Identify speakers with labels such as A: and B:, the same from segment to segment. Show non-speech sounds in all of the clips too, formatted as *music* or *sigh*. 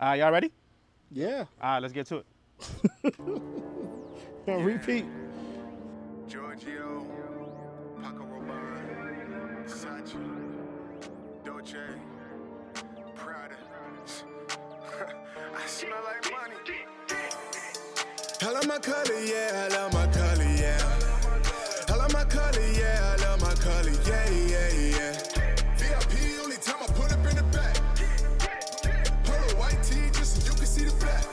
A: All right, y'all ready?
B: Yeah.
A: All right, let's get to it.
B: On repeat.
C: Giorgio, Paco Rabanne, Sachi, Dolce, Prada. *laughs* I smell like money. Hello, my color, yeah. Hello, my color, yeah. Hello, my color, yeah. Hello, my color, yeah, yeah, yeah. VIP only time I put up in the back. Pull a white tee just so you can see the black.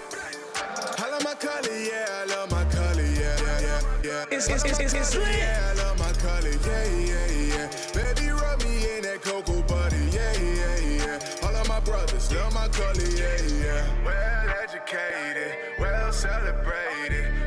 C: Hello, my color, yeah. Hello, my color, yeah, yeah, yeah, yeah.
D: It's, it's, it's, it's, it's lit.
C: Yeah, I love my color, yeah, yeah, yeah. Baby, rub me in that cocoa butter, yeah, yeah, yeah. All of my brothers love my color, yeah, yeah. Well educated, well celebrated.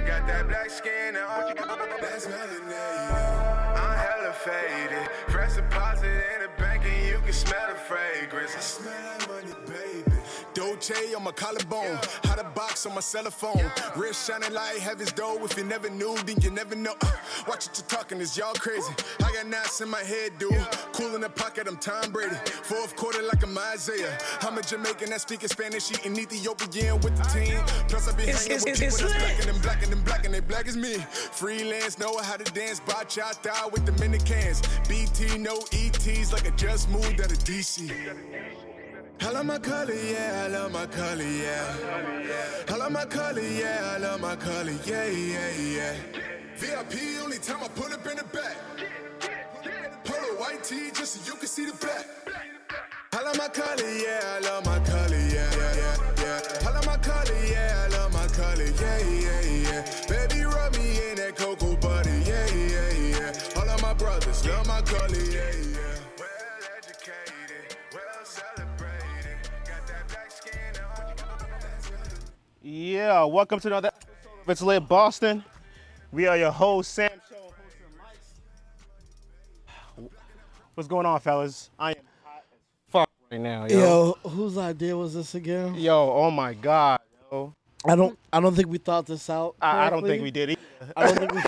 C: Got that black skin uh, and all that's melanated. I'm hella faded. Press deposit in the bank and you can smell the fragrance. I smell that money, baby. Dolce on my collarbone, hot a box on my cell phone. Wrist shining like heaven's door. If you never knew, then you never know. Uh, watch what you're talking, is y'all crazy? I got knots in my head, dude. Cool in the pocket, I'm Tom Brady. Fourth quarter like I'm Isaiah. I'm a Jamaican that speaking Spanish, eating Ethiopian with the team. Plus I be
D: It's-
C: hanging
D: it's-
C: with
D: it's-
C: people
D: it's
C: that's
D: lit.
C: black and them black and them black and they black as me. Freelance, know how to dance, bachata with Dominicans. BT, no ETs, like I just moved out of DC. I love my color, yeah, I love my color, yeah. I love my color, yeah, I love my color, yeah, yeah, yeah. VIP only time I put up in the back. Pull a white tee just so you can see the back. I love my color, yeah, I love my color, yeah, yeah, yeah, yeah. I love my color, yeah, I love my color, yeah, yeah, yeah. Baby, rub me in that cocoa butter, yeah, yeah, yeah. All of my brothers love my color, yeah, yeah. Well educated, well celebrated. Got that black skin and all
A: Yeah, welcome to another episode of It's Lit Boston. We are your host, Sam Show. and host of Mike's. What's going on, fellas? I am hot as fuck right now, yo. Yo,
B: Yo, whose idea was this again?
A: oh my god, yo.
B: I don't. I don't think we thought this out.
A: I, I don't think we
B: correctly.
A: did either.
B: I don't
A: *laughs*
B: think we.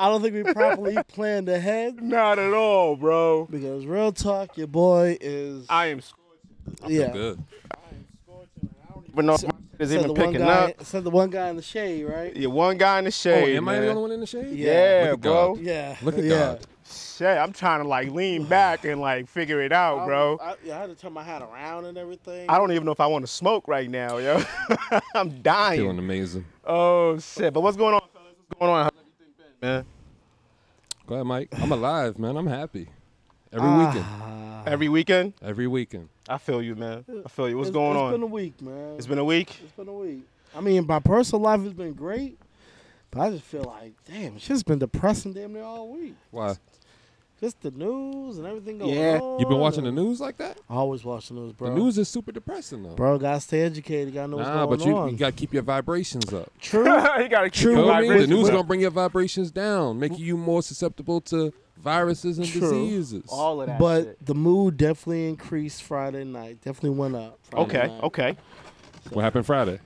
B: I don't think we properly planned ahead.
A: Not at all, bro.
B: Because real talk, your boy is.
A: I am
B: yeah.
E: Good.
A: But no, my shit is
B: Said
A: even
B: the one
A: picking
B: guy.
A: up.
B: Said the one guy in the shade, right?
A: Yeah, one guy in the
E: Oh,
A: shade.
E: am I the
A: man.
E: only one in the shade?
A: Yeah,
E: Look at
A: bro.
E: God.
B: Yeah.
E: Look at
B: yeah.
E: God.
A: Shit, I'm trying to like
B: *sighs*
A: lean back and like figure it out, bro.
B: I, yeah, I had to turn my hat around and everything.
A: I don't even know if I want to smoke right now, yo. *laughs* I'm dying.
E: Feeling amazing.
A: Oh shit! But what's going on, fellas? What's going on? How's everything been, man?
E: Glad, Mike. I'm alive, man. I'm happy. Every
B: Ah.
E: weekend. Uh,
A: Every weekend,
E: Every weekend.
A: I feel you, man. I feel you. What's
B: It's-
A: going
B: It's
A: on?
B: been a week, man.
A: it's been a week.
B: It's been a week. I mean, my personal life has been great, but I just feel like, damn, shit's been depressing damn near all week.
E: Why?
B: Just the news and everything going
A: Yeah.
B: on.
E: You been watching the news like that?
B: I always watch the news, bro.
E: The news is super depressing though.
B: bro. Gotta stay educated. Gotta know what's
E: nah,
B: going
E: but you,
B: on.
E: you gotta keep your vibrations up. *laughs*
B: True.
A: *laughs* you gotta keep your
B: True.
E: Feel me? The
A: vibrations
E: news
A: up.
E: gonna bring your vibrations down, making you more susceptible to viruses and
B: True.
E: diseases.
A: all of that.
B: But
A: shit.
B: the mood definitely increased Friday night. Definitely went up. Friday
A: okay,
B: night.
A: okay.
E: What happened Friday?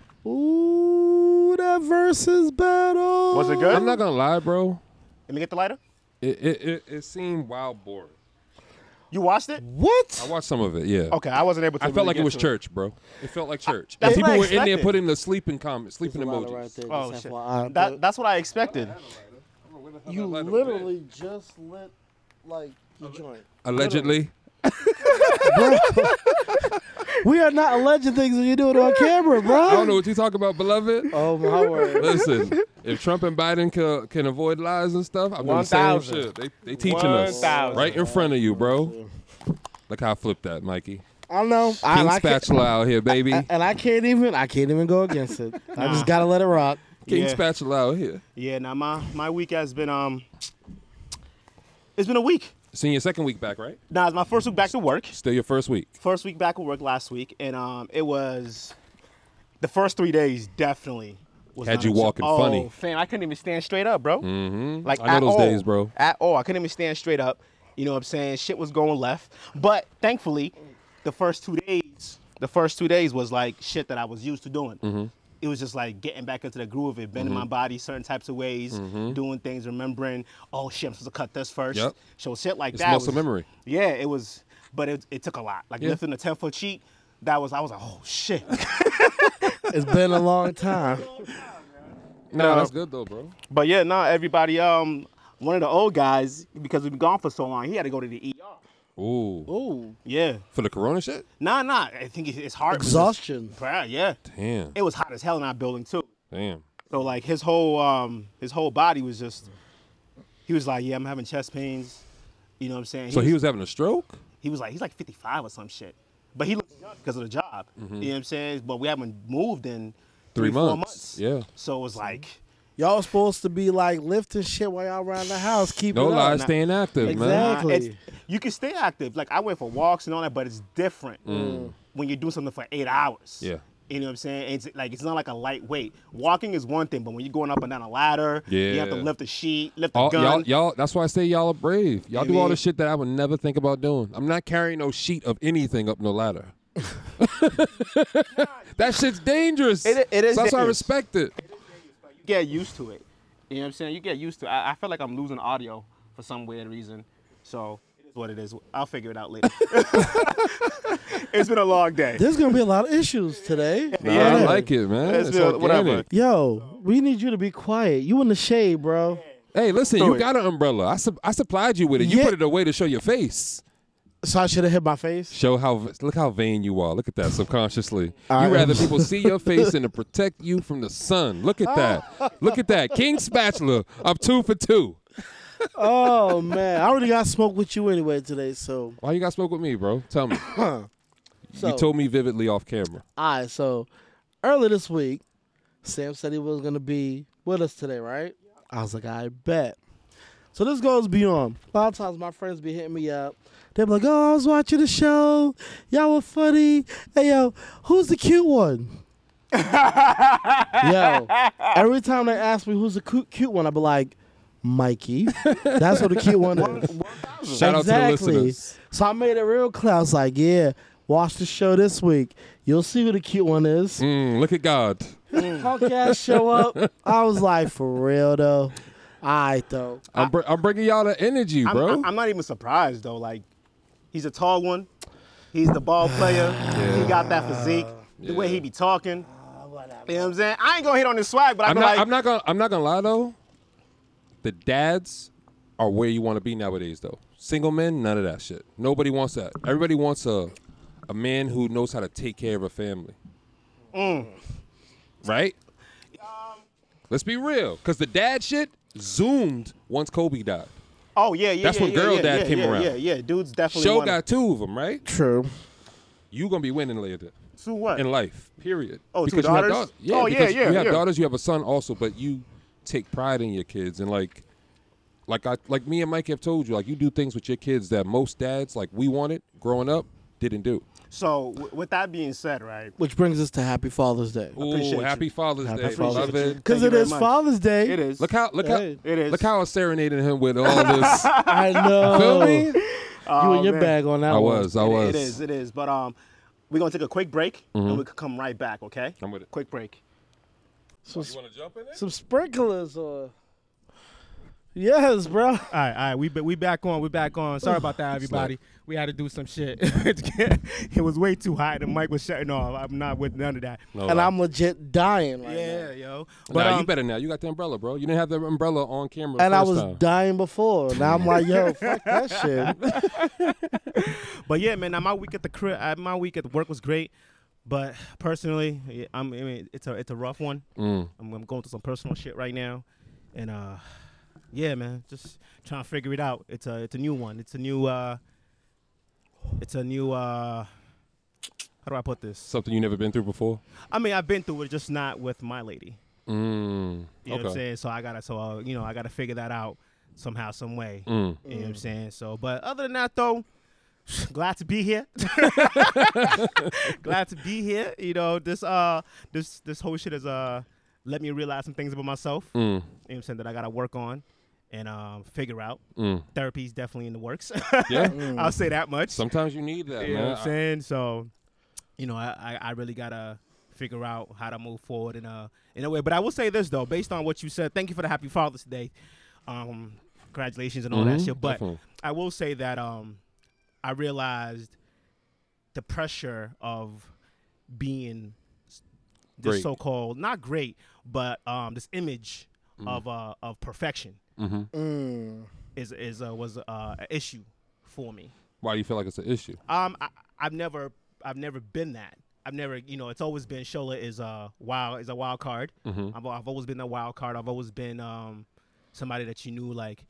B: Ooh, that versus battle.
A: Was it good?
E: I'm not gonna lie, bro.
A: Let me get the lighter.
E: It it, it, it seemed wild boring.
A: You watched it?
E: I
B: What?
E: watched some of it, yeah.
A: Okay, I wasn't able to.
E: Mm-hmm. I felt
A: really
E: like
A: get
E: it was
A: to
E: church, bro. It felt like church.
A: that's
E: and
A: what I
E: people were in there
A: expected.
E: putting the sleeping comments,
B: There's a
E: sleeping
B: lot
E: emojis.
B: right there.
A: Oh
B: just
A: shit!
B: FYI,
A: That,
B: but
A: that's what I expected.
B: you literally just lit like your joint.
E: *laughs* allegedly.
B: We are not alleging things when you do it on camera, bro.
E: *laughs* I don't know what you talk about, beloved.
B: Oh my word.
E: Listen, if Trump and Biden can, can avoid lies and stuff, I'm
A: One
E: the same
A: thousand.
E: shit. They, they teaching us
A: 1,000.
E: right in front of you, bro. Look how I flipped that, Mikey. King
B: I don't know. I, and I can't-
E: spatula out here, baby.
B: and I can't even. I can't even go against it. I just gotta let it rock.
E: King
A: Yeah.
E: spatula out here.
A: Yeah. Now my my week has been um. It's been a week.
E: It's in your second week back, right?
A: Now it's my first week back to work.
E: Still your first week.
A: first week back at work last week, and um, it was the first three days definitely. Was
E: Had
A: not
E: you
A: a joke.
E: walking
A: oh,
E: funny.
A: fam, I couldn't even stand straight up, bro.
E: Mm-hmm.
A: Like
E: I
A: at
E: know those
A: all,
E: days, bro.
A: At all, I couldn't even stand straight up. You know what I'm saying? Shit was going left, but thankfully, the first two days, the first two days was like shit that I was used to doing.
E: Mm-hmm.
A: It was just like getting back into the groove of it, bending my body certain types of ways, doing things, remembering. Oh shit, I'm supposed to cut this first.
E: Mm-hmm. Yep.
A: So shit like
E: It's
A: that.
E: muscle
A: was-
E: memory.
A: yeah, it was, but it, it took a lot. Like
E: Yeah.
A: lifting a 10 foot sheet
C: that was I was like, oh shit. *laughs*
B: It's been a long time.
E: No, that's good though, bro.
C: but yeah, no, everybody. Um, one of the old guys because we've been gone for so long, he had to go to the ER.
E: Ooh,
B: Ooh,
C: Yeah,
E: for the corona shit.
C: nah, nah. I think it- it's hard.
B: exhaustion.
C: Yeah, yeah.
E: Damn,
C: It was hot as hell in our building too.
E: damn.
C: So like his whole um his whole body was just he was like, Yeah, I'm having chest pains. You know what I'm saying?
E: So he was having a stroke.
C: he was like he's like 55 or some shit. But he looks young because of the job. You know what I'm saying? But we haven't moved in
E: Mm-hmm. Three
C: three, four months.
E: months, yeah.
C: So it was like
B: Y'all supposed to be like lifting shit while y'all around the house. Keep
E: No
B: it up.
E: lie, staying active, man.
B: Exactly.
C: it's, you can stay active. Like I went for walks and all that, but it's different when you do something for eight hours.
E: Mm. Yeah.
C: You know what I'm saying? It's like it's not like a lightweight. Walking is one thing, but when you're going up and down a ladder, you have to
E: Yeah.
C: lift a sheet, lift a
E: All,
C: gun.
E: y'all, y'all. That's why I say y'all are brave. Y'all do all
C: mean-
E: the shit that I would never think about doing. I'm not carrying no sheet of anything up
C: *laughs*
E: no ladder. that shit's dangerous.
C: It i- it is
E: So that's why I
C: dangerous.
E: respect it.
C: you get used to it. You know what I'm saying? You get used to it. I, I feel like I'm losing audio for some weird reason. So it is what it is. I'll figure it out later. *laughs* it's been a long day.
B: There's gonna be a lot of issues
E: *laughs*
B: today.
E: Nah, I
C: Yeah.
E: like it, man.
C: It's
E: It's
C: real- whatever.
E: organic.
B: Yo, we need you to be quiet. You in the shade, bro.
E: Hey, listen, you
C: it.
E: got an umbrella. I, sup- I supplied you with it. You
B: Yeah.
E: put it away to show your face.
B: So I should have hit my face.
E: Show how v- look how vain you are. Look at that subconsciously.
B: I-
E: you rather
C: *laughs*
E: people see your face than to protect you from the sun. Look at that. Look at that. King Spatula. I'm two for two.
B: Oh *laughs* man, I already got smoke with you anyway today. So,
E: Why you got smoke with me, bro?
C: *coughs*
E: Tell me.
B: so
E: you told me vividly off camera.
B: All right, so earlier this week, Sam said he was gonna be with us today, right? I was like, I bet. So this goes beyond. A lot of times my friends be hitting me up. They be like, oh, I was watching the show. Y'all were funny. Hey, yo, who's the cute one? yo, every time they ask me who's the cute, cute one, I be like, Mikey. That's what the cute one is.
E: Shout out to the listeners.
B: So I made it real clear. I was like, yeah, watch the show this week. You'll see who the cute one is.
E: Mm, look at God.
B: Punk ass show
E: *laughs*
B: up. I was like, for real though. All right though.
E: I'm, br- I'm bringing y'all the energy,
C: I'm,
E: bro.
C: I'm- I'm not even surprised though. Like he's a tall one. He's the
E: *sighs*
C: ball player. He got that physique. The way he be talking. You know what I'm saying? I ain't gonna hit on his swag, but I'm,
E: I'm not.
C: like,
E: I'm not gonna. I'm not gonna lie though. The dads are where you want to be nowadays, though. Single men, none of that shit. Nobody wants that. Everybody wants a a man who knows how to take care of a family.
C: Mm.
E: Right? Let's be real, because the dad shit zoomed once Kobe died.
C: oh yeah, yeah.
E: That's
C: yeah,
E: when
C: yeah,
E: girl
C: yeah,
E: dad
C: yeah,
E: came
C: yeah,
E: around.
C: Yeah, yeah, dude's definitely.
E: Show
C: wanna-
E: got two of them, right?
B: True.
E: You gonna be winning later
C: So what?
E: in life. Period.
C: Uh, Oh, two
E: because you have
C: daughters?
E: daughters. Yeah,
C: Oh, yeah,
E: because
C: yeah,
E: You have
C: yeah.
E: daughters. You have a son also, but you take pride in your kids and like, like I like me and Mike have told you, like you do things with your kids that most dads like we wanted growing up didn't do.
C: So w- with that being said, right?
B: Which brings us to Happy Father's Day.
E: Ooh,
C: Appreciate you.
E: happy Father's
B: Happy
E: Day.
B: Father's
E: Love
C: Day.
E: it.
B: Because
C: Thank you
B: it
C: very
B: is
C: much.
B: Father's Day.
C: It is.
E: Look how look how
B: Hey.
C: It is.
E: look how I was serenading him with
C: *laughs*
E: all this.
B: I know.
E: Feel me?
B: You in your
C: Oh, man.
B: bag on that
E: I
B: one.
E: was. I
C: It-
E: was. Mm-hmm.
C: It is. It is. But um, we're gonna take a quick break and we can come right back. Okay.
E: I'm with it.
C: Quick break.
B: Some,
E: to jump in
B: some sprinklers or. Yes, bro.
A: All right, all right, we ba- we back on, we back on. Sorry about that, everybody. We had to do some shit. *laughs* it was way too high. The mic was shutting off. I'm not with none of that.
E: No,
B: And I'm legit dying right now.
A: Yeah, yo.
E: Nah,
A: um,
E: you better now. You got the umbrella, bro. You didn't have the umbrella on camera.
B: And I
E: first
B: was
E: time.
B: dying before. Now I'm like, yo, fuck
C: *laughs*
B: that shit.
A: But yeah, man, now my week at the crib, uh, my week at work was great. But personally, yeah, I'm, I mean, it's a it's a rough one. I'm, I'm going through some personal shit right now, and uh, yeah, man, just trying to figure it out. It's a it's a new one. It's a new uh, it's a new uh, how do I put this?
E: Something you never been through before.
A: I mean, I've been through it, just not with my lady.
E: Mm.
A: You know what I'm
E: okay.
A: saying? So I gotta, so uh, you know, I gotta figure that out somehow, some way. You know what I'm saying? So, but other than that, though, *sighs* glad to be here. *laughs* glad to be here. You know, this uh, this this whole shit has uh, let me realize some things about myself. You
E: mm,
A: know what I'm saying that I gotta work on and um, figure out. Therapy's definitely in the works.
E: mm.
A: *laughs*
C: *laughs*
E: Yeah.
A: I'll say that much.
E: Sometimes you need that,
A: You know
E: man.
A: what I'm saying? So, you know, I, I, I really gotta figure out how to move forward in a in a way. But I will say this though, based on what you said, thank you for the happy Father's Day. Um, congratulations and all that
E: Mhm,
A: shit. But
E: definitely.
A: I will say that um I realized the pressure of being s- this
E: Great.
A: so-called not great, but um, this image of uh, of perfection is is uh, was uh, an issue for me.
E: Why do you feel like it's an issue?
A: Um, I, I've never, I've never been that. I've never, you know, it's always been Shola is a wild, is a wild card.
E: Mm-hmm.
A: I've, I've always been a wild card. I've always been um, somebody that you knew like,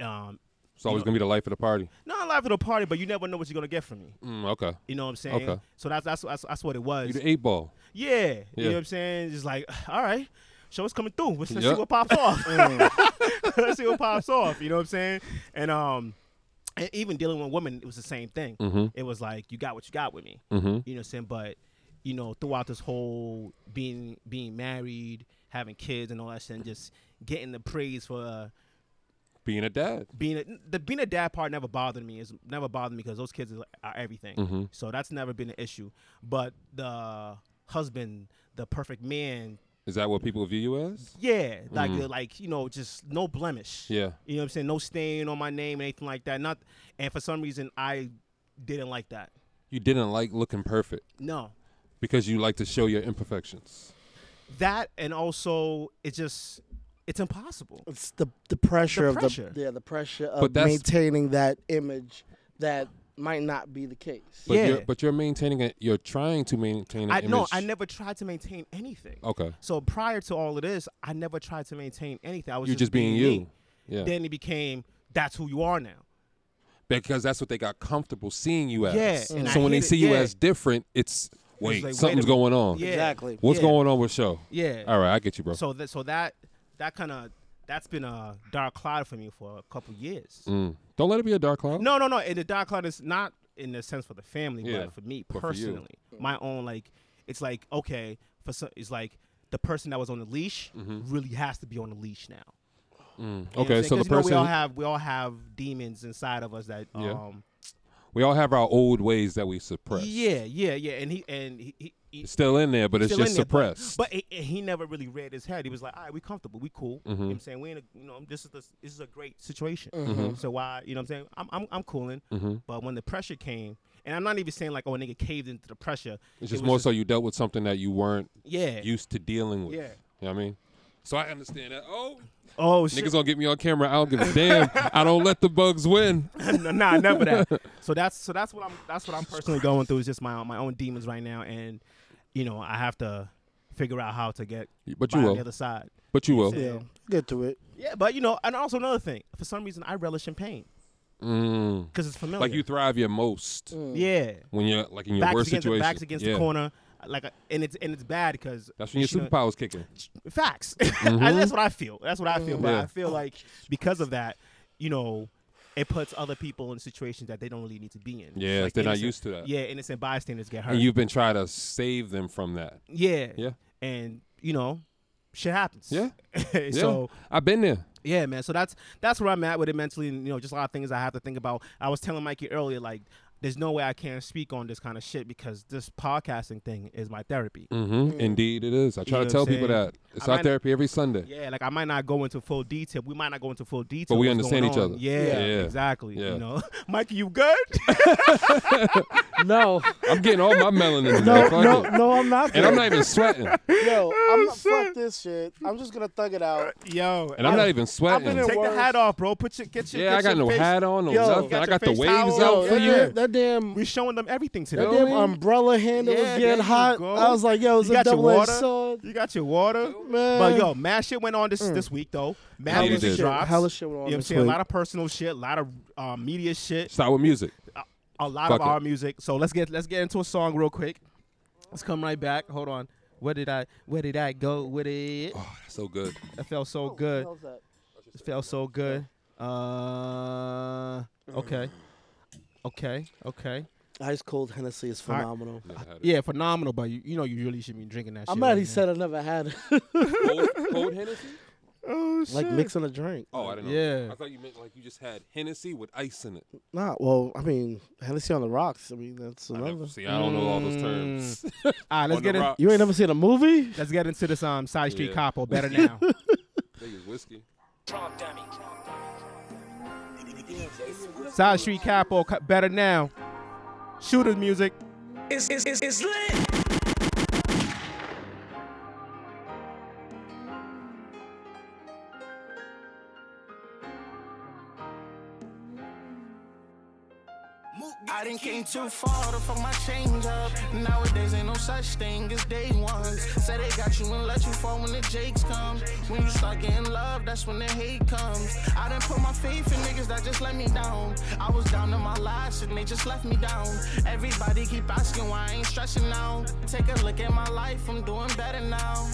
A: um,
E: It's always gonna be the life of the party.
A: not alive at a party, but you never know what you're gonna get from me.
E: Mm, okay,
A: You know what I'm saying?
E: Okay.
A: So that's, that's that's that's what it was.
E: you the eight ball.
A: Yeah, you
E: Yeah.
A: know what I'm saying? Just like, *sighs* all right, show us coming through. Let's, let's
E: Yep.
A: see what pops off. *laughs* let's see what pops off. You know what I'm saying? And um, and even dealing with women, it was the same thing. It was like you got what you got with me. You know what I'm saying? But you know, throughout this whole being being married, having kids, and all that shit, and just getting the praise for. Uh,
E: Being a dad.
A: being a, the being a dad part never bothered me. It's never bothered me because those kids are, are everything. So that's never been an issue. But the husband, the perfect man,
E: Is that what people view you as?
A: yeah, like uh, like you know, just no blemish.
E: Yeah.
A: you know what I'm saying. No stain on my name, anything like that. Not, and for some reason, I didn't like that.
E: You didn't like looking perfect
A: No,
E: because you like to show your imperfections.
A: that and also it's just it's impossible.
B: It's the the pressure,
A: pressure.
B: of the yeah the pressure
E: But
B: of
E: that's-
B: maintaining that image that might not be the case.
E: But you're,
A: Yeah.
E: but you're maintaining it. You're trying to maintain an
A: I
E: image.
A: no, I never tried to maintain anything.
E: Okay.
A: So prior to all of this, I never tried to maintain anything. I was
E: You're just being
A: me.
E: you. Yeah.
A: Then it became that's who you are now.
E: because that's what they got comfortable seeing you as.
A: Yeah, and I
E: so when they
A: hate it,
E: see you
A: yeah.
E: as different, it's wait,
A: like, wait a
E: something's
A: minute.
E: going on.
A: Yeah.
B: Exactly.
E: What's
A: Yeah.
E: going on with show?
A: Yeah.
E: All right, I get you, bro.
A: So that so that that kind of that's been a dark cloud for me for a couple years.
E: Mm. Don't let it be a dark cloud.
A: No, no, no. And the dark cloud is not in the sense for the family,
E: Yeah,
A: but for me
E: but for you.
A: personally, my own like it's like okay for some it's like the person that was on the leash really has to be on the leash now. You know what
E: Mm-hmm. Mm. Okay,
A: I'm saying?
E: so the
A: 'Cause, you know,
E: person
A: we all have we all have demons inside of us that
E: Yeah.
A: um
E: have our old ways that we suppress.
A: yeah yeah yeah and he and he, he, he
E: It's still in there, but it's
A: still in
E: just
A: there, but-
E: suppressed.
A: But, he, he never really read his head. He was like, "All right, we comfortable, we cool." You know
E: Mm-hmm.
A: what I'm saying we, in a, you know, this is the, this is a great situation. So why, you know, what I'm saying I'm I'm, I'm cooling.
E: Mm-hmm.
A: But when the pressure came, and I'm not even saying like, "Oh, a nigga caved into the pressure."
E: it's
A: It
E: just
A: was
E: more so you dealt with something that you weren't
A: yeah.
E: used to dealing with.
A: Yeah.
E: You know what I mean? So I understand that. Oh,
A: oh
E: niggas
A: shit,
E: gonna get me on camera. I don't give a damn. I don't let the bugs win.
A: No, *laughs* nah, never
E: *laughs*
A: that. So that's so that's what I'm that's what I'm personally going through is just my my own demons right now, and you know I have to figure out how to get
E: But
A: by
E: you
A: on the
E: will.
A: other side.
E: But you will.
A: Yeah.
B: yeah, get to it.
A: Yeah, but you know, and also another thing, for some reason I relish in pain
E: Mm.
A: because it's familiar.
E: Like you thrive your most
A: yeah.
E: when you're like in your
A: Oh, backs
E: worst
A: against, the,
E: situation.
A: backs against
E: Yeah.
A: the corner, like, uh, and it's and it's bad because
E: That's when your superpowers kick in.
A: *laughs* Facts. that's what I feel. That's what I feel. But
E: Mm-hmm. Yeah.
A: I feel like because of that, you know, it puts other people in situations that they don't really need to be in.
E: Yeah,
A: Like
E: they're not
A: innocent-
E: used to that.
A: Yeah, innocent bystanders get hurt.
E: And you've been trying to save them from that.
A: yeah,
E: Yeah.
A: and you know, shit happens.
E: Yeah. Yeah.
A: *laughs* so
E: I've been there.
A: yeah, man. So that's that's where I'm at with it mentally, and you know, just a lot of things I have to think about. I was telling Mikey earlier, like, there's no way I can't speak on this kind of shit because this podcasting thing is my therapy.
E: Mm-hmm. Indeed, it is. I try
A: know what
E: to
A: I'm
E: tell people
A: saying?
E: that it's
A: I
E: our
A: might-
E: therapy every Sunday.
A: Yeah, like I might not go into full detail. We might not go into full detail,
E: But we
A: what's
E: understand
A: going
E: each
A: on.
E: other.
A: Yeah,
E: Yeah.
A: exactly.
E: Yeah.
A: You know, *laughs* Mikey, you good?
B: No,
E: I'm getting all my
A: *laughs*
E: melanin. in
B: no,
E: there.
B: no,
E: Fuck it.
B: no. I'm not.
E: And I'm
B: good.
E: not even sweating.
B: Yo,
A: Oh,
B: I'm not, fuck this shit. I'm just gonna thug it out.
A: Yo,
E: And I'm not even
B: I've been
E: sweating.
B: in
A: take
B: worse.
A: the hat off, bro. Put your get your
E: Yeah,
A: get
E: I got
A: your
E: no
A: face.
E: hat on, no
B: Yo,
E: nothing.
A: got
E: I
A: your
E: got the
A: face
E: waves
A: towel
E: out
A: out.
E: for
B: that,
E: you.
A: Yeah.
B: damn, that damn,
A: We showing them everything today.
E: Yo,
B: that
E: know
B: damn
E: what I mean?
B: umbrella handle
A: Yeah,
B: was
A: there
B: getting
A: you
B: hot.
A: go.
B: I was like, yo, it's
A: you
B: a
A: got your
B: double edged
A: water.
B: sword.
A: You got your water.
B: Man. Mm.
A: But yo, mad shit went on this this week though. Mad
E: Hella
A: music
E: shit-
A: drops.
B: hella shit went
A: you know
B: on
A: what I'm
B: this
A: saying? A
B: week.
A: lot of personal shit, a lot of uh, media shit,
E: Start with music.
A: a lot
E: Fuck
A: of
E: it.
A: our music. So let's get let's get into a song real quick. Let's come right back. Hold on. Where did I where did I go with it?
E: So good.
A: That felt so good. It felt so good. Uh,
B: Mm.
A: okay. Okay. Okay.
B: Ice cold Hennessy is
A: right.
B: phenomenal.
E: Never had it.
A: Yeah, phenomenal, but you, you know you really should be drinking that shit.
B: I'm mad
A: right
B: he
A: now.
B: said I never
A: *laughs*
B: had it.
E: *laughs* Cold, cold Hennessy?
A: Oh, shit.
B: like mixing a drink.
E: Oh, I didn't know.
A: Yeah.
E: I thought you meant like you just had Hennessy with ice in it.
B: Nah, well, I mean, Hennessy on the rocks. I mean, that's another.
E: See, I don't know all those *laughs* terms.
A: All right, Mm. Ah, let's
E: On the
A: get in,
E: rocks.
B: You ain't never seen a movie?
A: let's get into this um side street
E: Yeah.
A: cop or
B: *laughs*
A: better now.
E: They use whiskey.
A: side street cop or co- better now. Shooters music.
F: It's, it's, it's, it's lit.
G: I done came too far to fuck my change up. Nowadays ain't no such thing as day ones. Say they got you and let you fall when the jakes come. When you start getting love, that's when the hate comes. I done put my faith in niggas that just let me down. I was down to my last and they just left me down. Everybody keep asking why I ain't stressing now. Take a look at my life, I'm doing better now.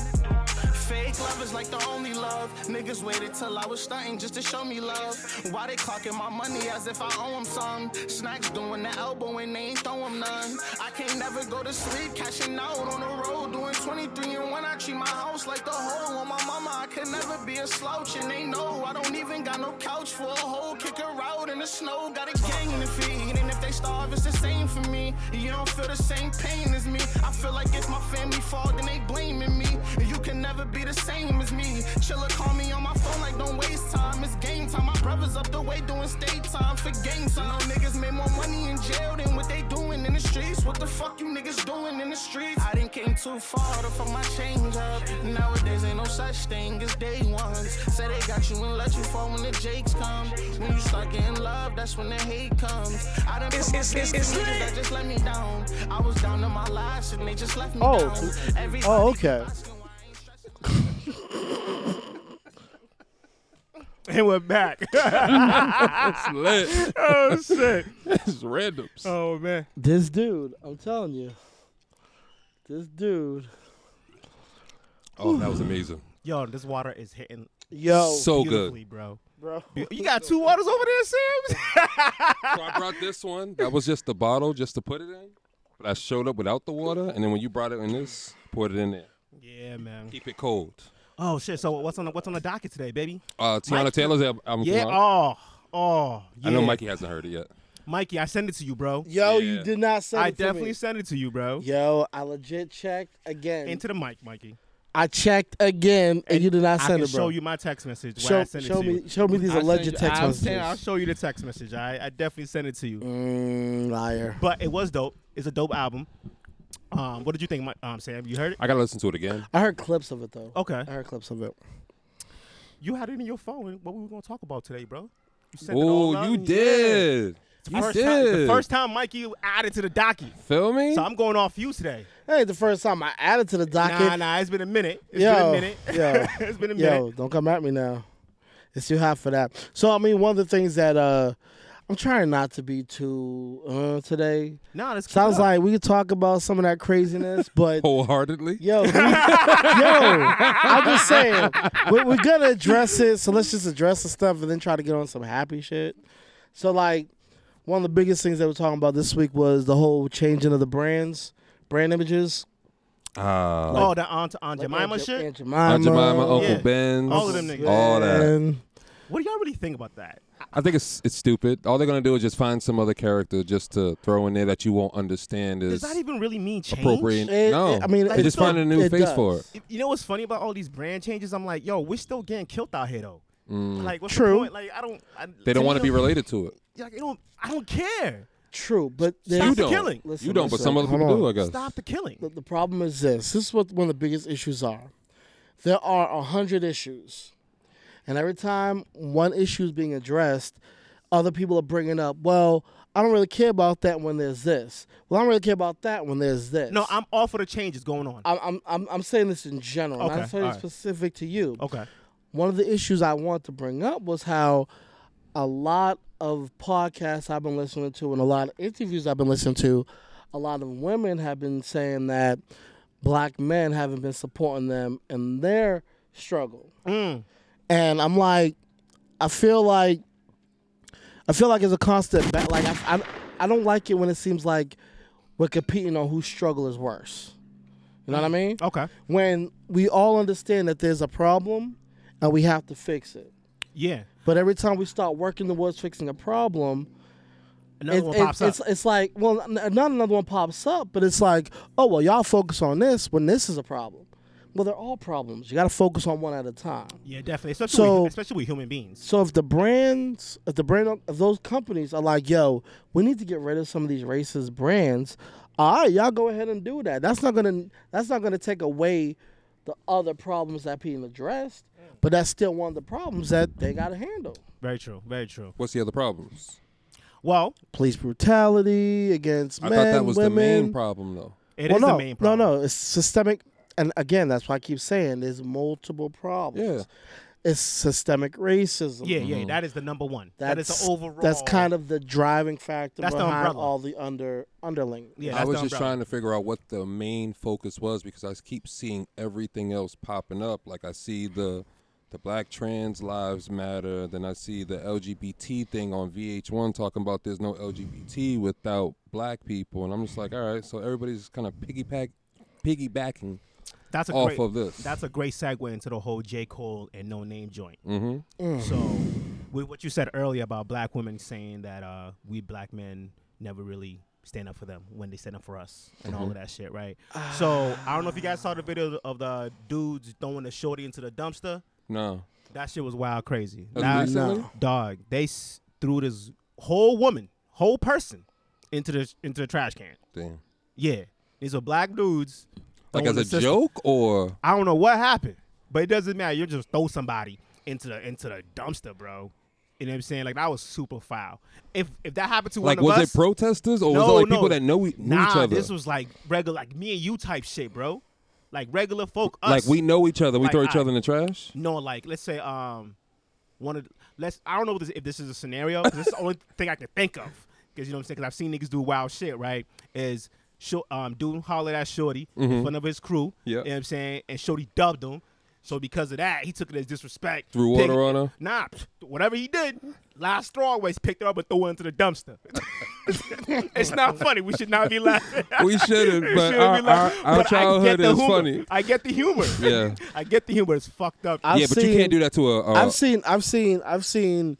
G: Fake love is like the only love. Niggas waited till I was stunting just to show me love. Why they clocking my money as if I owe 'em some? Snacks doing the elbow and they ain't throwing none. I can't never go to sleep, cashing out on the road. Doing 23 and 1, I treat my house like the hole. On my mama, I could never be a slouch. And they know I don't even got no couch for a hole. Kick her out in the snow, got a gang to feed. And if they starve, it's the same for me. You don't feel the same pain as me. I feel like if my family fall, then they blaming me. You can never be the same as me. Chilla call me on my phone like don't waste time. It's game time. My brothers up the way doing state time for game time. Niggas made more money in jail than what they doing in the streets. What the fuck you niggas doing in the streets? I didn't came too far to fuck my change up. Nowadays ain't no such thing as day ones. Say they got you and let you fall when the jakes come. When you start getting love, that's when the hate comes. I done put my
F: it's-
G: faith
F: it's
G: in niggas
F: lit.
G: that just let me down. I was down to my last and they just left me
B: Oh,
G: down.
B: cool.
G: Everybody
B: Oh, okay.
A: And we're back. *laughs*
E: It's lit. *laughs*
A: oh shit.
E: it's randoms.
A: Oh man.
B: This dude, I'm telling you. This dude.
E: Oh, that was amazing.
A: Yo, this water is hitting
B: Yo,
E: so
A: Oh, beautifully,
E: good.
A: bro.
B: bro.
A: You- You got two waters over there, Sam? *laughs*
E: So I brought this one. That was just the bottle, just to put it in. But I showed up without the water, and then when you brought it in this, poured it in there.
A: yeah, man.
E: Keep it cold.
A: Oh shit. So what's on the what's on the docket today, baby?
E: Uh, Tiana Taylor's al- album.
A: Yeah.
E: Come
A: Oh.
E: out.
A: Oh. Yeah.
E: I know Mikey hasn't heard it yet.
A: Mikey, I sent it to you, bro.
B: Yo,
E: Yeah.
B: you did not send
A: I
B: it to me.
A: definitely sent it to you, bro.
B: Yo, I legit checked again.
A: Into the mic, Mikey.
B: I checked again, and, you did not
A: I
B: send
A: can
B: it, bro.
A: show you my text message. Show,
B: show,
A: I sent
B: show
A: it to
B: me,
A: You.
B: show me these
A: I send
B: alleged
A: you-
B: text
A: I'm saying, I'll
B: messages.
A: show you the text message. I, I definitely sent it to you. *laughs*
B: Mm, liar.
A: But it was dope. It's a dope album. Um, what did you think, Mi- um, Sam? You heard it?
E: I gotta listen to it again.
B: I heard clips of it though.
A: Okay.
B: I heard clips of it.
A: You had it in your phone. What we were gonna talk about today, bro? You sent it all
E: Oh,
A: out
E: you
A: and-
E: did.
A: Yeah.
E: You
A: First
E: did.
A: Time, the first time Mikey added to the docky.
E: Feel me?
A: So I'm going off you today.
B: That ain't the first time I added to the docket.
A: Nah, nah, it's been a minute. It's been
B: yo,
A: a minute.
B: yo,
A: *laughs* it's been a minute.
B: yo, don't come at me now. It's too hot for that. So I mean, one of the things that uh, I'm trying not to be too uh, today.
A: Nah, that's
B: Sounds like we could talk about some of that craziness, *laughs* but
E: Wholeheartedly.
B: Yo, we- *laughs* yo, I'm just saying, we're, we're gonna address it. So let's just address the stuff and then try to get on some happy shit. So like, one of the biggest things that we're talking about this week was the whole changing of the brands, brand images.
E: Uh,
A: oh, the Aunt, Aunt Jemima
B: Aunt Je-
A: shit.
B: Aunt Jemima,
E: Aunt Jemima, Uncle
A: Yeah.
E: Ben,
A: All of them niggas.
E: all that.
B: and-
A: What do y'all really think about that?
E: I think it's it's stupid. All they're gonna do is just find some other character just to throw in there that you won't understand
A: Does
E: is
A: that even really mean change?
E: appropriate.
B: It-
E: no,
B: it- I mean,
E: they
B: it
E: just
B: still-
E: find a new
B: it
E: face
B: does.
E: for it.
A: You know what's funny about all these brand changes? I'm like, yo, we're still getting killed out here though. Like, what's
B: True.
A: the point? Like, I don't. I,
E: Mm. They don't want to be
A: related.
E: related to it.
A: Like, I don't. I don't care.
B: true, but there's-
E: You
A: the
E: don't.
A: killing.
E: you
B: Listen,
E: don't, but
B: listen,
E: some other
B: hold
E: people do,
B: on.
E: I guess.
A: Stop the killing.
B: the, the problem is this. This is what one of the biggest issues are. There are a hundred issues, and every time one issue is being addressed, other people are bringing up, "Well, I don't really care about that when there's this. Well, I don't really care about that when there's this."
A: No, I'm all for the changes going on.
B: I'm I'm I'm, I'm saying this in general.
A: Okay,
B: not saying
A: all right.
B: specific to you.
A: okay.
B: One of the issues I want to bring up was how a lot of podcasts I've been listening to and a lot of interviews I've been listening to, a lot of women have been saying that black men haven't been supporting them in their struggle. And I'm like, I feel like, I feel like it's a constant battle. Like I, I, I don't like it when it seems like we're competing on whose struggle is worse. You know what I mean?
A: Okay.
B: When we all understand that there's a problem and we have to fix it.
A: Yeah.
B: But every time we start working towards fixing a problem,
A: Another
B: it-
A: one
B: it-
A: pops
B: it's
A: up.
B: it's like well, n- not another one pops up, but it's like oh well, y'all focus on this when this is a problem. Well, they're all problems. You got to focus on one at a time.
A: Yeah, definitely. Especially,
B: So-
A: with, especially with human beings.
B: So if the brands, if the brand of those companies are like, yo, we need to get rid of some of these racist brands. all right, y'all go ahead and do that. That's not gonna that's not gonna take away the other problems that being addressed, but that's still one of the problems that they gotta handle.
A: Very true. Very true.
E: What's the other problems?
A: Well,
B: Police brutality against
E: I
B: men,
E: thought that was
B: women.
E: the main problem though.
A: it is
B: well, no,
A: the main problem.
B: no, no, it's systemic. And again, that's why I keep saying there's multiple problems. Yeah. It's systemic racism.
A: Yeah, yeah. That is the number one. That's,
B: That's
A: the overall.
B: That's kind of the driving factor
A: That's the
B: behind
A: umbrella.
B: all the under underling.
A: Yeah,
E: I
A: that's
E: was
A: the
E: just
A: umbrella.
E: trying to figure out what the main focus was because I keep seeing everything else popping up. Like I see the the Black Trans Lives Matter, then I see the LGBT thing on VH1 talking about there's no LGBT without Black people, and I'm just like, all right, so everybody's kind of piggyback piggybacking.
A: that's a
E: off
A: great,
E: of this.
A: That's a great segue into the whole J. Cole and No Name joint. Mm-hmm. So, with what you said earlier about black women saying that uh, we black men never really stand up for them when they stand up for us and
E: Mm-hmm.
A: all of that shit, right? so, I don't know if you guys saw the video of the dudes throwing the shorty into the dumpster.
E: No,
A: That shit was wild crazy.
E: That's
A: Nah,
E: recently?
A: nah. Dog, they s- threw this whole woman, whole person, into the into the trash can.
E: damn.
A: Yeah, these are black dudes.
E: Like
A: throwing
E: as
A: the
E: a
A: system-
E: joke or
A: I don't know what happened, but it doesn't matter. You just throw somebody into the into the dumpster, bro. You know what I'm saying? Like that was super foul. If if that happened to
E: like
A: one of
E: was
A: us,
E: it protesters or was it
A: no,
E: like
A: no.
E: people that know e- knew
A: nah,
E: each other?
A: this was like regular, like me and you type shit, bro. Like regular folk, us.
E: like we know each other, we
A: Like,
E: throw each
A: I-
E: other in the trash.
A: No, like let's say um one of the- let's I don't know if this, if this is a scenario. 'cause This is the
E: *laughs*
A: only thing I can think of because you know what I'm saying. Because I've seen niggas do wild shit. Right? Is short um dude hollered at Shorty
E: Mm-hmm.
A: in front of his crew.
E: Yeah.
A: you know what I'm saying. And Shorty dubbed him. So because of that, he took it as disrespect.
E: Threw
A: Pick-
E: water on her?
A: Nah, pfft, whatever he did, last straw always picked it up and threw it into the dumpster. *laughs* it's not funny. We should not be laughing.
E: *laughs*
A: *laughs*
E: We shouldn't,
A: It
E: but
A: shouldn't
E: our,
A: be like-
E: our, our
A: but I get
E: childhood
A: the
E: is
A: humor.
E: funny.
A: I get the humor.
E: Yeah.
A: *laughs* I get the humor. It's fucked up.
B: I've
E: yeah, but you
B: seen-
E: can't do that to a. a
B: I've seen, I've seen, I've seen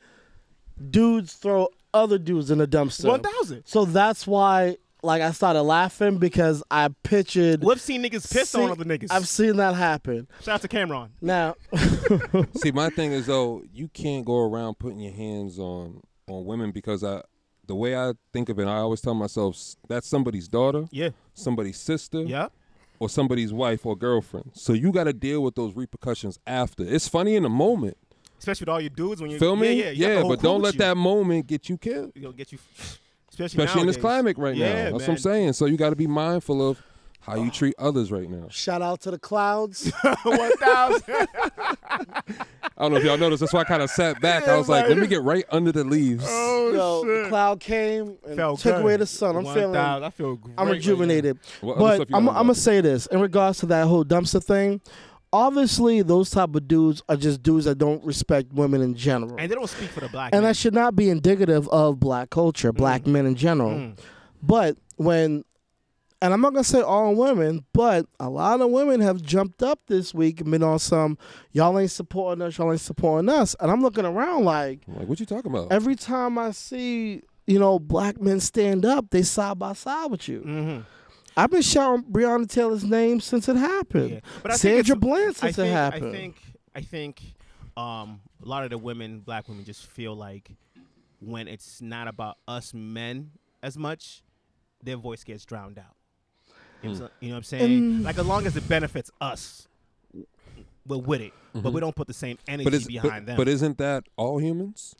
B: dudes throw other dudes in the dumpster.
A: 1,000.
B: So that's why, like, I started laughing because I pictured.
A: We've seen niggas piss
B: see-
A: on other niggas.
B: I've seen that happen.
A: Shout out to Cameron.
B: Now, *laughs*
E: see, my thing is though, you can't go around putting your hands on on women because I, the way I think of it, I always tell myself s- that's somebody's daughter,
A: Yeah.
E: somebody's sister,
A: Yeah.
E: or somebody's wife or girlfriend. So you got to deal with those repercussions after. It's funny in the moment,
A: Especially with all your dudes when you
E: feel me?
A: Yeah, yeah. you got the whole
E: but
A: crew
E: don't
A: with
E: let
A: you.
E: that moment get you killed.
A: You know, get you. Especially,
E: especially in this
A: nowadays.
E: climate right now.
A: Yeah,
E: That's what
A: man. Ah.
E: I'm saying. So you got to be mindful of how you treat others right now.
B: shout out to the *laughs* clouds.
A: *laughs* One thousand.
E: I don't know if y'all noticed. That's why I kind of sat back. I was like, let me get right under the leaves.
B: Yo, the cloud came and
A: Felt
B: took
A: good.
B: away the sun. I'm
A: 1,000.
B: feeling.
A: I feel great.
B: I'm
A: right
B: rejuvenated.
E: What other
B: but
E: stuff you
B: I'm,
E: got
B: I'm gonna
E: about?
B: say this in regards to that whole dumpster thing. Obviously, those type of dudes are just dudes that don't respect women in general,
A: now. And they don't speak for the black.
B: and
A: man.
B: that should not be indicative of black culture, black men in general. But when, and I'm not gonna say all women, but a lot of women have jumped up this week and been on some, y'all ain't supporting us, y'all ain't supporting us, and I'm looking around like
E: I'm like, what you talking about?
B: every time I see, you know, black men stand up, they side by side with you.
A: Mm-hmm.
B: I've been shouting Breonna Taylor's name since it happened.
A: Yeah. But I think
B: Sandra
A: it's-
B: Bland
A: I
B: since
A: think,
B: it happened.
A: I think. I think. Um, a lot of the women, black women, just feel like when it's not about us men as much, their voice gets drowned out. You
E: Hmm.
A: know what I'm sa- you know what I'm saying? like as long as it benefits us, we're with it. But we don't put the same energy
E: Mm-hmm. but, is,
A: behind
E: but,
A: them.
E: but isn't that all humans?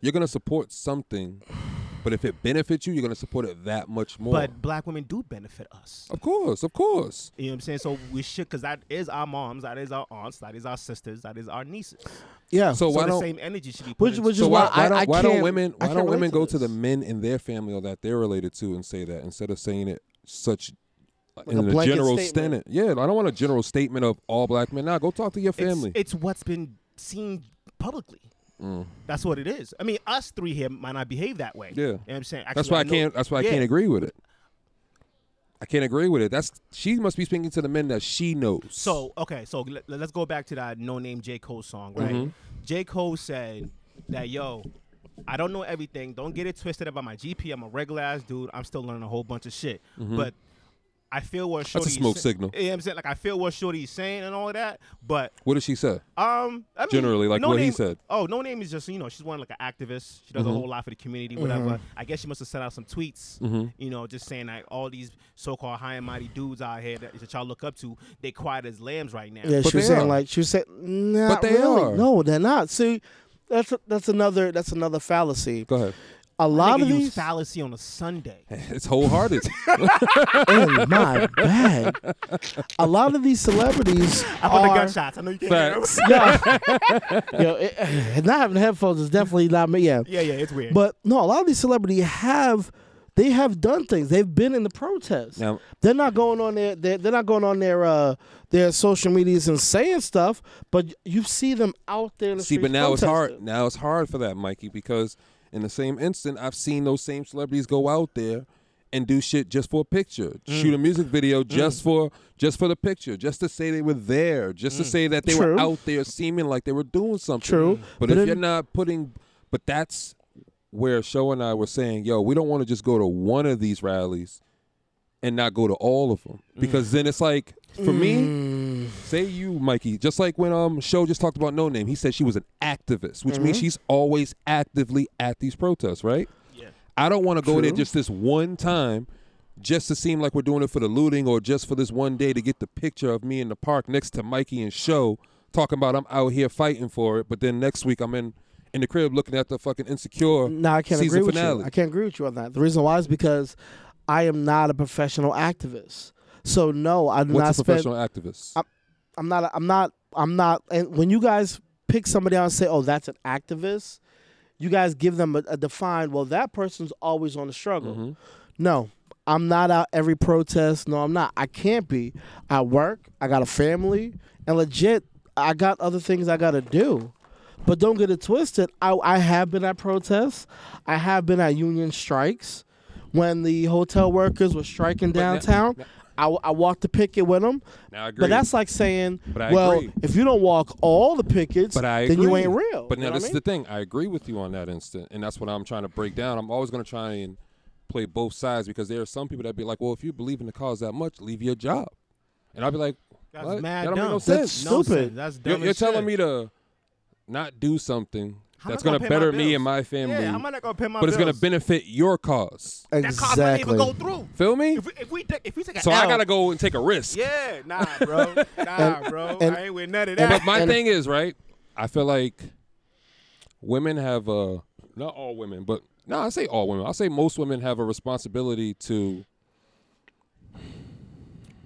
E: You're going to support something, but if it benefits you, you're going to support it that much more.
A: But black women do benefit us.
E: of course, of course.
A: You know what I'm saying? So we should, because that is our moms, that is our aunts, that is our sisters, that is our nieces.
B: yeah.
E: So,
A: So
E: why
A: the
E: don't
A: same energy should be put
B: which,
A: into
B: which
E: so
B: is
E: why,
B: why,
E: why don't,
B: I, I
E: why
B: can't,
E: don't women
B: I
E: why
B: can't
E: don't women
B: relate
E: go to the
B: this.
E: men in their family or that they're related to and say that instead of saying it such
B: a
E: in a,
B: blanket
E: general
B: statement.
E: statement? Yeah, I don't want a general statement of all black men. Now go talk to your
A: It's-
E: family. Mm.
A: It's, what's been seen publicly. That's what it is. I mean, us three here might not behave that way.
E: Yeah.
A: You know what I'm saying?
E: that's
A: Actually,
E: why I,
A: know-
E: can't. That's why I
A: Yeah.
E: can't agree with it. I can't agree with it. That's she must be speaking to the men that she knows.
A: So okay, so let, us go back to that no name J Cole song, right?
E: Mm-hmm.
A: J Cole said that yo, I don't know everything. Don't get it twisted about my GP. I'm a regular ass dude. I'm still learning a whole bunch of shit, but I feel what Shorty.
E: Mm-hmm. smoke signal.
A: You know what I'm saying? Like I feel what Shorty's saying and all that, but
E: What did she say?
A: um, I mean,
E: Generally, like
A: No
E: what he
A: Name-
E: said. Mm-hmm.
A: Oh, no name is just you know she's one like an activist. She does a whole lot for the community, whatever. I guess she must have sent out some tweets,
E: Mm-hmm.
A: you know, just saying like all these so-called high and mighty dudes out here that, that y'all look up to, they quiet as lambs right now.
B: Yeah, she was
E: they
B: saying
E: are.
B: like she was saying, nah,
E: But they
B: really.
E: are.
B: No, they're not. See, that's that's another that's another fallacy.
A: *laughs*
E: Go ahead.
B: A lot
A: Nigga
B: of
A: use
B: these
A: fallacy on a
E: *laughs*
A: Sunday.
E: It's wholehearted.
B: in my bag. A lot of these celebrities
A: *laughs* I bought the
B: are- *laughs*
A: gunshots. I know you can't hear 'em.
E: Facts.
B: Yo, it, *sighs* not having headphones is definitely not me. Yeah.
A: Yeah, yeah, it's weird.
B: But no, a lot of these celebrities have they have done things. They've been in the protests.
E: Now-
B: they're not going on their they're, they're not going on their uh their social medias and saying stuff, but you see them out there in the
E: See, but
B: streets
E: now it's hard.
B: protesting.
E: Now it's hard for that, Mikey, because in the same instant, I've seen those same celebrities go out there and do shit just for a picture,
B: Mm.
E: shoot a music video just for just for the picture, just to say they were there, just to say that they
B: Mm. True.
E: were out there, seeming like they were doing something.
B: True.
E: But,
B: But
E: if
B: in-
E: you're not putting, but that's where Show and I were saying, yo, we don't want to just go to one of these rallies and not go to all of them
B: Mm.
E: because then it's like for me say you mikey just like when um show just talked about no name he said she was an activist which
B: Mm-hmm.
E: means she's always actively at these protests right yeah i don't want to go there just this one time just to seem like we're doing it for the looting or just for this one day to get the picture of me in the park next to mikey and show talking about i'm out here fighting for it but then next week i'm in in the crib looking at the fucking insecure
B: No, I can't
E: season
B: agree with
E: finale
B: you. I can't agree with you on that. The reason why is because I am not a professional activist. So no, I'm
E: what's a
B: not spend,
E: professional activist
B: I'm not. I'm not. I'm not. And when you guys pick somebody out and say, "Oh, that's an activist," you guys give them a, a defined. Well, that person's always on the struggle.
E: Mm-hmm.
B: No, I'm not out every protest. No, I'm not. I can't be. I work. I got a family, and legit, I got other things I gotta do. But don't get it twisted. I, I have been at protests. I have been at union strikes. When the hotel workers were striking
E: now-
B: downtown, I, I walked the picket with them.
E: Now, I agree.
B: But that's like saying,
E: But I
B: well,
E: agree.
B: if you don't walk all the pickets,
E: But I
B: then you
E: agree.
B: ain't real.
E: But
B: You
E: now
B: know
E: this
B: what
E: is the thing. I agree with you on that instant, and that's what I'm trying to break down. I'm always going to try and play both sides because there are some people that be like, "Well, if you believe in the cause that much, leave your job," and I'll be like,
A: That's
E: "What?
A: mad
E: that don't
A: dumb.
E: make no
B: That's
E: sense.
A: No
B: stupid.
A: sense. That's dumb.
E: You're, you're
A: as
E: telling
A: shit.
E: me to not do something
A: How am I
E: that's going to
A: gonna pay my
E: better me
A: bills?
E: and my family,
A: Yeah, I'm not gonna pay my
E: but it's going to
A: bills.
E: benefit your cause."
B: I mean?
A: That cost might
B: exactly.
A: even go through.
E: Feel me?
A: If we, if we take- if we take an
E: So I
A: L-
E: got to go and take a risk.
A: Yeah, nah,
E: *laughs*
A: bro, nah, bro.
B: and-
A: I ain't with none of
E: But
A: that.
E: my
B: And-
E: thing is right. I feel like women have a not all women, but no, I say all women. I say most women have a responsibility to.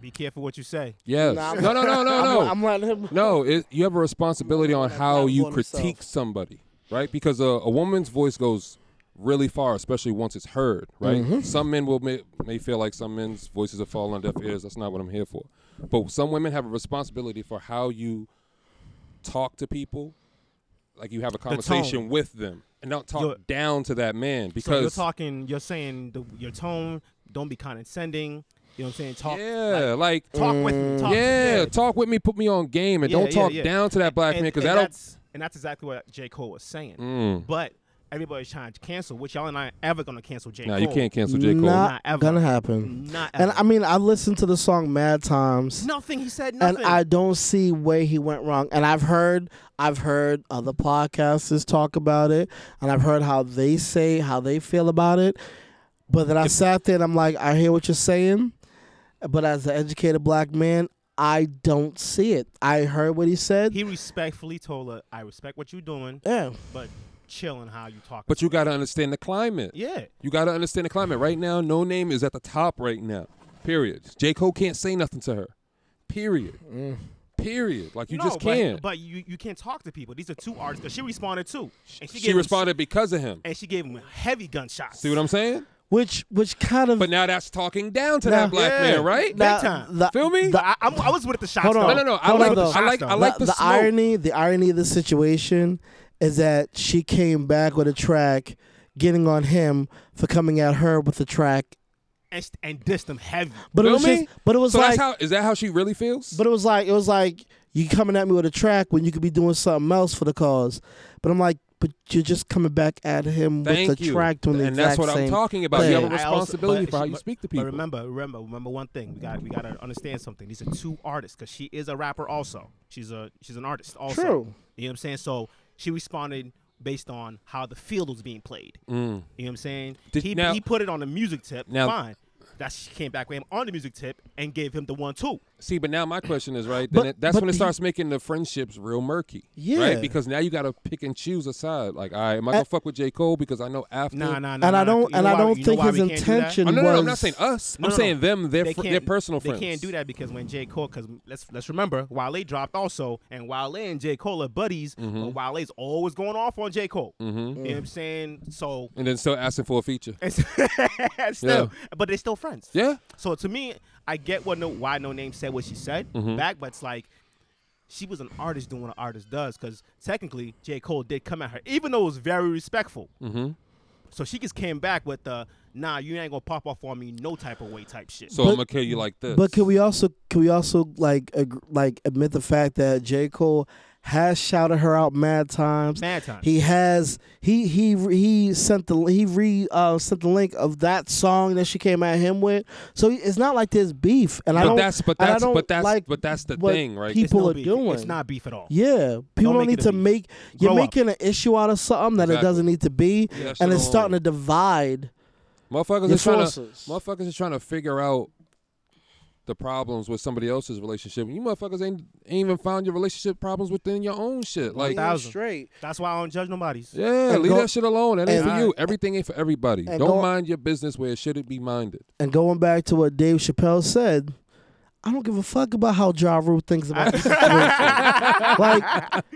A: Be careful what you say.
E: Yes.
B: Nah, I'm-
E: no, no, no, no, no.
B: *laughs* I'm letting him.
E: no, it, you have a responsibility on how
B: that
E: you
B: one
E: critique
B: himself.
E: somebody, right? Because a, a woman's voice goes really far, especially once it's heard, right?
B: Mm-hmm.
E: Some men will may, may feel like some men's voices are falling on deaf ears. That's not what I'm here for. But some women have a responsibility for how you talk to people, like you have a conversation with them, and don't talk
A: You're-
E: down to that man
A: So you're
E: because
A: talking, you're saying the, your tone. Don't be condescending. You know what I'm saying? Talk.
E: yeah, like.
A: Talk with
B: Mm.
A: me. Talk
E: yeah, talk with me, put me on game, and
A: Yeah,
E: don't
A: yeah,
E: talk
A: yeah.
E: down to that black
A: and,
E: man because
A: and
E: that'll Mm.
A: that's and that's exactly what J Cole was saying. But everybody's trying to cancel, which y'all not ever gonna cancel J
E: Nah,
A: Cole.
E: you can't cancel J. Cole.
B: Not
A: ever.
B: gonna happen.
A: Not
B: And
A: ever.
B: I mean, I listened to the song mad times,
A: Nothing. He said
B: and
A: nothing.
B: I don't see where he went wrong. And I've heard, I've heard other podcasters talk about it, and I've heard how they say how they feel about it. But then I sat there and I'm like, I hear what you're saying, but as an educated black man, I don't see it. I heard what he said.
A: he respectfully told her, "I respect what you're doing,
B: yeah.
A: but chill on how you talk."
E: But you got to understand the climate.
A: yeah.
E: You got to understand the climate. Right now, No Name is at the top right now. Period. J. Cole can't say nothing to her. Period.
B: Mm.
E: Period. Like, you
A: No,
E: just
A: but-
E: can't.
A: But, you, you can't talk to people. These are two artists that she responded to. And she,
E: she
A: gave him-
E: responded because of him.
A: and she gave him heavy gunshots.
E: See what I'm saying?
B: Which which kind of
E: But now that's talking down to
B: Nah.
E: that black
A: Yeah.
E: man, right?
A: Nah.
B: now-
A: time.
B: the-
E: Feel me?
A: But I, I'm- I was with the shots.
B: Hold on.
A: though.
E: no, no, no. I
B: Hold
E: like,
B: on,
E: the,
B: though.
E: I like, I
A: Shots,
E: like
B: the,
E: the,
B: the
E: smoke.
B: irony the irony of the situation is that she came back with a track getting on him for coming at her with the track
A: And, and dissed them heavy.
B: but it
E: Feel
B: was
E: me?
B: just, but it was
E: so
B: like
E: that's how, is that how she really feels?
B: but it was like it was like you coming at me with a track when you could be doing something else for the cause but i'm like but you're just coming back at him with
E: Thank
B: the
E: you.
B: track doing the
E: and
B: exact
E: that's what I'm
B: same
E: talking about. You
B: thing.
E: have a
B: I
A: also-
E: responsibility
A: but
E: for how
A: she-
E: you
A: but-
E: speak to
A: But
E: people.
A: remember, remember, remember one thing. We got we got to understand something. These are two artists because she is a rapper also. She's a she's an artist also.
B: True.
A: You know what I'm saying? So she responded based on how the field was being played. You know what I'm saying?
E: Mm. Did-
A: he,
E: now-
A: he put it on the music tip.
E: Now-
A: fine. That she came back with him on the music tip and gave him the one two.
E: See, but now my question is right.
B: But-
E: Then it, that's
B: but
E: when it
B: he-
E: starts making the friendships real murky.
B: Yeah.
E: Right? Because now you got to pick and choose a side. Like, all right, am I gonna
B: And-
E: fuck with J Cole because I know after?
A: Nah, nah, nah.
B: And I
A: nah,
B: don't-
A: you know
B: and I
A: why-
B: don't
A: you know
B: think
A: why
B: his
A: we can't do that?
B: intention
E: Oh, no, no, no, I'm not
B: was-
E: saying us.
A: No,
E: I'm
A: no,
E: saying
A: no.
E: them. They're
A: They
E: fr- they're
A: can't-
E: personal friends.
A: They can't do that because when J Cole, because let's let's remember, Wale dropped also, and Wale and J Cole are buddies,
E: Mm-hmm.
A: but Wale's always going off on J Cole. You know what I'm saying? So, *laughs*
E: And then still asking for a feature.
A: still, but they're still friends.
E: Yeah.
A: So to me, I get what no why no name said what she said
E: Mm-hmm.
A: back, but it's like. She was an artist doing what an artist does, because technically J. Cole did come at her, even though it was very respectful.
E: Mm-hmm.
A: So she just came back with the "Nah, you ain't gonna pop off on me, no type of way" type shit.
E: So
B: But-
E: I'm gonna kill you like this.
B: But can we also can we also like ag- like admit the fact that J Cole has shouted her out mad times.
A: Mad times.
B: He has he he he sent the he re uh, sent the link of that song that she came at him with. So it's not like there's beef. And I
E: But
B: don't.
E: that's- but
B: and I
E: that's-
B: don't
E: but that's-
B: like
E: but that's the
B: what
E: thing, right? It's
B: People
A: no
B: are
A: beef.
B: doing.
A: It's not beef at all.
B: Yeah, people don't,
A: make
B: need
A: it a
B: to
A: beef.
B: make. You're
A: Grow up.
B: making an issue out of something that it
E: Exactly.
B: doesn't need to be,
E: Yeah,
B: and
E: shit
B: it's
E: on.
B: starting to divide.
E: Motherfuckers
B: Your
E: are trying to
B: sources.
E: motherfuckers are trying to figure out the problems with somebody else's relationship. You motherfuckers ain't, ain't even found your relationship problems within your own shit. Like,
A: Yeah. Thousand.
B: straight.
A: That's why I don't judge nobody's.
E: yeah,
B: And
E: leave
B: go-
E: that shit alone. It ain't
B: and-
E: for you. Everything ain't for everybody.
B: and
E: Don't
B: go-
E: mind your business where it shouldn't be minded.
B: And going back to what Dave Chappelle said, I don't give a fuck about how Ja Rule thinks about this situation. like,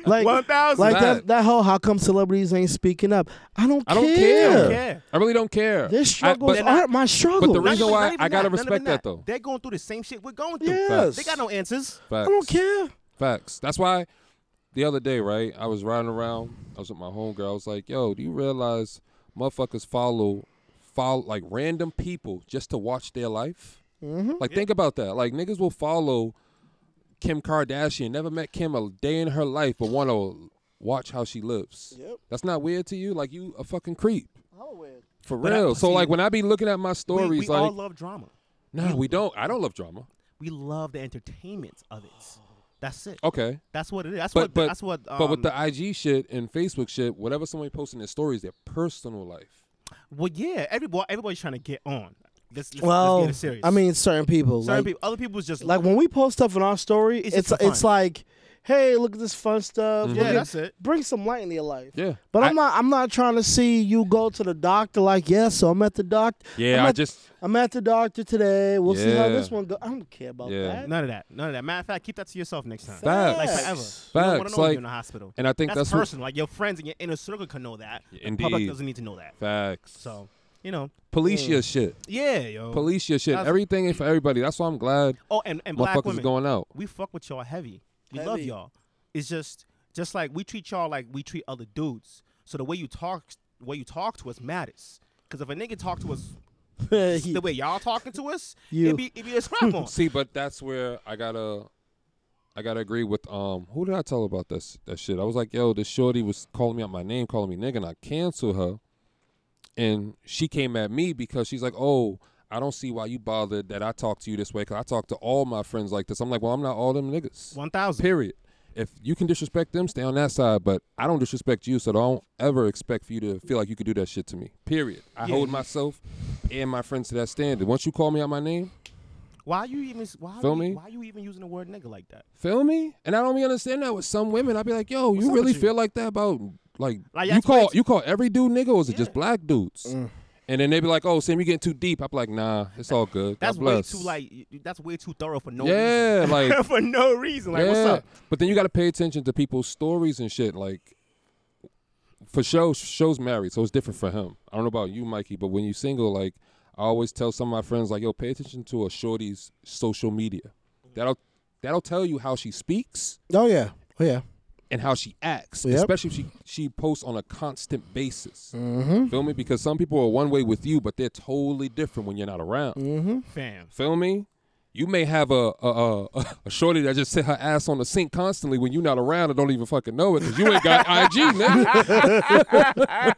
B: like,
A: 1,000.
B: like that,
E: Right.
B: that whole how come celebrities ain't speaking up. I don't
E: I
B: care.
E: don't care.
A: I don't care.
E: I really don't care.
B: Their struggles
E: I, but,
B: aren't my struggles.
E: The
A: Not
E: reason
A: even-
E: why
A: not even
E: I gotta
A: not even
E: respect that, though.
A: They're going through the same shit we're going through.
B: Yes.
A: They got no answers.
B: I
E: facts,
B: don't care.
E: Facts. That's why the other day, right? I was riding around. I was with my homegirl. I was like, "Yo, do you realize motherfuckers follow, follow like random people just to watch their life?
A: Mm-hmm.
E: Like, think about that. Like, niggas will follow Kim Kardashian. Never met Kim a day in her life, but want to watch how she lives.
B: Yep.
E: That's not weird to you. Like, you a fucking creep. For real. so
A: see,
E: like when I be looking at my
A: We,
E: stories,
A: we
E: like
A: all love drama.
E: no, we don't. I don't love drama.
A: We love the entertainment of it. That's it.
E: Okay.
A: That's what it is. That's
E: But
A: what.
E: but
A: that's what. Um,
E: but with the IG shit and Facebook shit, whatever somebody posting their stories, their personal life.
A: well, yeah. Everybody, everybody's trying to get on. Let's, let's,
B: Well,
A: let's get it serious.
B: I mean, certain people.
A: certain
B: like,
A: people, other people's just
B: like when we post stuff in our story,
A: It's
B: it's
A: just
B: it's,
A: for fun. Mm-hmm.
B: like, hey, look at this fun stuff.
A: Yeah,
B: Look at-
A: that's it.
B: Bring some light into your life.
E: Yeah.
B: But I,
E: I-
B: am not. I'm not trying to see you go to the doctor. Like, yes, so I'm at the doctor.
E: Yeah,
B: I'm
E: I
B: at-
E: just-
B: I'm at the doctor today. We'll see how
E: Yeah.
B: this one goes. I don't care about
E: Yeah.
B: that.
A: none of that. None of that. Matter of fact, keep that to yourself next time.
E: Facts.
A: Like forever. You don't want
E: Facts,
A: to know when
E: like-
A: you're in the hospital.
E: and I think
A: that's
E: that's what-
A: personal. Like your friends and your inner circle can know that. The public
E: Indeed.
A: doesn't need to know that.
E: Facts.
A: So you know,
E: Police your shit.
A: yeah, yo.
E: Police your shit.
A: That's-
E: Everything ain't for everybody. That's why I'm glad
A: Oh, and, and black
E: motherfuckers
A: women
E: going out.
A: We fuck with y'all heavy. We love
B: Heavy.
A: y'all. It's just just like we treat y'all like we treat other dudes. So the way you talk, the way you talk to us matters. Because if a nigga talk to us the way y'all talking to us,
B: *laughs* You.
A: it be it be a scrap on.
E: See, but that's where I gotta I gotta agree with um who did I tell about this that shit? I was like, yo, this shorty was calling me out my name, calling me nigga, and I canceled her. And she came at me because she's like, Oh, I don't see why you bothered that I talk to you this way, cause I talk to all my friends like this. I'm like, Well, I'm not all them niggas.
A: One thousand.
E: Period. If you can disrespect them, stay on that side. But I don't disrespect you, so don't ever expect for you to feel like you could do that shit to me. Period. I hold myself and my friends to that standard. Once you call me out my name,
A: Why you even why
E: Feel
A: you,
E: me?
A: why you even using the word nigga like that?
E: Feel me? And I don't even understand that with some women. I'd be like, yo, you really feel like that about like,
A: Like,
E: you
A: that's
E: call
A: crazy. Mm.
E: you call every dude nigga or is it just black dudes? And then they be like, oh, Sam, you getting too deep. I'm like, nah, it's all good.
A: That's
E: God
A: way
E: bless.
A: too like y- y- that's way too thorough for no
E: Yeah,
A: reason. *laughs*
E: like-
A: for no reason. Like what's
E: Yeah.
A: up?
E: But then you got to pay attention to people's stories and shit. Like, for show, show's married, so it's different for him. I don't know about you, Mikey, but when you single, like, I always tell some of my friends, like, yo, pay attention to a shorty's social media. That'll that'll tell you how she speaks.
B: *laughs* Oh yeah. Oh yeah.
E: and how she acts,
B: Yep.
E: especially if she, she posts on a constant basis. Feel me? Because some people are one way with you, but they're totally different when you're not around.
A: Fam.
E: Feel me? You may have a a, *laughs* a a shorty that just sit her ass on the sink constantly when you're not around and don't even fucking know it because you
A: *laughs*
E: ain't got IG, nigga.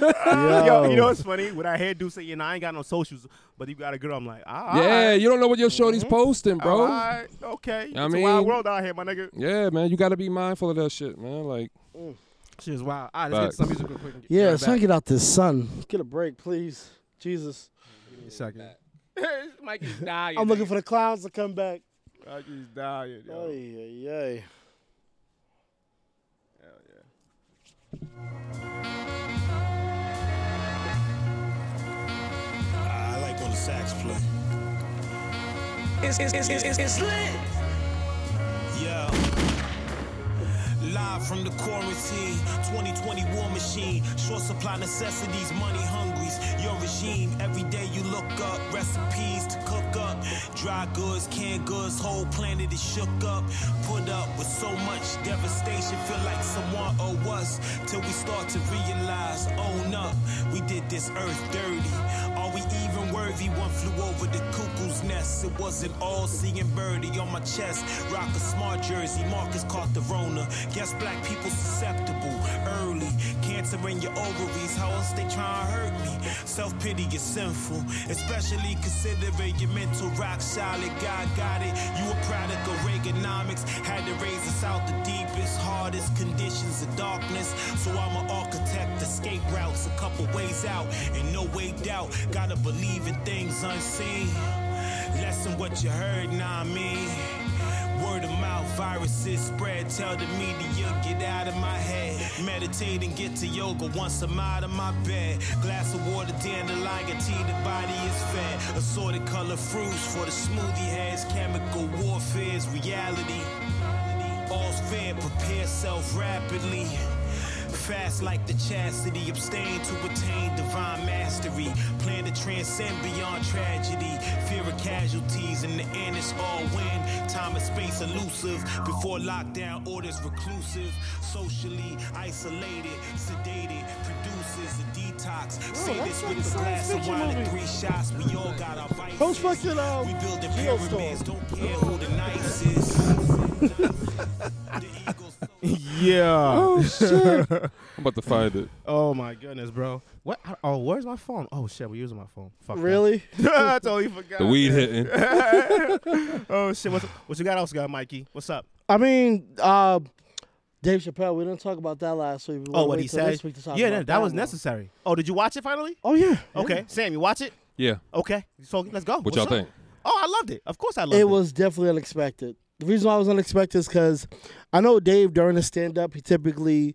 A: *laughs* Yo, you
B: Oh.
A: know what's funny? When I hear dude say, you know, I ain't got no socials, but you got a girl, I'm like, ah,
E: yeah, you don't know what your shorty's
A: Mm-hmm.
E: posting, bro.
A: okay. it's a
E: I
A: wild
E: mean-
A: world out here, my nigga.
E: Yeah, man, you got to be mindful of that shit, man. Like,
A: Shit is wild. All right, let's get to
E: Facts.
A: some music real quick. and get
B: Yeah,
A: right *laughs*
B: son,
A: back.
B: get out this sun. Get a break, please. Jesus.
A: Give me a second.
E: *laughs*
C: Mikey's
B: *laughs*
C: dying.
B: I'm looking for the clouds to come back.
A: I just dying, yo.
B: Ay, ay, ay.
D: I like when the sax play.
F: It's, it's, it's, it's, it's, it's lit.
D: Yeah. Live from the quarantine, 2020 war machine. Short supply necessities, money hungries. Your regime, every day you look up recipes to cook up. Dry goods, canned goods, whole planet is shook up. Put up with so much devastation, feel like someone owe us. Till we start to realize, own up, we did this earth dirty. Are we even worthy? One flew over the cuckoo's nest. It was an all seeing birdie on my chest. Rock a smart jersey. Marcus caught the Rona. Guess black people susceptible early. Cancer in your ovaries. How else they tryna hurt me? Self pity is sinful, especially considering your mental rock solid. God got it. You a product of Reaganomics. Had to raise us out the deepest, hardest conditions of darkness. So I'm an architect, escape routes, a couple ways out, and no way doubt. Gotta believe in things unseen. Less than what you heard, nah, I mean. Word of mouth, viruses spread. Tell the media, get out of my head. Meditate and get to yoga once I'm out of my bed. Glass of water, dandelion tea, the body is fed. Assorted color fruits for the smoothie heads. Chemical warfare's reality. All's fair, prepare self rapidly. Fast like the chastity, abstain to attain divine mastery. Plan to transcend beyond tragedy. Fear of casualties, in the end, it's all win. Time and space elusive. Before lockdown orders, reclusive. Socially isolated, sedated. Produces a detox. Say
B: that's
D: this
B: like a
D: with a
B: science
D: glass of
B: fiction
D: wine and
B: movie.
D: three shots. We all got our vices.
B: Those fucking, um,
D: we building
B: Geostorm.
A: *laughs*
D: pyramids. Don't care who the nice is. The Eagles.
A: Yeah.
E: I'm about to
A: *laughs*
E: find it.
A: Oh my goodness, bro. What? I- Oh, where's my phone? Oh shit, we're using my phone. Fuck. that.
B: Really?
A: *laughs* I totally forgot.
E: The weed hitting.
A: Oh shit. What's, what you got else, got Mikey? What's up?
B: I mean, uh, Dave Chappelle, we didn't talk about that last week. We
A: Oh,
B: wanna
A: what
B: wait
A: he
B: till
A: said.
B: this week to talk
A: yeah,
B: about
A: that, that was
B: one.
A: necessary. Oh, did you watch it finally?
B: Oh, yeah.
A: Okay, Sam, you watch it?
E: Yeah.
A: Okay, so let's go.
E: What
A: What's
E: y'all
A: up?
E: think?
A: Oh, I loved it. Of course, I loved it.
B: It was definitely unexpected. The reason why it was unexpected is because I know Dave during the stand up, he typically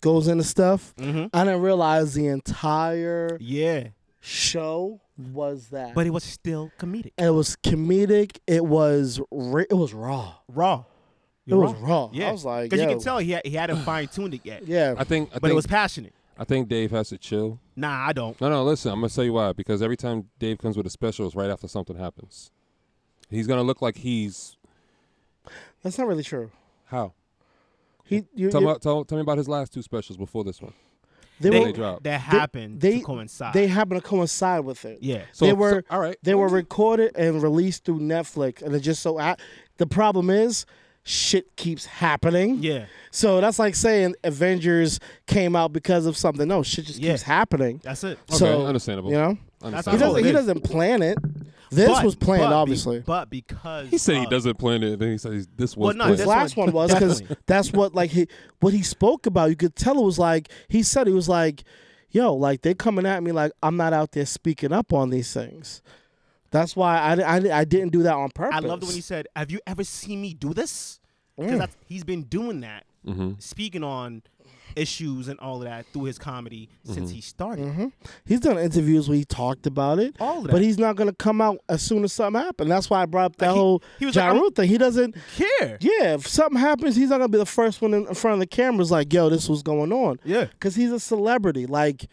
B: goes into stuff.
A: Mm-hmm.
B: I didn't realize the entire
A: Yeah,
B: show was that.
A: but it was still comedic.
B: And it was comedic. It was ra- it was raw.
A: Raw.
B: It was raw.
A: Yeah,
B: I was like,
A: because you
B: yo.
A: can tell he had, he
B: *clears throat*
A: hadn't fine tuned it yet.
B: Yeah,
E: I think.
A: *laughs*
E: I
A: but
E: think,
A: it was passionate.
E: I think Dave has to chill.
A: Nah, I don't.
E: No, no. Listen, I'm gonna tell you why. Because every time Dave comes with a special, it's right after something happens. He's gonna look like he's
B: that's not really true.
E: how.
B: He you,
E: Tell,
B: you-
E: me, tell, tell me about his last two specials before this one.
B: they,
E: They,
B: were-
E: dropped.
A: That happened
B: they
A: to coincide.
B: They happened to coincide with it.
A: yeah.
E: So-
B: they were
E: all right.
B: They were recorded and released through Netflix, and it just so I, the problem is shit keeps happening.
A: Yeah.
B: So that's like saying Avengers came out because of something. No, shit just
A: Yeah.
B: keeps happening.
A: That's it.
E: Okay,
B: so
E: understandable.
B: You know,
E: Understand.
A: how
B: he
A: That's all
B: doesn't.
A: it
B: He
A: is.
B: doesn't plan it. This
A: But-
B: was planned,
A: but be-
B: obviously.
A: but because
E: He said he
A: of-
E: doesn't plan it. Then he said he's- this
A: Uh,
E: was
A: Well, no,
E: planned.
A: this
B: his last
A: one,
B: one was because
A: definitely.
B: that's what like he what he spoke about. You could tell it was like he said he was like, "Yo, like they coming at me like I'm not out there speaking up on these things." That's why I, di- I, di- I didn't do that on purpose.
A: I loved it when he said, "Have you ever seen me do this?"
B: Mm.
A: Because he's been doing that,
E: Mm-hmm.
A: speaking on issues and all of that through his comedy
E: Mm-hmm.
A: since he started.
B: Mm-hmm. he's done interviews where he talked about it,
A: All of that.
B: but he's not gonna come out as soon as something happened. That's why I brought up that
A: Like, he-
B: whole
A: he was
B: Ja
A: like, I'm-
B: Rule thing. He doesn't
A: Care.
B: Yeah, if something happens, he's not gonna be the first one in in front of the cameras. Like, yo, this was going on.
A: Yeah.
B: because he's a celebrity. Like,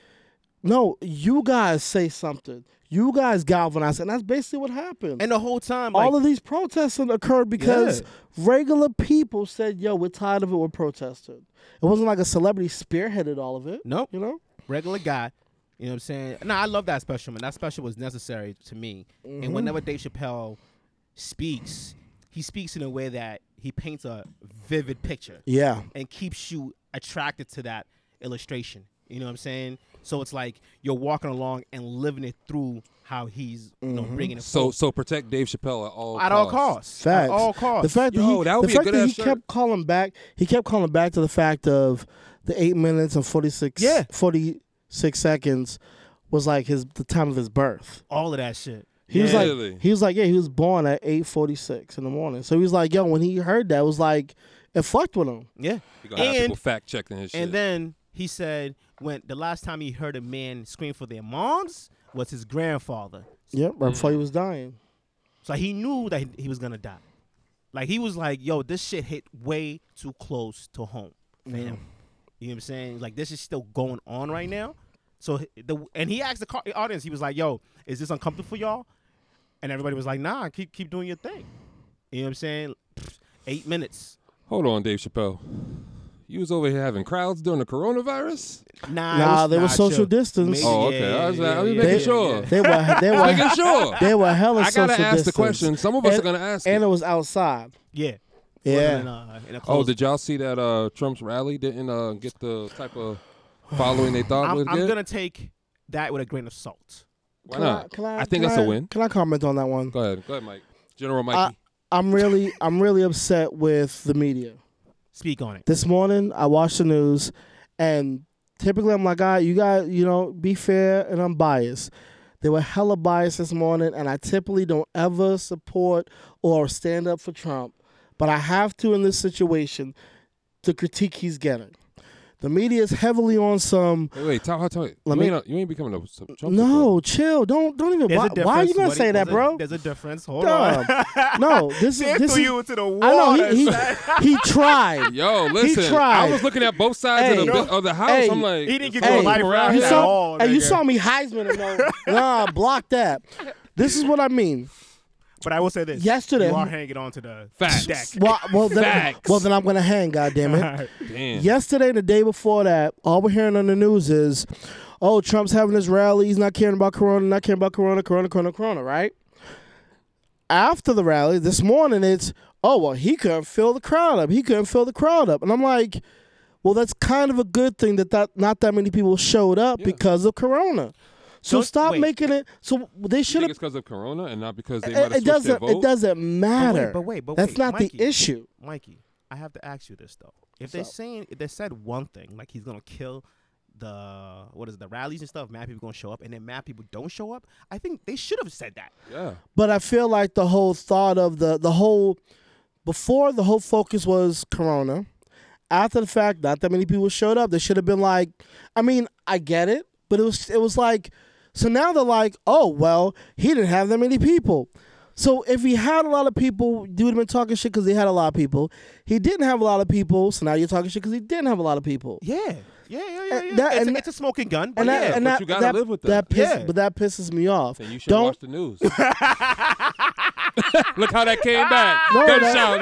B: no, you guys say something. You guys galvanize, and that's basically what happened.
A: And the whole time, like,
B: all of these protests occurred because
A: Yeah.
B: regular people said, "Yo, we're tired of it. We're protesting." It wasn't like a celebrity spearheaded all of it.
A: Nope.
B: you know.
A: regular guy. You know what I'm saying? No, I love that special, man. That special was necessary to me. And whenever Dave Chappelle speaks, he speaks in a way that he paints a vivid picture
B: Yeah.
A: and keeps you attracted to that illustration. You know what I'm saying? So it's like you're walking along and living it through how he's you know bringing it
E: So
A: forth.
E: so protect Dave Chappelle at all
A: at all costs. At
B: Facts.
A: all costs.
B: The fact that
E: Yo,
B: he,
E: that would
B: the
E: be a
B: fact
E: good
B: that
E: ass
B: he
E: shirt.
B: kept calling back, he kept calling back to the fact of the eight minutes and forty six,
A: Yeah.
B: forty six seconds was like his the time of his birth.
A: all of that shit.
B: He was
E: Yeah.
B: like,
E: Really?
B: he was like, yeah, he was born at eight forty six in the morning. So he was like, yo, when he heard that, it was like, it fucked with him.
A: Yeah.
E: He gonna have
A: And-
E: people fact checking his shit.
A: And then he said when the last time he heard a man scream for their moms was his grandfather.
B: Yep, right before
E: Mm.
B: he was dying.
A: So he knew that he- he was gonna die. Like he was like, yo, this shit hit way too close to home for him. You know what I'm saying? Like this is still going on right now. So h- the and he asked the co- audience, he was like, yo, is this uncomfortable for y'all? And everybody was like, nah, keep keep doing your thing. You know what I'm saying? Pfft, Eight minutes.
E: Hold on, Dave Chappelle. You was over here having crowds during
A: *laughs*
E: the coronavirus.
A: Nah,
B: Nah,
A: it
B: there was social
A: chill.
B: distance.
A: Maybe-
E: Oh,
A: yeah,
E: okay. I was,
A: yeah,
E: I was
A: yeah,
E: making
A: yeah,
E: sure.
B: They were,
E: *laughs*
B: they
E: Making
B: were,
A: *laughs*
E: sure.
B: they were hella
E: I
B: social
E: gotta ask the
B: distance.
E: question. Some of us
B: and,
E: are gonna ask.
B: And
E: it.
B: it was outside.
A: Yeah. Wasn't in
B: Yeah.
A: a- in a
E: Oh,
A: closed-
E: did y'all see that uh, Trump's rally didn't uh, get the type of following they
A: *sighs*
E: thought
A: I'm,
E: would
A: I'm
E: get?
A: gonna take that with a grain of salt.
E: Why not?
B: Can I,
E: Uh, I think
B: can
E: that's a win.
B: Can I comment on that one?
E: Go ahead, go ahead, Mike.
A: Uh,
E: General
B: I,
E: Mikey.
B: I'm really I'm really upset with the media.
A: Speak on it.
B: This morning I watched the news and typically I'm like, ah, you got you know, be fair and unbiased. They were hella biased this morning and I typically don't ever support or stand up for Trump. But I have to in this situation, the critique he's getting. The media is heavily on some
E: wait, wait, tell her, tell her.
B: Let
E: you,
B: me-
E: ain't, a- you ain't becoming a s- Trump
B: no, chill. Don't don't even.
A: There's
B: Why,
A: a
B: why are you
A: difference,
B: gonna
A: buddy.
B: say that,
A: There's a-
B: bro?
A: there's a difference. Hold
B: Dumb.
A: on. *laughs*
B: no, this
A: They
B: is this
A: threw
B: is.
A: you into the
B: I know
A: water.
B: he, he, he
A: *laughs*
B: tried.
E: supporter. Yo, listen. I
B: tried.
E: was looking at both sides
B: Hey.
E: of, the, bu- of the house.
B: Hey.
E: I'm like,
A: He didn't give
E: it's
A: you a
E: all
A: life
E: around
A: raft
B: you
E: here.
A: at
B: saw,
A: all,
B: Hey, you
A: nigga.
B: saw me Heisman and no, nah, block that. This is what I mean.
A: but I will say this:
B: Yesterday-
A: you are hanging on to the
E: Facts.
A: deck.
B: Well, well then,
E: Facts.
B: well then I'm gonna hang.
A: *laughs*
B: God damn it.
E: Damn.
B: Yesterday and the day before that, all we're hearing on the news is, oh, Trump's having his rally. He's not caring about Corona, not caring about Corona, Corona, Corona, Corona, right? After the rally, this morning, it's, oh, well, he couldn't fill the crowd up. He couldn't fill the crowd up. And I'm like, well, that's kind of a good thing that, that not that many people showed up because of Corona. So
A: Don't-
B: stop
A: wait.
B: making it. So they
E: You
B: should
E: think
B: have.
E: it's because of Corona and not because they might
B: It,
E: have
B: it
E: switched their
B: doesn't.
E: vote?
B: It doesn't matter.
A: but wait, but
B: that's
A: wait,
B: not
A: Mikey.
B: the issue.
A: Mikey, I have to ask you this though: if they're
B: up?
A: saying if they said one thing, like he's gonna kill the what is it, the rallies and stuff, mad people gonna show up, and then mad people don't show up. I think they should have said that.
E: Yeah.
B: But I feel like the whole thought of the the whole before the whole focus was Corona. After the fact, not that many people showed up. They should have been like, I mean, I get it, but it was it was like, so now they're like, oh well, he didn't have that many people. So if he had a lot of people, you would have been talking shit because he had a lot of people. He didn't have a lot of people, so now you're talking shit because he didn't have a lot of people.
A: Yeah, yeah, yeah, yeah.
B: And
A: yeah.
B: that-
A: it's,
B: and
A: a, it's a smoking gun, but
B: And
A: yeah.
B: that, and
E: but
B: that,
E: you gotta
B: that,
E: live with that.
B: piss,
A: Yeah.
B: But that pisses me off.
E: And you should
B: Don't
E: watch the news. *laughs* Look how that came back.
B: *laughs* No,
E: Gunshot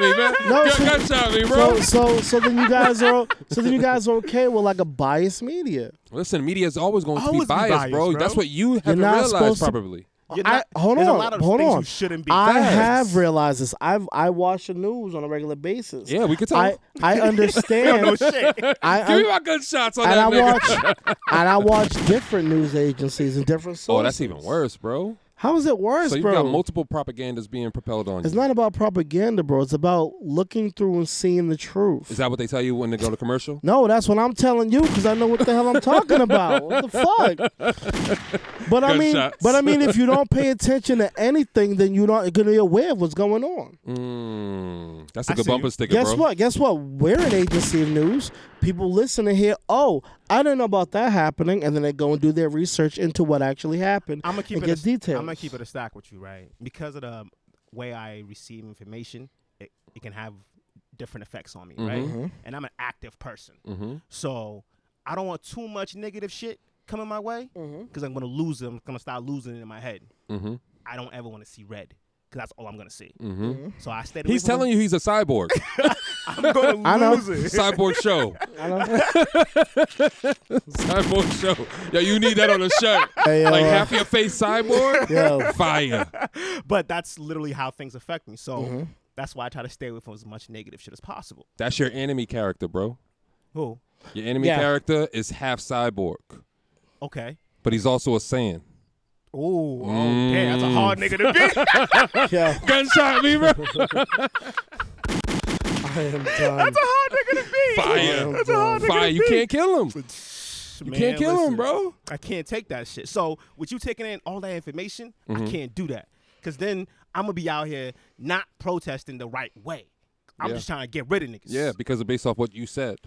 B: that-
E: me, man.
B: *laughs* No,
E: Gun-
B: so-
E: Gunshot me, bro.
B: So so so then you guys
E: *laughs*
B: are so then you guys are okay with like a biased media.
E: Listen, media is always going to
A: Always
E: be
A: be
E: biased,
A: biased,
E: bro.
A: bro.
E: That's what you haven't
B: not
E: realized,
B: supposed to-
E: probably.
A: You're
B: I-
A: not-
B: hold
A: there's
B: on,
A: a lot of
B: hold
A: things
B: on.
A: you shouldn't be.
B: I
A: Facts.
B: have realized this. I've I watch the news on a regular basis.
E: Yeah, we could tell.
B: I
E: *laughs*
B: I
A: no
B: understand.
A: shit.
B: I
E: Give me
B: un-
E: my gunshots on
B: and I
E: that *laughs* nigga. Oh,
B: watch and I watch different news agencies and different sources.
E: oh, that's even worse, bro.
B: How is it worse,
E: So you've
B: bro?
E: got multiple propagandas being propelled on
B: it's
E: you.
B: not about propaganda, bro. It's about looking through and seeing the truth.
E: Is that what they tell you when they go
B: *laughs*
E: to commercial?
B: No, that's what I'm telling you because I know what the hell I'm talking about. What the fuck? But I mean,
E: Gunshots.
B: but I mean, if you don't pay attention to anything, then you're not going to be aware of what's going on.
E: Mm, that's a
A: I
E: good
A: see
E: bumper
A: you.
E: sticker,
B: Guess
E: bro.
B: what? Guess what? We're an agency of news. People listen to hear, oh, I didn't know about that happening, and then they go and do their research into what actually happened.
A: I'm gonna keep
B: and
A: it.
B: get details.
A: I'm gonna keep it a stack with you, right? Because of the way I receive information, it, it can have different effects on me,
B: Mm-hmm.
A: right? And I'm an active person,
C: Mm-hmm.
A: so I don't want too much negative shit coming my way because
B: Mm-hmm.
A: I'm gonna lose them. I'm gonna start losing it in my head.
C: Mm-hmm.
E: Mhm.
A: I
B: Mm-hmm.
A: don't ever want to see red because that's all I'm gonna see.
E: Mhm.
A: So I stay.
B: *laughs*
E: He's telling you he's a cyborg.
C: I'm
A: *laughs*
C: gonna
B: I know.
C: lose it.
E: Cyborg show.
B: *laughs* I don't,
E: *laughs* Cyborg show. Yo, you need that on a shirt.
B: *laughs* Hey, yo,
E: like
B: uh, *laughs*
E: half your face cyborg.
B: yo.
E: Fire.
A: But that's literally how things affect me. So
B: Mm-hmm.
A: that's why I try to stay away from as much negative shit as possible.
E: That's your enemy character, bro.
A: Who?
E: Your enemy
B: Yeah.
E: character is half cyborg,
A: Okay.
E: but he's also a Saiyan.
A: Ooh, oh, damn, that's a
E: Mm.
A: hard nigga
E: *laughs*
A: to be. *laughs*
B: yo,
E: Gunshot, Beaver.
B: I am done.
A: hard nigga to be.
E: *laughs* Fire.
B: That's a hard nigga
E: Fire. You can't kill him.
A: You
E: can't kill him, bro.
A: I can't take that shit. So with you taking in all that information,
E: Mm-hmm.
A: I can't do that. Cause then I'm gonna be out here not protesting the right way. I'm
E: Yeah.
A: just trying to get rid of niggas.
E: Yeah, because of based off what you said.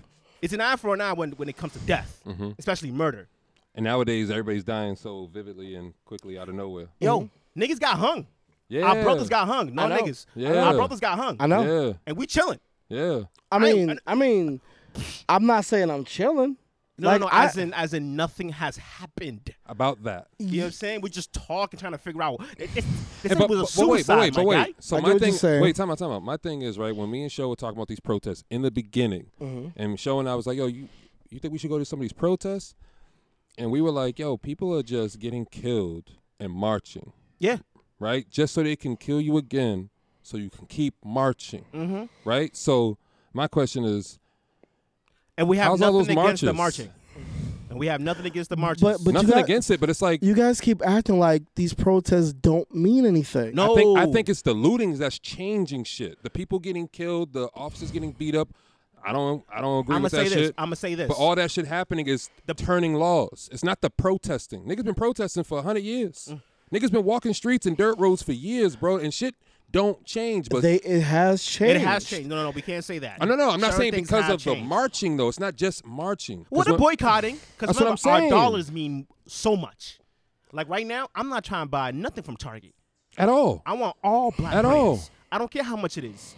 A: It's an eye for an eye when, when it comes to death,
E: Mm-hmm.
A: especially murder.
E: And nowadays, everybody's dying so vividly and quickly out of nowhere.
A: Yo, niggas got hung.
E: Yeah.
A: Our brothers got hung. No
B: I know.
A: niggas.
E: Yeah.
A: Our brothers got hung.
B: I know.
E: Yeah.
A: And we chilling.
E: Yeah.
B: I
A: I-
B: mean, I mean, I'm not saying I'm chilling.
A: No,
B: Like,
A: no, no.
B: I-
A: As in, as in, nothing has happened.
E: About that.
A: You know what I'm saying? We just talk and trying to figure out. It, it, this
E: Hey,
A: thing
E: but-
A: was a
E: but- but wait,
A: suicide,
E: but wait, but
A: my
E: wait.
A: guy.
E: So
B: I get what
E: my
B: you're
E: thing.
B: saying.
E: Wait, time out, time out. My thing is right when me and Show were talking about these protests in the beginning,
A: Mm-hmm.
E: and Show and I was like, "Yo, you, you think we should go to some of these protests?" And we were like, "Yo, people are just getting killed and marching,
A: Yeah.
E: right? Just so they can kill you again, so you can keep marching,
A: Mm-hmm.
E: right?" So my question is,
A: And we have
E: How's all
A: nothing
E: those
A: against the
E: marches?
A: marching. And we have nothing against the marches.
B: But but
E: nothing
B: you guys,
E: against it, but it's like
B: you guys keep acting like these protests don't mean anything.
A: no,
E: I think I think it's the lootings that's changing shit. The people getting killed, the officers getting beat up. I don't I don't agree
A: I'm gonna
E: with
A: say
E: that
A: this.
E: shit.
A: I'm gonna say this.
E: But all that shit happening is the turning laws. It's not the protesting. Niggas been protesting for hundred years.
A: Mm.
E: Niggas been walking streets and dirt roads for years, bro, and shit don't change. But
B: they it has changed.
A: it has changed. No, no, no. We can't say that.
E: I no no, I'm not
A: Certain
E: saying
A: things
E: because
A: have
E: of the
A: changed.
E: marching though. It's not just marching. 'Cause
A: What a
E: when-
A: boycotting.
E: That's
A: Because
E: what
A: remember,
E: I'm
A: our
E: saying.
A: dollars mean so much. Like right now, I'm not trying to buy nothing from Target.
E: at all.
A: I want all black
E: At all.
A: brands. I don't care how much it is.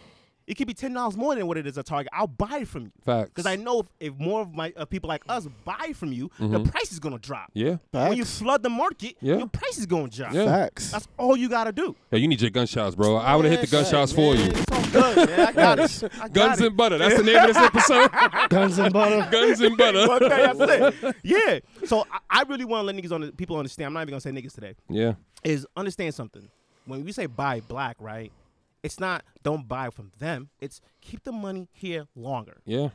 A: It could be ten dollars more than what it is at Target. I'll buy it from you.
E: Facts.
A: Because I know if, if more of my of people like us buy from you, the price is gonna drop.
E: Mm-hmm. Yeah.
A: When you
B: Facts.
A: flood the market,
E: Yeah.
A: your price is gonna drop.
E: Yeah.
B: Facts.
A: That's all you gotta
E: *laughs*
A: do.
E: Yo, you need your gunshots, bro. I would have hit the
A: Yeah,
E: gunshots
A: man,
E: for you.
A: It's all good, man. I got it. I got
E: Guns
A: it.
E: and butter. That's the name of this episode.
B: *laughs* Guns and butter.
E: Guns and butter.
A: Okay, that's it.
E: *laughs*
A: Yeah. So I, I really want to let niggas on the, people understand. I'm not even gonna say niggas today.
E: Yeah.
A: Is understand something. When we say buy black, right? It's not don't buy from them. It's keep the money here longer.
E: Yeah.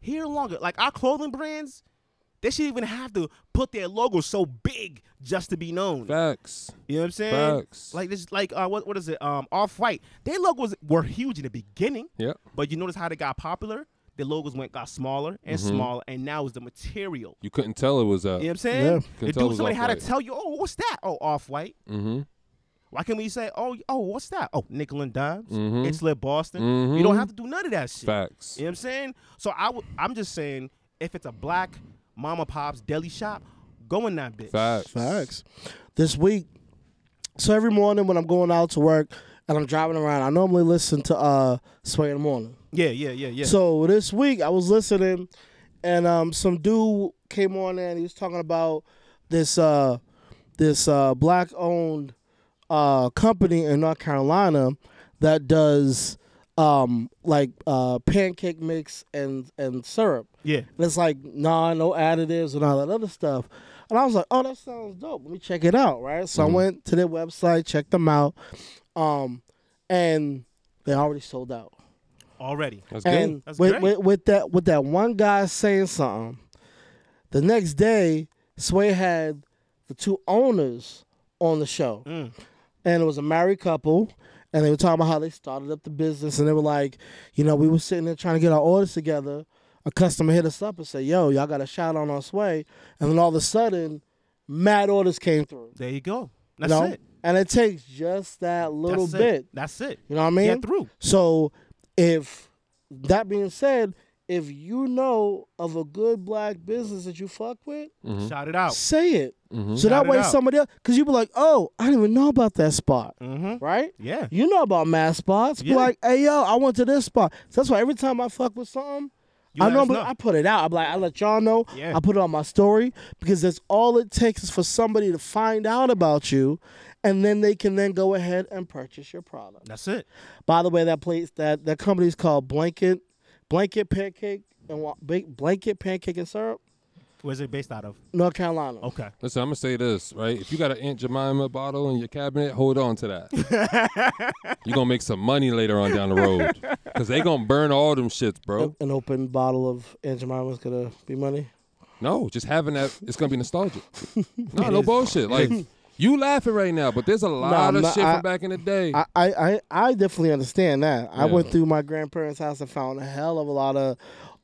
A: Here longer. Like our clothing brands, they should even have to put their logo so big just to be known.
E: Facts.
A: You know what I'm saying?
E: Facts.
A: Like this, like uh, what what is it? Um, Off White. Their logos were huge in the beginning.
E: Yeah.
A: But you notice how they got popular? Their logos went got smaller
E: Mm-hmm.
A: and smaller, and now is the material.
E: You couldn't tell it was
A: You
E: uh
A: know what I'm saying?
E: Couldn't
A: The
E: tell it
A: dude,
E: was
A: somebody had to
E: Off-White.
A: tell you, oh, what's that? Oh, Off White.
E: hmm
A: Why can't we say, oh, oh, what's that? Oh, nickel and dimes. It's lit Boston. You don't have to do none of that shit.
E: Mm-hmm. Facts.
A: You know what I'm saying? So I w- I'm just saying, if it's a black mama pops deli shop, go in that bitch.
E: Facts.
B: Facts. This week, so every morning when I'm going out to work and I'm driving around, I normally listen to uh Sway in the morning.
A: Yeah, yeah, yeah, yeah.
B: So this week I was listening, and um, some dude came on there and he was talking about this uh, this uh, black owned uh, company in North Carolina that does um, like uh, pancake mix and and syrup.
A: yeah.
B: And it's like nah, no additives and all that other stuff. And I was like, oh, that sounds dope. Let me check it out, right? So
A: Mm-hmm.
B: I went to their website, checked them out, um, and they already sold out.
A: Already.
E: That's good.
B: And
A: That's
B: with,
A: great.
B: with, with that with that one guy saying something, the next day Sway had the two owners on the show,
A: Mm.
B: and it was a married couple, and they were talking about how they started up the business, and they were like, you know, we were sitting there trying to get our orders together. A customer hit us up and said, "Yo, y'all got a shout out on Sway," and then all of a sudden, mad orders came through.
A: There you go.
B: You
A: That's
B: know?
A: it.
B: And it takes just that little
A: That's
B: bit.
A: It. That's it.
B: You know what I mean?
A: Get through.
B: So, if that being said, if you know of a good black business that you fuck with,
E: Mm-hmm.
A: Shout it out.
B: say it. So
A: Mm. Mm-hmm. Shout
B: that
A: it
B: way
A: out.
B: somebody else, because you be like, oh, I didn't even know about that spot, right?
A: Mm-hmm. Yeah.
B: You know about mass spots. Be
A: Yeah.
B: like, hey yo, I went to this spot. So that's why every time I fuck with something,
A: You
B: I
A: let
B: know,
A: us
B: but
A: know.
B: I put it out. I'm like, I let y'all know.
A: Yeah.
B: I put it on my story because that's all it takes is for somebody to find out about you, and then they can then go ahead and purchase your product.
A: That's it.
B: By the way, that place that that company is called Blanket Blanket Pancake and Wa- Ba- Blanket Pancake and Syrup,
A: Where's it based out of?
B: North Carolina.
A: Okay.
E: Listen, I'm gonna say this, right? If you got an Aunt Jemima bottle in your cabinet, hold on to that.
B: *laughs*
E: You're gonna make some money later on down the road. Cause they gonna burn all them shits, bro.
B: An open bottle of Aunt Jemima's gonna be money.
E: No, just having that it's gonna
B: *laughs*
E: be nostalgic. No, no bullshit. Like you laughing right now, but there's a lot
B: I'm
E: of
B: not-
E: shit
B: I-
E: from back in the day.
B: I, I, I, I definitely understand that. I
E: Yeah.
B: went through my grandparents' house and found a hell of a lot of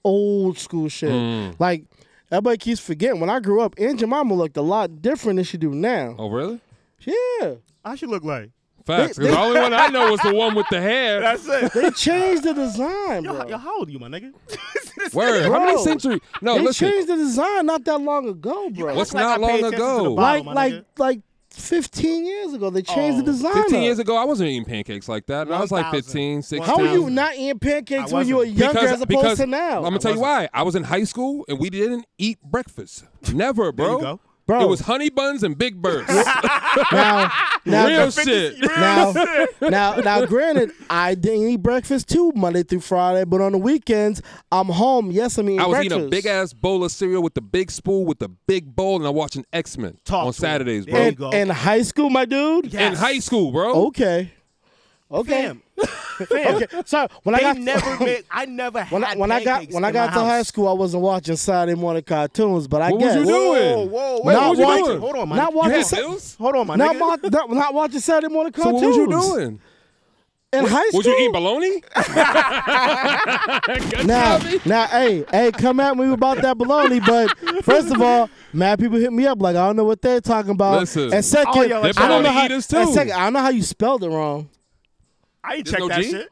B: old school shit. Like everybody keeps forgetting. When I grew up, Aunt Jemima looked a lot different than she do now.
E: oh really?
B: Yeah,
A: I should look like.
E: Facts. Because the only one I know is the one with the
B: *laughs*
E: hair.
A: That's it.
B: they changed the design,
A: yo,
B: bro.
A: how- *laughs* yo, how old are you, my nigga? *laughs*
E: Word. How many
B: Bro.
E: century? No,
B: they
E: listen.
B: changed the design not that long ago, bro.
E: What's
A: Like, I
E: not
A: paid
E: long
A: attention to the
E: ago?
A: bottle,
B: like
A: my
B: like
A: nigga.
B: like fifteen years ago? They
A: Oh,
B: changed the design.
E: 15 years
B: up.
E: ago, I wasn't eating pancakes like that. And I was like
A: 1,000.
E: 15, 16.
B: How are you
A: 1000.
B: not eating pancakes
A: I
B: when you were
A: wasn't.
B: younger as opposed to now?
E: I'm gonna tell you why. I was in high school and we didn't eat breakfast. Never, bro.
A: you go.
B: Bro.
E: It was honey buns and big birds.
B: now,
E: *laughs*
B: now,
E: Real shit.
B: now, now, now, granted, I didn't eat breakfast too Monday through Friday, but on the weekends, I'm home. Yes, I'm eating
E: *laughs* I was
B: breakfast.
E: eating a big ass bowl of cereal with the big spoon with the big bowl, and I'm watching X Men
A: Talk
E: on
A: to him.
E: Saturdays, bro.
A: There
B: in,
A: you go.
B: in high school, my dude.
A: Yeah.
E: In high school, bro.
B: Okay. Okay.
A: Fam. Fam.
B: *laughs* Okay. So when
A: They
B: I got
A: *laughs* never made. I never had.
B: *laughs* when I, when I got
A: pancakes
B: when I
A: in
B: got
A: my
B: to high
A: house.
B: school, I wasn't watching Saturday morning cartoons, but I
E: What was
B: guess
E: you
A: Whoa,
E: doing?
A: whoa, whoa,
E: Wait, what
A: wait,
E: was you
A: wait,
E: doing?
A: Hold on, my
B: not
A: nigga.
E: You
B: watching
E: had
B: Sa-
E: pills?
A: Hold on, my
B: not,
A: nigga.
B: wa- not, not watching Saturday morning
E: So
B: cartoons.
E: what was you doing?
B: in high school?
A: *laughs*
E: Was you eating bologna?
B: Now, now, hey, hey, come at me about that baloney. But first of all, mad people hit me up like I don't know what they're talking about.
E: Listen.
B: and second,
A: All y'all
E: They
B: I don't know
E: bologna
B: how.
E: eaters,
B: and
E: too.
B: second, I don't know how you spelled it wrong.
A: I ain't
E: There's
A: check
E: no
A: that
E: G?
A: shit.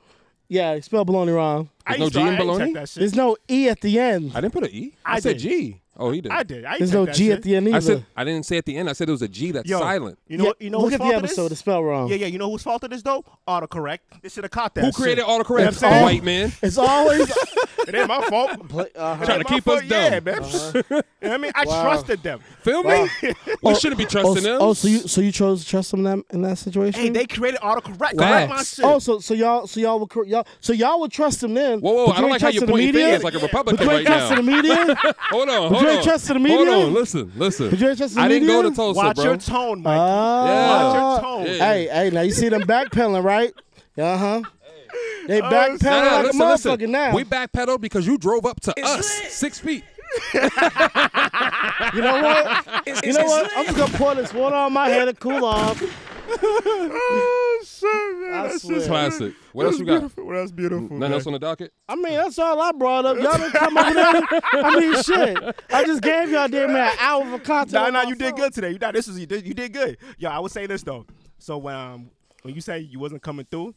B: Yeah, you spelled baloney wrong.
A: I
E: no
A: ain't
E: G in
A: I ain't check
E: bologna?
A: that shit.
B: There's no e at the end.
E: I didn't put an E. I
A: I
E: said
A: did.
E: G. Oh, he did.
A: I did. I ain't
B: There's
A: check
B: no
A: that
B: g
A: shit.
B: at the end either.
E: I said I didn't say at the end. I said it was a G that's
A: Yo,
E: silent.
A: You know,
B: Yeah,
A: you know
B: look
A: whose
B: at the
A: fault
B: episode.
A: It
B: It's
A: is?
B: spelled wrong.
A: Yeah, yeah. You know whose fault it is though? Autocorrect. They should have caught that.
E: Who
A: shit. *laughs*
E: created
A: You know
E: autocorrect?
A: what
E: The
A: I'm saying?
E: white man.
B: It's always
A: It ain't my fault.
B: *laughs* Play- uh-huh.
A: It
E: Trying
A: ain't
E: to
A: my
E: keep us
A: fault. Yeah,
E: dumb.
A: man. *laughs* You know what I mean, I trusted them.
E: Feel me? *laughs* You shouldn't be
B: oh, so,
E: trusting them.
B: oh, so you so you chose to trust them in that, in that situation?
A: Hey, they created autocorrect. Correct my
E: Facts.
A: shit.
B: Oh, so so y'all so y'all would cor- y'all so y'all would trust them then?
E: Whoa, whoa!
B: but
E: I don't
B: ain't
E: like how you
B: trusting the
E: pointing
B: media?
E: fingers like a
B: But
E: Republican
B: you
E: right
B: ain't trusting the
E: now.
B: media?
E: *laughs* Hold on, hold
B: you
E: on.
B: ain't trusting the
E: Hold
B: media?
E: on, listen, listen.
B: But you ain't trusting the
E: I didn't go
B: media?
E: to Tulsa,
A: Watch
E: bro.
A: your
B: Uh,
A: tone, Mike.
E: Yeah.
A: Watch
B: Oh.
A: your tone.
E: Yeah.
B: Hey, hey, now you see them backpedaling, right? Uh huh. They
A: Oh,
B: backpedaling
E: Nah, nah,
B: like
E: listen,
B: a
E: listen.
B: motherfucker now.
E: We backpedaled because you drove up to us six feet.
B: you know what? you know what? I'm just gonna pour this water on my head to cool off. I swear.
E: Classic. What else you got?
A: Well, that's beautiful.
E: Nothing else on the docket?
B: I mean, that's all I brought up.
A: *laughs*
B: Y'all didn't come over there. I mean, shit. I just gave y'all damn near an hour of content.
A: Nah,
B: on
A: nah,
B: my
A: you did
B: phone.
A: good today. You nah, this was you did, you did good. Yo, I would say this though. So when um when you say you wasn't coming through,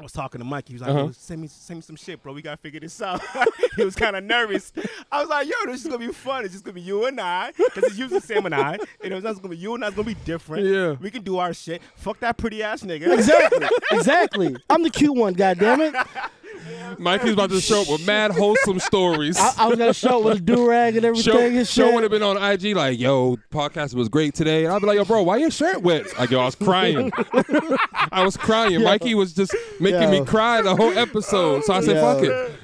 A: I was talking to Mike. He was like, "Yo, send me send me some shit, bro. We gotta figure this out. *laughs* he was kind of nervous. I was like, yo, this is gonna be fun. It's just gonna be you and I, because it's usually Sam and I. And it was not gonna be you and I. It's gonna be different.
E: Yeah.
A: we can do our shit. Fuck that pretty ass nigga.
B: Exactly. Exactly. I'm the cute one. God damn it.
E: Mikey's about to show up with *laughs* mad wholesome stories.
B: I, I was gonna show it with a do rag and everything.
E: Show,
B: and
E: show
B: shit.
E: would have been on IG like, yo, podcast was great today. And I'll be like, yo, bro, why your shirt wet? Like, yo, I was crying. I was crying. Mikey was just making
B: Yo.
E: me cry the whole episode. So I said,
B: Yo.
E: fuck it.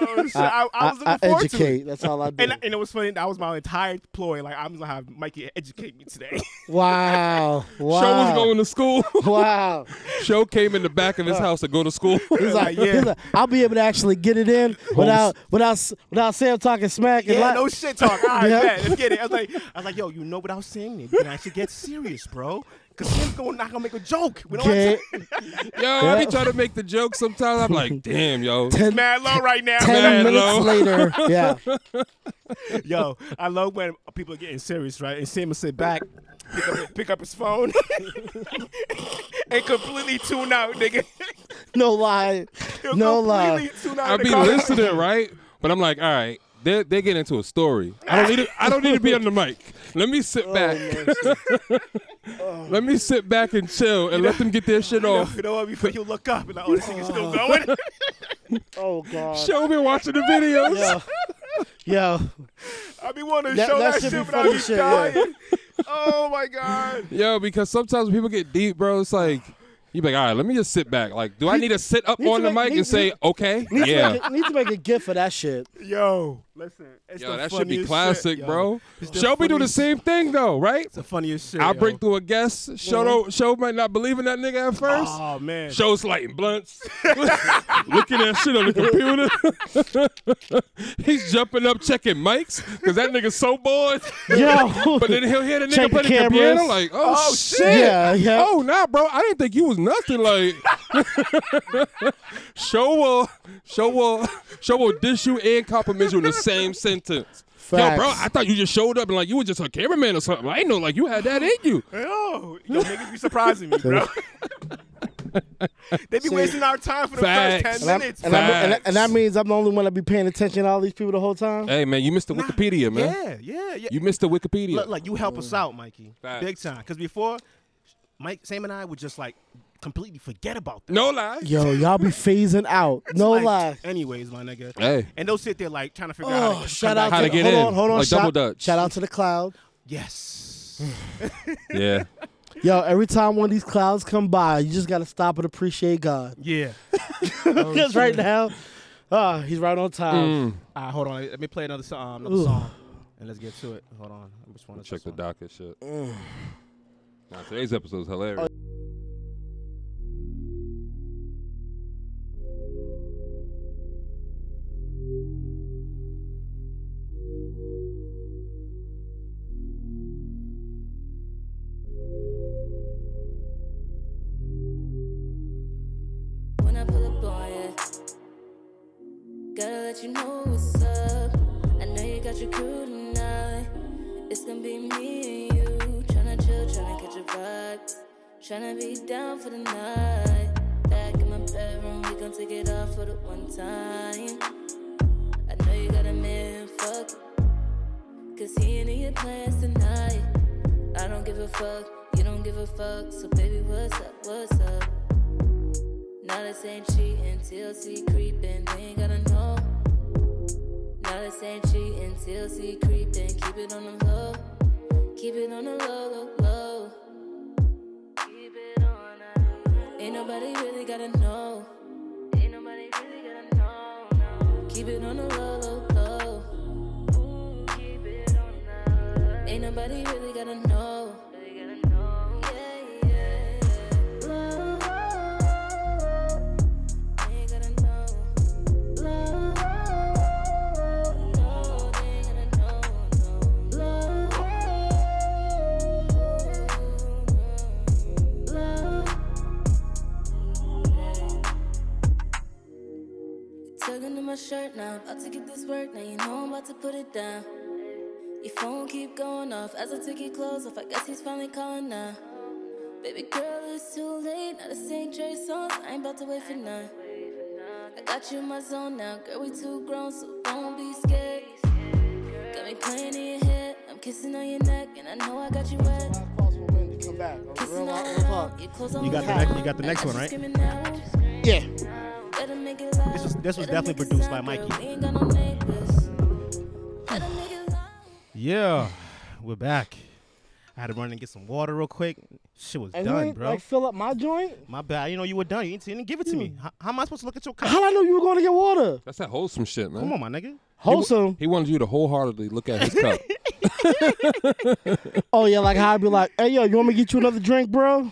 A: Oh, shit. I, I was looking
B: I, I
A: forward to
B: educate.
A: it.
B: That's all I do.
A: *laughs* And, and it was funny. That was my entire ploy. Like I'm gonna have Mikey educate me today. *laughs*
B: wow. Wow.
E: Show was going to school. *laughs*
B: *laughs* Wow.
E: Show came in the back of his house to go to school. *laughs*
B: He's
A: Like,
B: like,
A: yeah.
B: he's like, I'll be able to actually get it in without without s- without Sam talking smack and
A: Yeah,
B: like,
A: no shit talk. All right,
B: Yeah.
A: bet. let's get it. I was like, I was like, yo, you know without saying it, you can actually get serious, bro. Cause Sam's going not gonna make a joke. We don't
B: okay,
A: have
E: Yo, I be trying to make the joke sometimes. I'm like, damn, yo.
A: to mad low right *laughs* now.
B: ten
E: Man,
B: minutes
E: hello.
A: *laughs*
B: later, yeah,
A: Yo, I love when people are getting serious, right? And Sam will sit back, pick up, pick up his phone, *laughs* and completely tune out,
E: *laughs*
A: nigga.
B: no lie,
A: He'll
B: no
A: completely *laughs*
B: lie.
A: tune out.
E: I
A: the
E: be
A: conversation.
E: listening, right? But I'm like, all right, they they get into a story. I don't need to, I don't need to be on the mic. Let me
B: Oh,
E: sit back. *laughs* Let me sit back and chill and let them get their shit
A: You know,
E: off.
A: you know what? Before you look up, and like, oh, this nigga's still going.
B: Oh God.
E: Show me watching the videos.
B: Yo. Yo.
A: I be wanting to
B: That-
A: show
B: that
A: that,
B: should be
A: shit, but I
B: funny
A: be
B: shit, yeah.
A: dying. Oh my god.
E: Yo, because sometimes when people get deep, bro, it's like you be like, all right, let me just sit back. Like, do I need to sit up
B: need to
E: on the
B: make-
E: mic
B: need-
E: and say, okay,
B: Need, to
E: yeah?
B: make a, need to make a gift for
A: *laughs*
B: that shit.
A: Yo, listen. It's
E: Yo,
A: the
E: that should
A: funniest
E: be
A: shit,
E: classic,
A: yo.
E: bro.
A: It's
E: Show me do the
A: funniest-
E: same thing though, right?
A: It's the funniest shit.
E: I
A: yo.
E: break through a guest. Show don't, show might not believe in that nigga at first.
A: Oh man.
E: Show's lighting blunts, *laughs* looking at shit on the computer. *laughs* He's jumping up checking mics because that nigga's so bored.
B: Yo.
E: But then he'll hear the nigga
B: Check the
E: play the, piano
B: cameras.
E: like, oh, shit.
B: Yeah, yeah.
E: Oh, nah, bro. I didn't think you was nothing. Like, *laughs* show will, show will, show will dish you and compliment you in the same sentence. Yo, bro,
B: Facts.
E: I thought you just showed up and like you were just a cameraman or something. I didn't know like you had that in you.
A: Yo, yo, niggas be surprising me, bro. they be wasting our time for the
E: Facts.
A: first
B: *laughs* And,
A: ten
B: I'm, and,
A: minutes.
B: I'm, and, that- and that
E: Facts.
B: means I'm the only one that be paying attention to all these people the
A: *laughs*
B: whole time.
E: Hey man, you missed the Wikipedia, man.
A: yeah, yeah, yeah.
E: You missed the Wikipedia.
A: look, look, you help us out, Mikey,
E: Mm. Facts.
A: big time. Because before, Mike, Sam, and I would just like completely forget about that.
E: no lie.
B: Yo, y'all be phasing out. No
A: Like,
B: lie.
A: Anyways, my nigga.
E: Hey.
A: And they'll sit there like trying to figure out. How
B: Oh,
A: to
B: shout
A: come
B: out
A: back.
E: How
B: to,
E: to get
B: hold
E: in,
B: on, hold on,
E: like
B: shout,
E: Double Dutch.
B: shout out to the cloud.
A: Yes. *laughs*
E: Yeah.
B: Yo, every time one of these clouds come by, you just gotta stop and appreciate *laughs* God. Oh,
A: Yeah.
B: Because right now, ah, he's right on time.
A: All right, hold on. Let me play another song, another
B: Ooh.
A: song, and let's get to it. Hold on. I just want to
E: Check the
B: *sighs*
E: docket shit. Now today's episode is hilarious.
B: Uh,
F: When I pull up on ya, gotta let you know what's up. I know you got your crew tonight. It's gonna be me and you, tryna chill, tryna catch a vibe, tryna be down for the night. Back in my bedroom, we gon' take it off for the one time. I know you got a man, fuck, it. cause he ain't in your plans tonight. I don't give a fuck, you don't give a fuck, so baby, what's up, what's up? Now this ain't cheating, TLC creeping, they ain't gotta know. Now this ain't cheating, TLC creeping, keep it on the low. Keep it on the low, low, low. Keep it on the Ain't nobody really gotta know. Ain't nobody really gotta know, no. Keep it on the low, low, low. Ooh, keep it on the Ain't nobody really gotta know. Really gotta know. Yeah, yeah, yeah. Low. They ain't gotta know. Low. No, they ain't gotta know, no. Low. Low. Tugging to my shirt now, about to get this work now. You know I'm about to put it down. Your phone keep going off as I take your clothes off. I guess he's finally calling now. Baby girl, it's too late. Now this ain't Trey songs. I ain't about to wait for none. I got you in my zone now, girl. We too grown, so don't be scared. Got me playing in your head. I'm kissing on your neck, and I know I got you wet. Kissing all around. Your clothes on
A: You got the
F: my
A: next-
F: arm.
A: you got the
F: I
A: next one,
F: you
A: right?
F: screaming out.
B: Yeah.
F: Better make it loud.
A: This was- this was
F: Better
A: definitely
F: make it
A: produced by
F: sound,
A: Mikey.
F: girl. We ain't got no neighbors. Better make it loud.
A: Yeah, we're back. I had to run and get some water real quick. Shit was
B: And you
A: done,
B: ain't,
A: bro.
B: like fill up my joint.
A: My bad. You know you were done. You didn't, you didn't give it to me. How, how am I supposed to look at your cup?
B: How did I know you were going to get water?
E: That's that wholesome shit, man.
A: Come on, my nigga.
B: Wholesome.
E: He wanted you to wholeheartedly look at
B: *laughs*
E: his cup.
B: Oh yeah, like how I'd be like, hey yo, you want me to get you another drink, bro?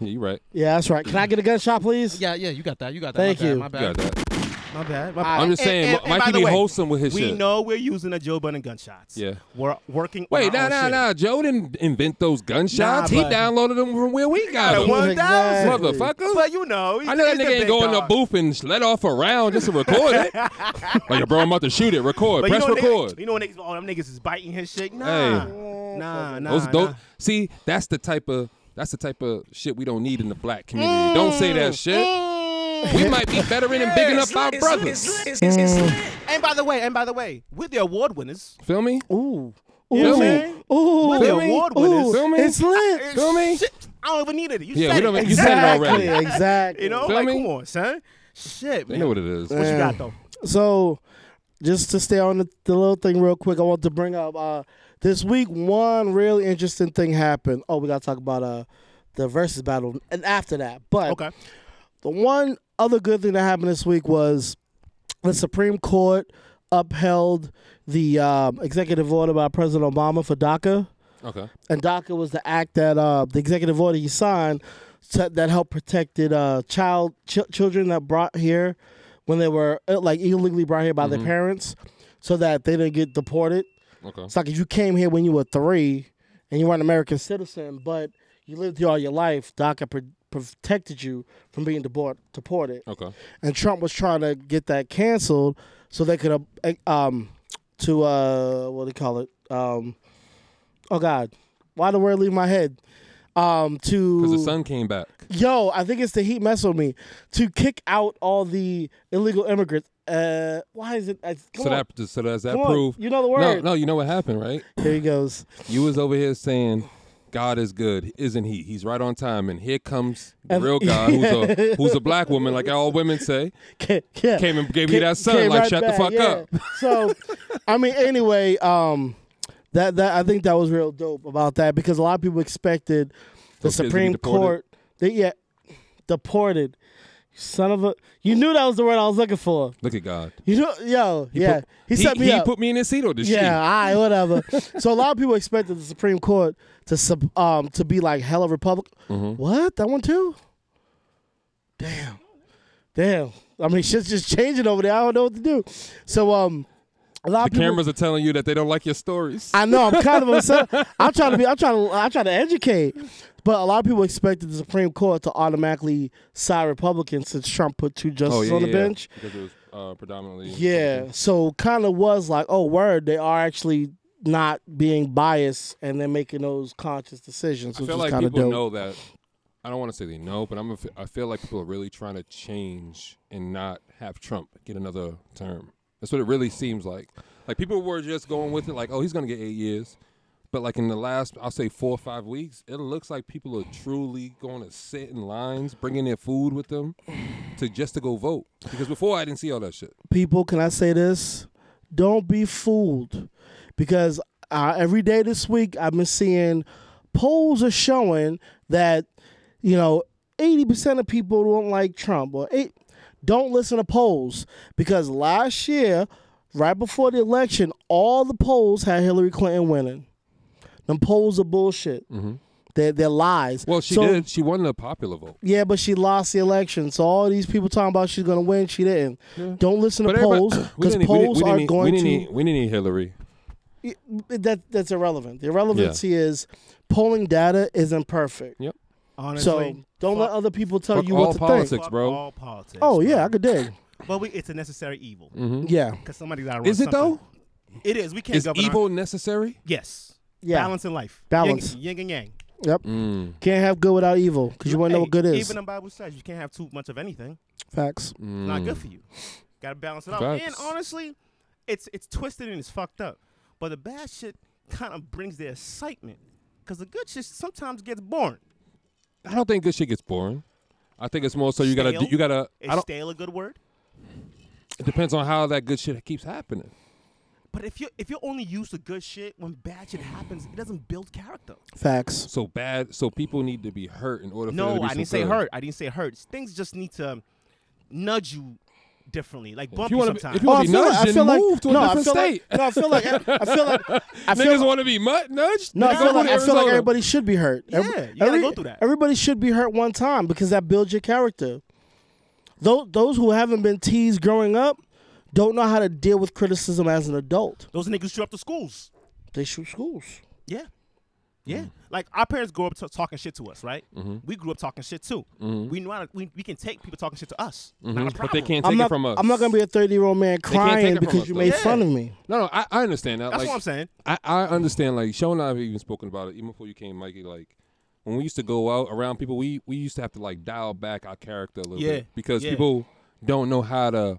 E: Yeah, you right.
B: Yeah, that's right. Can I get a gunshot, please?
A: Yeah, yeah, you got that. You got that.
B: Thank
A: my
B: you.
A: Bad,
E: You
A: my, bad.
E: got that.
A: my bad. My bad.
E: I'm just
A: And-
E: saying,
A: and-
E: Mi-
A: and
E: Mikey
A: by the
E: be
A: way,
E: wholesome with his
A: we
E: shit.
A: know we're using the Joe Budden gunshots.
E: Yeah.
A: We're working.
E: Wait,
A: on
E: nah,
A: our
E: nah,
A: own
E: nah. Joe didn't invent those gunshots.
A: Nah,
E: he
A: but-
E: downloaded them from where we got
A: Shit.
E: them.
A: One thousand.
B: Exactly.
E: Motherfucker.
A: But you know,
E: I know that
A: he's the
E: nigga ain't
A: big
E: go in the
A: dog.
E: booth and let off a round just to record
A: *laughs*
E: it. like, yo, bro, I'm about to shoot it. Record.
A: But
E: Press
A: you know,
E: record.
A: Niggas, you know, when niggas, oh, them niggas is biting his shit. Nah,
B: Hey.
A: nah, nah.
E: Those don't
A: nah.
E: see. That's the type of that's the type of shit we don't need in the black community.
A: Mm.
E: Don't say that shit. We might be bettering and bigging up our brothers.
A: And by the way, and by the way, we're the award winners.
E: Feel me?
B: Ooh. Ooh.
E: Yeah,
B: Ooh. Ooh.
A: We're the award winners.
E: Feel me?
B: It's lit.
E: Feel me?
A: Shit, I don't even need it. You
E: Yeah,
A: said
E: we don't-
A: it.
E: you said it
B: Exactly.
E: already.
B: Exactly.
A: You know,
E: Feel
A: like
E: me?
A: come on, son. Shit,
E: They
A: man.
E: know what it is.
A: What you got
B: Yeah.
A: though?
B: So, just to stay on the, the little thing real quick, I want to bring up uh, this week one really interesting thing happened. Oh, we got to talk about uh, the versus battle and after that. But
A: Okay.
B: the one other good thing that happened this week was the Supreme Court upheld the um, executive order by President Obama for DACA.
E: Okay.
B: And DACA was the act that uh, the executive order he signed to, that helped protected uh, child ch- children that brought here when they were uh, like illegally brought here by their parents, so that they didn't get deported.
E: Okay.
B: It's like if you came here when you were three and you were an American citizen, but you lived here all your life, DACA pro- protected you from being deport- deported
E: Okay.
B: and Trump was trying to get that canceled so they could uh, um to uh what do you call it um oh god why the word leave my head um to
E: Because the sun came back.
B: yo I think it's the heat mess with me to kick out all the illegal immigrants uh why is it I, come
E: so
B: on.
E: that so that's that
B: Come on,
E: proof.
B: you know the
E: No,
B: word.
E: no, you know what happened, right?
B: here he goes
E: You was over here saying, God is good, isn't he? He's right on time. And here comes the
B: And- *laughs*
E: real God, who's a who's a black woman, like all women say.
B: yeah.
E: Came and gave
B: Ca-
E: me that sun,
B: came
E: like
B: right
E: shut
B: back,
E: the fuck
B: yeah.
E: up. *laughs*
B: so, I mean, anyway, um, that that I think that was real dope about that because a lot of people expected the
E: Those kids to be
B: Supreme
E: deported.
B: Court. They, yeah, deported. Son of a, you knew that was the word I was looking for.
E: Look at God.
B: You know, yo, yeah,
E: put-
B: he, set me
E: he
B: up.
E: put me in his seat or did
B: yeah,
E: she?
B: all right, whatever. so a lot of people expected the Supreme Court to sub, um to be like hella Republic.
E: Mm-hmm.
B: What that one too? Damn, damn. I mean, shit's just changing over there. I don't know what to do. So um, a lot
E: The
B: of people.
E: cameras are telling you that they don't like your stories.
B: I know. I'm kind of upset. I'm trying to be. I'm trying to. I'm trying to educate. But a lot of people expected the Supreme Court to automatically side Republicans since Trump put two justices
E: oh yeah,
B: on the
E: yeah,
B: bench.
E: because it was uh, predominantly. Mm-hmm.
B: Yeah, so kind of was like, oh, word, they are actually not being biased and they're making those conscious decisions,
E: I
B: which
E: feel
B: is
E: like
B: kind
E: people
B: of dope.
E: know that. I don't want to say they know, but I'm. a f- I feel like people are really trying to change and not have Trump get another term. That's what it really seems like. Like people were just going with it, like, oh, he's gonna get eight years. But like in the last, I'll say four or five weeks, it looks like people are truly going to sit in lines, bringing their food with them, to just to go vote. Because before I didn't see all that shit.
B: People, can I say this? Don't be fooled, because uh, every day this week I've been seeing polls are showing that you know eighty percent of people don't like Trump or eight don't listen to polls because last year, right before the election, all the polls had Hillary Clinton winning. Them polls are bullshit. They're, they're lies.
E: Mm-hmm. Well, she
B: So-
E: did. She won the popular vote.
B: Yeah, but she lost the election. So all these people talking about she's gonna win, she didn't. Don't listen to
E: everybody-
B: polls
E: we
B: because
E: didn't need- we didn't-
B: polls
E: we didn't
B: are
E: need-
B: going
E: we
B: to
E: didn't need- we didn't need Hillary.
B: that that's irrelevant. The irrelevancy is polling data is imperfect.
E: Yep.
A: Honestly,
B: So don't let other people tell
E: fuck
B: you
E: all
B: what to think.
E: politics.
A: fuck
E: bro.
A: all politics.
B: Oh
A: bro.
B: yeah, I could dig.
A: but we, it's a necessary evil
E: Hmm?
B: Yeah,
A: because somebody got to run.
E: Mm-hmm. Is it though?
A: something. It is. We can't
E: Is
A: govern. our-
E: evil necessary?
A: yes.
B: yeah.
A: Balance in life.
B: Balance.
A: Yin, yin and yang.
B: Yep.
E: Mm.
B: Can't have good without evil because you want to know
A: Hey,
B: what good is.
A: Even the Bible says you can't have too much of anything.
B: Facts.
E: Mm.
A: It's not good for you. Got to balance it out. And
E: Facts.
A: honestly, it's it's twisted and it's fucked up. But the bad shit kind of brings the excitement because the good shit sometimes gets boring.
E: I don't think good shit gets boring. I think it's more so you gotta
A: Stale?
E: you gotta.
A: Is
E: I don't.
A: stale a good word?
E: It depends on how that good shit keeps happening.
A: But if you if you're only used to good shit, when bad shit happens, it doesn't build character.
B: Facts.
E: So bad. So people need to be hurt in order. for there
A: No,
E: to be
A: I
E: some
A: didn't say
E: good.
A: hurt. I didn't say hurt. Things just need to nudge you differently, like bump
E: you
A: you,
E: wanna be-
A: sometimes.
E: if you wanna be nudged,
B: Oh, I
E: then
B: feel like
E: move to a
B: no, I
E: different
B: feel
E: state.
B: like no, I feel like I feel like I feel
E: Niggas want to be mud nudged.
B: No, I
E: Niggas
B: feel,
E: wanna
B: like,
E: be
B: I feel like
E: Arizona.
B: everybody should be hurt.
A: Yeah, you gotta go through that.
B: Everybody should be hurt one time because that builds your character. Those those who haven't been teased growing up don't know how to deal with criticism as an adult.
A: Those niggas shoot up the schools.
B: They shoot schools.
A: Yeah. Yeah. Mm-hmm. Like our parents grew up t- talking shit to us, right?
E: Mm-hmm.
A: We grew up talking shit too. We know how to, we, we can take people talking shit to us. Not a
E: Mm-hmm. But
A: problem.
E: they can't take
B: I'm not.
E: it from us.
B: I'm not gonna be a 30 year old man
E: can't take
B: crying
E: it from
B: because
E: us,
B: you
E: though.
B: made
A: Yeah.
B: fun of me.
E: No, no, I, I understand that.
A: That's
E: like,
A: what I'm saying.
E: I, I understand. Like, Show and I have even spoken about it even before you came, Mikey. Like, when we used to go out around people, we we used to have to like dial back our character a little
A: Yeah,
E: bit because
A: yeah.
E: people don't know how to.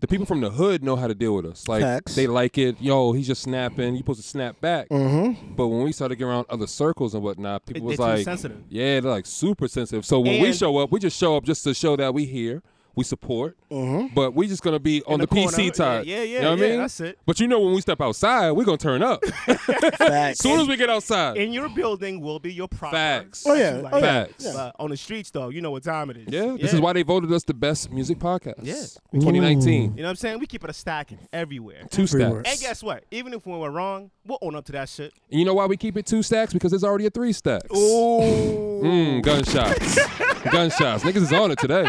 E: The people from the hood know how to deal with us. Like,
B: Facts.
E: they like it. Yo, he's just snapping. You supposed to snap back. Mm-hmm. But when we started getting around other circles and whatnot, people
A: They-
E: was
A: they're too
E: like,
A: sensitive.
E: yeah, they're like super sensitive. So when we
A: And-
E: show up, we just show up just to show that we here. we support,
A: Mm-hmm.
E: but we just gonna be on
A: the
E: the,
A: corner.
E: PC side.
A: Yeah, yeah,
E: You know what
A: yeah,
E: I mean?
A: that's it.
E: But you know when we step outside, we're gonna
A: *laughs*
E: turn up.
B: Facts.
E: soon *laughs* as we get outside,
A: In your building will be your proper.
E: facts.
B: Oh, yeah.
A: Like,
B: Oh, yeah.
E: Facts.
B: yeah.
A: But on the streets though, you know what time it is.
E: Yeah, this is why they voted us the best music podcast.
A: Yeah.
E: 2019.
A: You know what I'm saying? We keep it a stacking everywhere.
E: Two
B: Everywhere.
E: stacks.
A: And guess what? Even if we were wrong, we'll own up to that shit.
E: And you know why we keep it two stacks? Because there's already a three stacks.
A: Ooh. *laughs*
E: Mm, gunshots. gunshots. Niggas is on it today.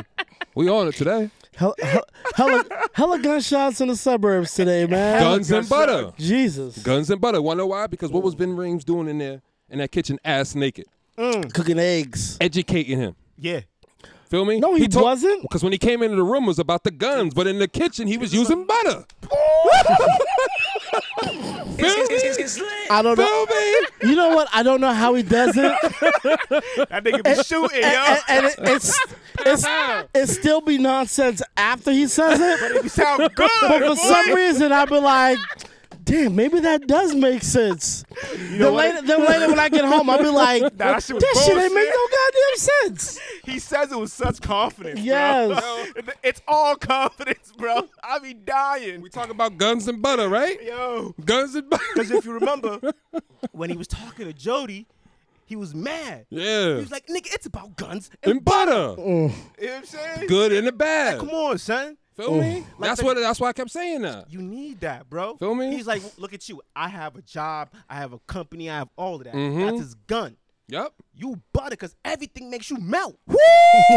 E: We on it today.
B: Hell- hell- Hella, hella gunshots in the suburbs
E: *laughs*
B: today, man.
E: Guns and butter.
B: Jesus.
E: Guns and butter. Wanna know why? Because what was Vin Rames doing in there in that kitchen ass naked?
B: Cooking eggs.
E: Educating him.
A: Yeah.
E: Feel me?
B: No, he wasn't.
E: Because when he came into the room it was about the guns, but in the kitchen he was using butter. Feel me?
B: I don't know.
E: Feel me?
B: You know what? I don't know how he does
E: *laughs*
B: it.
A: That nigga
B: *laughs*
A: be shooting, yo. *laughs*
B: and and it, it's, it's it still be nonsense after he says it.
A: You sound good.
B: *laughs* But for
A: boy.
B: some reason, I've been like, damn, maybe that does make sense. then, later, then later, when I get home, I'll be like,
A: Nah,
B: that
A: that
B: shit
A: shit was
B: ain't make
A: bullshit."
B: no goddamn sense.
A: He says it with such confidence. bro.
B: Yes.
A: it's all confidence, bro. I be dying.
E: We talk about guns and butter, right?
A: Yo.
E: Guns and butter.
A: Because if you
E: *laughs*
A: remember, when he was talking to Jody, he was mad. He
E: Yeah.
A: was like, nigga, it's about guns. And,
E: And butter.
A: you know what I'm saying?
E: Good and the bad.
A: Come on, son.
E: Feel me? That's
A: the-
E: what that's why I kept saying that.
A: You need that, bro.
E: Feel me?
A: He's like, look at you. I have a job. I have a company. I have all of that.
E: Mm-hmm.
A: That's his gun.
E: Yep.
A: You butter because everything makes you melt.
E: Hey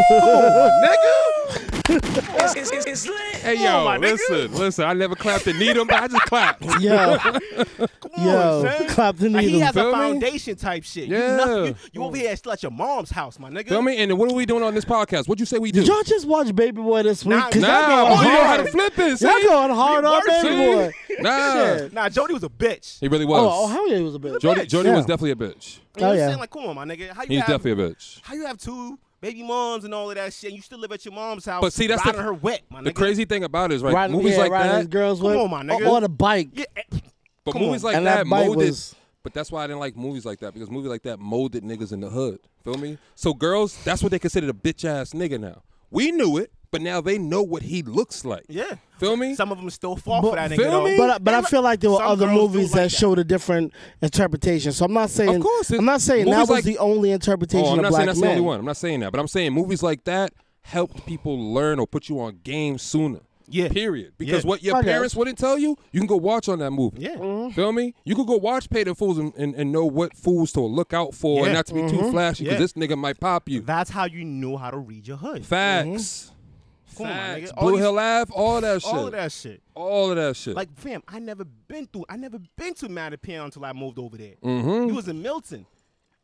E: yo, listen, listen. I never clapped and need him, but I just clapped.
B: Yo,
A: Come on,
B: yo,
A: son.
B: clap the
A: Like, he
B: needle.
A: has
E: Feel
A: a
E: me?
A: foundation type shit. You,
E: Yeah.
A: nothing, you, you over here still at your mom's house, my nigga.
E: *laughs* Feel me? And what are we doing on this podcast? What you say we do?
B: Y'all just watch Baby Boy this week
A: Nah,
B: because
E: nah,
B: y'all
E: boy,
B: going
E: you know how to
B: hard.
E: flip it.
B: Y'all
E: see?
B: going hard on
A: worse,
B: Baby
E: see?
B: Boy.
E: Nah,
B: Yeah.
A: Nah, Jody was a bitch.
E: he really was.
B: Oh, oh, how he was a bitch.
E: Jody, Jody
B: Yeah.
E: was definitely a bitch.
A: You know
B: Oh,
A: what I'm
B: yeah.
A: saying? Like, come on, my nigga. How you
E: He's
A: have,
E: definitely a bitch.
A: how you have two baby moms and all of that shit and you still live at your mom's house
E: But see, that's the-
A: riding her wet, my nigga.
E: The crazy thing about it is right,
B: Riding,
E: movies
B: yeah,
E: like
B: riding his
E: that,
B: girls
A: Come
B: with
A: on, my nigga.
B: or, or the bike.
A: Yeah, eh,
E: but
A: come
E: movies
A: on.
E: like
B: And
E: that,
B: that bite
E: molded.
B: was-
E: But that's why I didn't like movies like that because movies like that molded niggas in the hood. Feel me? So girls, that's what they consider a bitch ass nigga now. We knew it, but now they know what he looks like.
A: yeah.
E: Feel me?
A: Some of them still fall
B: But-
A: for that nigga.
E: feel
A: though.
E: me?
B: But I- but I feel like there were
A: Some
B: other
A: girls do like
B: movies that
A: that.
B: showed a different interpretation. So I'm not saying
E: Of course, it-
B: I'm not saying that
E: movies
B: was
E: like-
B: the only interpretation
E: Oh, I'm
B: of
E: not
B: black
E: saying that's
B: men.
E: the only one. I'm not saying that, but I'm saying movies like that helped people learn or put you on game sooner.
A: Yeah.
E: Period. Because
A: Yeah.
E: what your
B: I guess.
E: parents wouldn't tell you, you can go watch on that movie. Mm-hmm.
A: Yeah.
E: Feel me? You could go watch Pay the Fools and, and, and know what fools to look out for and
A: Yeah. Mm-hmm.
E: not to be too flashy
A: Yeah.
E: because this nigga might pop you.
A: That's how you know how to read your hood.
E: Facts.
B: Mm-hmm.
A: Come on, my
E: Facts.
A: nigga. All
E: Blue
A: these-
E: Hill Ave, all that shit.
A: All of that shit.
E: All of that shit.
A: Like, fam, I never been through. I never been to Mattapan until I moved over there. Mm-hmm. He was in Milton.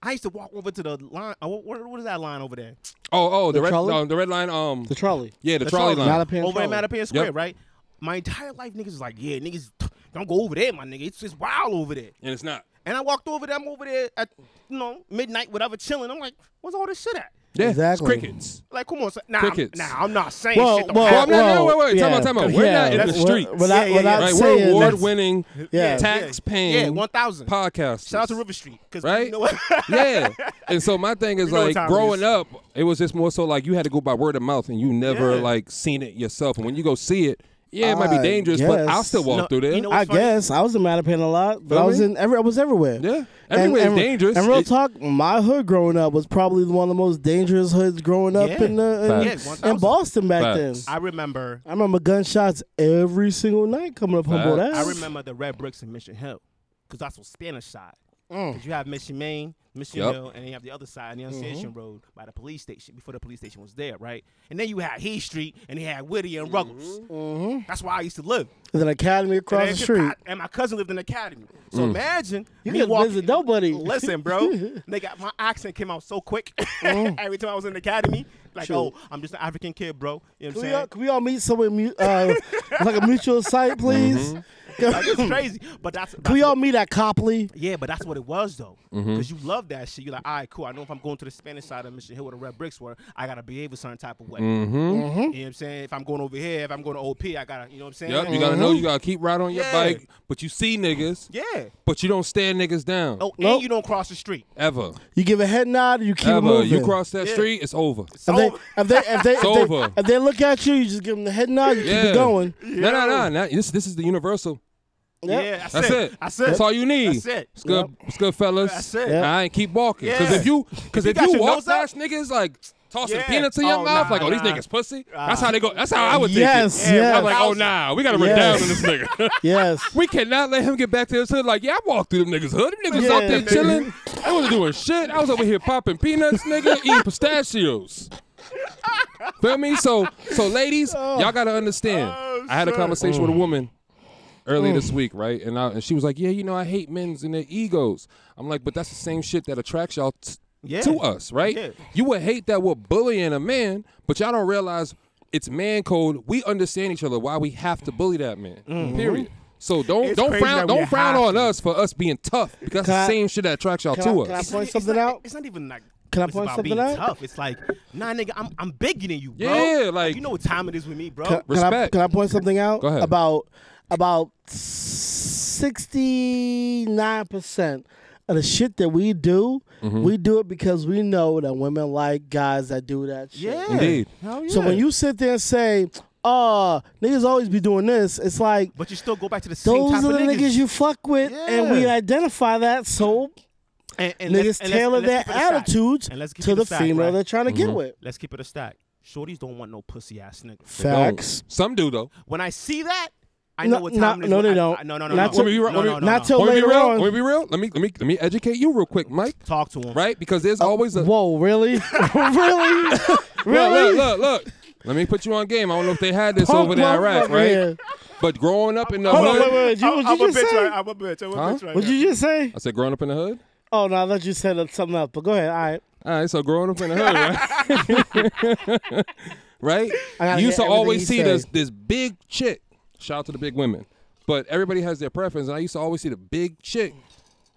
A: I used to walk over to the line. Uh, what, what- what is that line over there?
E: oh, oh, the,
B: The
E: red,
B: trolley?
E: no, the red line. Um,
B: The trolley.
E: yeah, the,
A: The
E: trolley,
A: trolley.
E: line.
B: Not a pan
A: over at
B: trolley.
A: Mattapan Square,
E: Yep.
A: right? My entire life, niggas is like, yeah, niggas, don't go over there, my nigga. It's just wild over there.
E: and it's not.
A: And I walked over there. I'm over there at, you know, midnight, whatever, chilling. I'm like, what's all this shit at?
E: Yeah,
B: Exactly.
E: it's crickets.
A: Like, come on, son. Nah, I'm,
E: Crickets.
A: nah, I'm not saying
B: Whoa,
A: shit. don't
B: whoa,
E: Well,
A: happen.
E: Oh, I'm not,
B: whoa,
E: wait, wait, wait.
B: yeah.
E: Time out, time out. We're
B: Yeah.
E: not in the
B: That's- we're-
E: streets.
B: we're not-
A: Yeah,
B: we're
A: yeah,
B: not
E: Right,
B: saying
E: we're
B: that's-
E: award winning,
B: Yeah.
E: tax paying,
A: Yeah, 1,000.
E: podcast.
A: Shout out to River Street. Cause
E: Right?
A: You know what?
E: *laughs* yeah. And so
A: *laughs*
E: my thing is
A: You know what
E: like
A: time it
E: growing
A: is.
E: up, it was just more so like you had to go by word of mouth and you never
A: Yeah.
E: like seen it yourself. And when you go see it, yeah, it might be
B: I
E: dangerous, but I'll
B: guess.
E: still walk
A: No,
E: through there.
A: you know
B: I
A: what's funny?
B: guess I was in Mattapan a lot, but
E: Feel
B: I was
E: me?
B: in every I was everywhere.
E: yeah.
B: And-
E: Everywhere's
B: and,
E: dangerous.
B: And real
E: It-
B: talk, my hood growing up was probably one of the most dangerous hoods growing up
A: Yeah.
B: in the in,
E: Facts.
A: Yeah, 1,000.
B: in Boston back
E: Facts.
B: then.
A: I remember
B: I remember gunshots every single night coming up Humboldt
E: Facts.
B: Ave.
A: I remember the red bricks in Mission Hill, because that's on Spanish side.
E: Mm.
A: 'Cause you have Mission Main, Mission
E: Yep.
A: Hill, and then you have the other side,
E: Mm-hmm.
A: the Annunciation Road, by the police station, before the police station was there, right? And then you had He Street, and they had Whittier and Ruggles.
E: Mm-hmm.
A: That's where I used to live.
B: There's an academy across the
A: and, then-
B: street. Mm.
A: I- and my cousin lived in Academy. So imagine
B: You
A: me
B: couldn't
A: walking.
B: visit nobody. *laughs*
A: Listen, bro, nigga, my accent came out so quick *laughs* every time I was in Academy. Like,
B: Oh. True.
A: oh, I'm just an African kid, bro. You know what I'm
B: Can we,
A: saying?
B: *laughs*
E: Mm-hmm.
B: all, can we all meet somewhere mu- uh, like a mutual site, please?
A: Like,
B: *laughs*
A: it's crazy. But that's, that's
B: Can we
A: what-
B: all meet at Copley?
A: yeah, but that's what it was though, because
B: Mm-hmm.
A: you love that shit. You're like, all right, cool. I know if I'm going to the Spanish side of Mission Hill where the red bricks were, I gotta behave a certain type of way.
B: Mm-hmm.
A: You know what I'm saying? If I'm going over here, if I'm going to OP, I gotta, you know what I'm saying?
E: Yep, you gotta know
B: Mm-hmm.
E: you gotta keep right on your
A: Yeah.
E: bike, but you see niggas,
A: Yeah.
E: but you don't stare niggas down
A: Oh,
B: Nope.
A: and you don't cross the street.
E: ever,
B: You give a head nod, you keep it
E: ever.
B: moving.
E: You cross that
A: Yeah.
E: street, it's over.
B: If they, if they, if they, if
E: over.
B: they, if they look at you, you just give them the head nod. You keep
E: Yeah,
B: it going.
E: No, no, no, no. This, this is the universal.
A: Yeah,
B: Yep.
A: that's,
E: That's
A: it.
E: it.
A: That's it.
E: That's all you need.
A: That's it.
E: It's good. It's good, fellas.
A: That's it.
E: And I ain't keep walking. Because
A: Yeah.
E: if you, because
A: you
E: if,
A: got
E: you
A: your
E: walk
A: nose out-
E: past niggas like tossing
A: Yeah.
E: peanuts in your
A: Oh,
E: mouth,
A: nah,
E: like oh these
A: nah.
E: niggas pussy. That's how they go. That's how I would
B: Yes,
E: think. it.
B: yes.
E: I'm like oh nah, we gotta break down on
A: *laughs*
E: this nigga. *laughs*
B: Yes.
E: we cannot let him get back to his hood. Like yeah, I walked through them niggas hood. Them niggas out
B: Yeah.
E: there chilling. I wasn't doing shit. I was over here popping peanuts, nigga, eating pistachios. Feel me? So, so ladies, y'all gotta understand. I had a conversation with a woman earlier
A: Hmm.
E: this week, right? And I, and she was like, "Yeah, you know, I hate men's and their egos." I'm like, "But that's the same shit that attracts y'all t-
A: Yeah.
E: to us, right?
A: Yeah.
E: You would hate that we're bullying a man, but y'all don't realize it's man code. We understand each other why we have to bully that man. Period." So don't
A: Mm-hmm. It's
E: don't
A: crazy that
E: frown
A: we
E: don't frown
A: have
E: on
A: to.
E: us for us being tough because
B: Can
E: that's
B: I-
E: the same shit that attracts y'all
B: can
E: to
B: I- can I
E: us.
B: point
A: It's
B: something
A: not-
B: out?
A: It's not even like.
B: Can I
A: it's
B: point
A: about
B: something
A: being
B: out?
A: tough. It's like, nah, nigga, I'm I'm bigger than you, bro.
E: Yeah, like-
A: you know what time it is with me, bro.
B: Can, can I,
E: Respect.
B: can I point something out?
E: Go ahead.
B: About about sixty nine percent of the shit that we do, we do it because we know that women like guys that do that shit.
A: yeah,
E: Indeed.
A: Hell
B: So when
A: yeah.
B: you sit there and say, "Uh, niggas always be doing this," it's like
A: but you still go back to the same
B: those
A: type
B: are
A: of
B: the niggas. you fuck with, and we
A: Yeah.
B: identify that. So
A: and, and
B: niggas
A: let's- and let's-
B: tailor
A: and let's
B: their
A: keep it a stack.
B: attitudes
A: And let's keep
B: to
A: it a
B: the
A: stack,
B: female
A: right?
B: they're trying to get with.
A: Let's keep it a stack. Shorties don't want no pussy ass niggas.
E: Don't.
B: Facts.
E: Some do though.
A: When I see that, I
B: No,
A: know what time
B: no,
A: it is.
B: no, they
A: I- I-
B: don't.
A: no, no, no,
B: Not
A: no.
B: till-
E: Let me be real- let me-
A: no, no,
B: not
A: no.
B: till- So
E: Wanna be
B: later
E: real?
B: on-
E: Wanna be real? Let me let me let me educate you real quick, Mike.
A: Talk to him.
E: Right? Because
B: Oh,
E: there's always a
B: Whoa,
E: *laughs*
B: really? *laughs* really?
E: Look,
B: really?
E: look, look, look. Let me put you on game. I don't know if they had this
B: Punk
E: over there in Iraq,
B: motherfucker,
E: right?
B: yeah.
E: But growing up in the
B: Hold on,
E: hood,
B: wait, wait, wait. You,
A: I'm,
B: what
A: I'm
B: you
A: a
B: just
A: bitch,
B: say?
A: right? I'm a bitch. I'm a
E: Huh?
A: bitch right
B: What
A: now.
B: you just say?
E: I said growing up in the hood.
B: Oh no, I thought you said something else. But go ahead. All right.
E: All right, so growing up in the hood, right? right? *laughs*
B: I gotta
E: You used to
B: hear everything
E: always
B: he
E: see
B: say.
E: this this big chick. Shout out to the big women, but everybody has their preference. And I used to always see the big chick.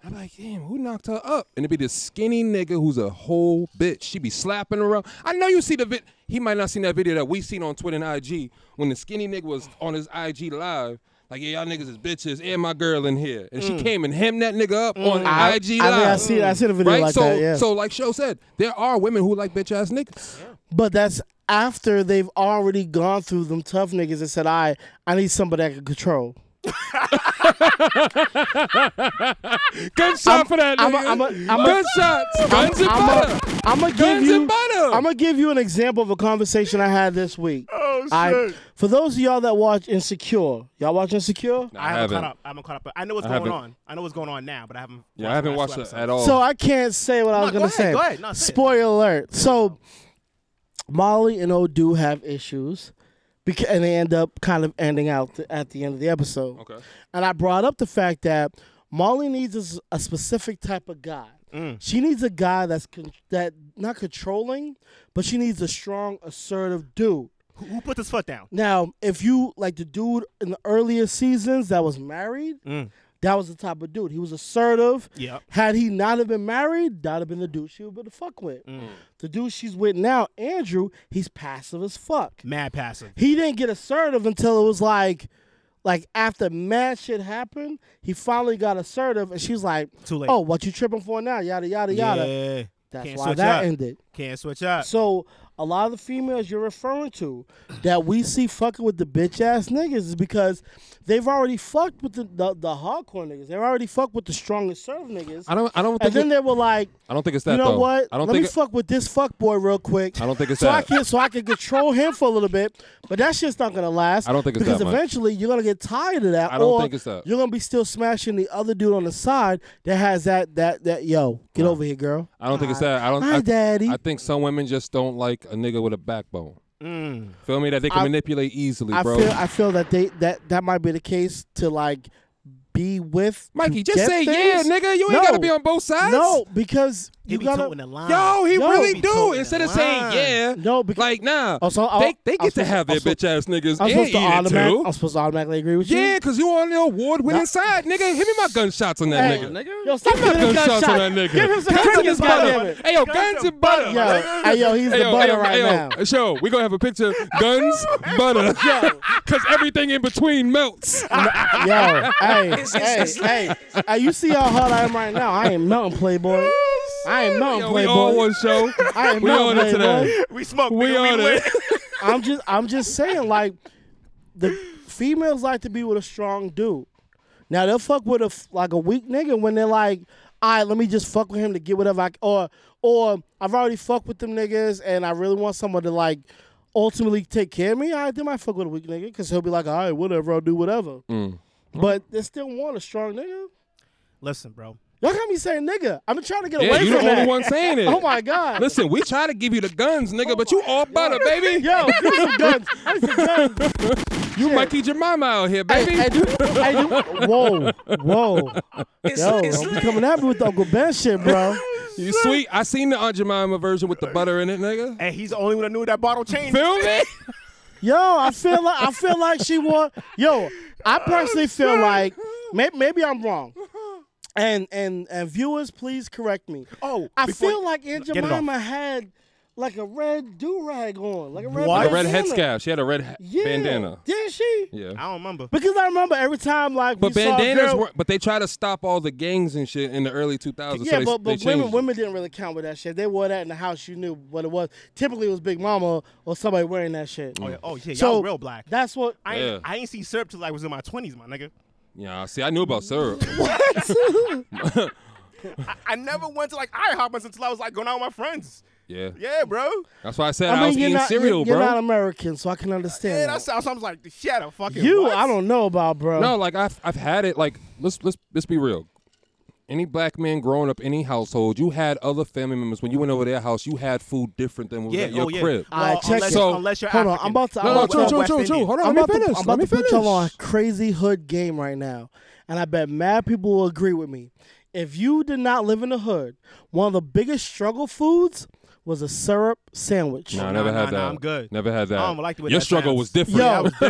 E: I'm like, damn, who knocked her up? And it'd be this skinny nigga who's a whole bitch. She be slapping around. I know you see the vid. He might not seen that video that we seen on Twitter and IG when the skinny nigga was on his IG live. Like, yeah, y'all niggas is bitches and my girl in here. And she came and hemmed that nigga up on IG live.
B: Mm. I think I see. I see the video
E: right?
B: like
E: so,
B: that. Yeah.
E: so like Show said, there are women who like bitch ass niggas.
B: but that's after they've already gone through them tough niggas and said, "I, I need somebody I can control."
E: Good shot for that,
B: I'm a-
E: nigga.
B: I'm a- I'm a-
E: Good shots. Guns and butter.
B: I'm gonna give
E: Guns
B: you.
E: and butter.
B: I'm gonna give you an example of a conversation I had this week. Oh shit! for those of y'all that watch Insecure, y'all watch Insecure?
A: I haven't, caught up. I haven't caught up. I know what's
E: I
A: going
E: haven't.
A: on. I know what's going on now, but I haven't.
E: Yeah, I haven't watched it at all.
B: So I can't say what I was
A: go
B: gonna
A: ahead,
B: say.
A: go ahead. No, say it.
B: Spoiler alert. So Molly and O do have issues, because, and they end up kind of ending out th- at the end of the episode.
E: Okay.
B: And I brought up the fact that Molly needs a s- a, specific type of guy.
A: Mm.
B: She needs a guy that's con- that not controlling, but she needs a strong, assertive dude.
A: Who, who put this foot down?
B: Now, if you like the dude in the earlier seasons that was married, that was the type of dude. He was assertive.
A: Mm. Yep.
B: Had he not have been married, that'd have been the dude she would have been the fuck with.
A: Mm.
B: The dude she's with now, Andrew, he's passive as fuck.
A: Mad passive.
B: He didn't get assertive until it was like, like after mad shit happened, he finally got assertive, and she's like,
A: Too late.
B: "Oh, what you tripping for now? Yada yada yada."
A: Yeah.
B: That's
A: Can't
B: why
A: switch
B: that
A: up.
B: ended.
A: Can't switch up.
B: So a lot of the females you're referring to that we see fucking with the bitch ass niggas is because they've already fucked with the, the, the hardcore niggas. They've already fucked with the strongest serve niggas.
E: I don't. I don't
B: and
E: think.
B: then
E: it-
B: they were like,
E: I don't think it's that.
B: you know
E: though.
B: what?
E: I don't
B: Let
E: think.
B: me
E: it-
B: fuck with this fuck boy real quick.
E: I don't think it's
B: so I
E: that.
B: can so I can control him for a little bit. But that shit's not gonna last.
E: I don't think it's
B: because
E: that much.
B: eventually you're gonna get tired of that.
E: I don't
B: or
E: think it's that.
B: You're gonna be still smashing the other dude on the side that has that that that yo get over here, girl.
E: I don't think it's that. I don't.
B: Hi,
E: I,
B: Daddy.
E: I think some women just don't like a nigga with a backbone. Feel me? That they can
B: Mm. I-
E: manipulate easily,
B: I
E: bro.
B: feel I feel that they that that might be the case to like be with.
E: Mikey,
B: to
E: just
B: get
E: say yeah,
B: things?
E: nigga. You ain't gotta be on both sides.
B: No, because
A: He
B: you
A: be
B: gotta.
A: toting the line.
E: Yo, he
B: Yo,
E: really
B: be
E: do.
A: toting
E: Instead
A: the
E: of saying
A: line.
E: yeah,
B: No, because
E: like nah.
B: Oh, so I-
E: they
B: I
E: they
B: was
E: get to
B: supposed-
E: have
B: I
E: their
B: was supposed-
E: bitch ass niggas
B: I'm
E: and
B: supposed
E: eat
B: to
E: it
B: automatic.
E: too.
B: I'm supposed to automatically agree with you.
E: Yeah, cause you on the award winning
B: Nah.
E: side, nigga. Hit me my gunshots on that
B: Hey,
E: nigga.
B: Yo, stop
E: Give me my
B: giving him
E: gunshots on that nigga.
B: Give him some
E: Guns and
B: crickets,
E: butter.
B: goddammit.
E: Hey yo, guns and butter.
B: Yo, hey, yo, he's the butter right now.
E: Show, we gonna have a picture of guns,
B: *laughs*
E: butter. *laughs* Cause everything in between melts.
B: Yo, hey, hey, hey, hey, you see how hard I am right now. I ain't melting, Playboy. I ain't melting,
E: Yo, we all
B: Playboy.
E: one show.
B: *laughs* I ain't
E: We on
B: melting,
E: it
B: Playboy.
E: today.
C: We smoke.
E: We
C: nigga,
E: on
C: win.
E: it.
B: I'm just, I'm just saying, like, the females like to be with a strong dude. Now they'll fuck with a f- like a weak nigga when they're like, all right, let me just fuck with him to get whatever I c- or or I've already fucked with them niggas and I really want someone to like ultimately take care of me. All right, then I fuck with a weak nigga because he'll be like, all right, whatever, I'll do whatever.
E: Mm.
B: But they still want a strong nigga.
A: Listen, bro.
B: Y'all got me saying nigga. I've been trying to get
E: Yeah,
B: away
E: you
B: from
E: the only
B: that.
E: one saying it.
B: Oh my Oh god.
E: Listen, we try to give you the guns, nigga, but you all butter, baby.
B: Yo, give me some guns. I need some guns.
E: You Mikey Jemima out here,
B: Hey,
E: baby.
B: hey, dude, hey, dude. Whoa, whoa. Yo, don't be coming at me with the Uncle Ben shit, bro.
E: you sweet. I seen the Aunt Jemima version with the butter in it, nigga.
C: And he's the only one that knew that bottle changed.
E: Feel me?
B: Yo, I feel like I feel like she want. Yo, I personally feel like maybe, maybe I'm wrong. And and and viewers, please correct me.
C: Oh,
B: I
C: before-
B: feel like Aunt
C: Get it off.
B: Jemima had like a red do rag on, like a red
C: What?
E: A red
B: bandana.
E: headscarf. She had a red ha-
B: Yeah.
E: bandana.
B: Did she?
E: Yeah.
A: I don't remember.
B: Because I remember every time like
E: But
B: we saw a
E: bandanas
B: girl-
E: were, but they try to stop all the gangs and shit in the early 2000s.
B: Yeah,
E: so they,
B: but, but
E: they
B: women
E: changed it.
B: women didn't really count with that shit. They wore that in the house. You knew what it was. Typically, it was Big Mama or somebody wearing that shit.
A: Oh yeah, oh, yeah y'all
B: So,
A: real black.
B: That's what.
A: I ain't,
E: Yeah.
A: I ain't see syrup till I was in my twenties, my nigga.
E: Yeah, see, I knew about syrup.
A: I, I never went to like IHOP until I was like going out with my friends.
E: yeah.
A: Yeah, bro.
E: That's why I said I,
B: I
E: was
B: mean, you're
E: eating
B: not,
E: cereal,
B: you're, you're
E: bro.
B: not American, so I can understand.
A: Yeah,
B: that.
A: that's how so I was like, shut up, fucking.
B: you.
A: what?
B: I don't know about, bro.
A: Um,
E: No, like I've I've had it. Like let's let's let's be real. Any black man growing up, any household, you had other family members. When you went over their house, you had food different than what was
A: Yeah,
E: at your
A: oh, yeah.
E: crib.
B: All right,
A: Well,
B: check
A: unless,
B: it.
E: So-
A: unless you're
B: Hold on,
A: African.
B: I'm about to-
E: no,
B: I'm about
E: no,
A: Or
B: to-
E: chill, chill,
A: West
E: chill,
A: Indian.
E: chill. Hold on,
B: I'm
E: let
B: about
E: me finish.
B: to, I'm
E: let
B: about
E: me
B: to put
E: finish.
B: y'all on a crazy hood game right now, and I bet mad people will agree with me. If you did not live in the hood, one of the biggest struggle foods was a syrup sandwich.
E: No, I
A: Nah,
E: never
A: nah,
E: had
A: nah,
E: that.
A: I'm good.
E: Never had that.
A: I don't like the way
E: Your
A: that
E: struggle
A: sounds.
E: was different.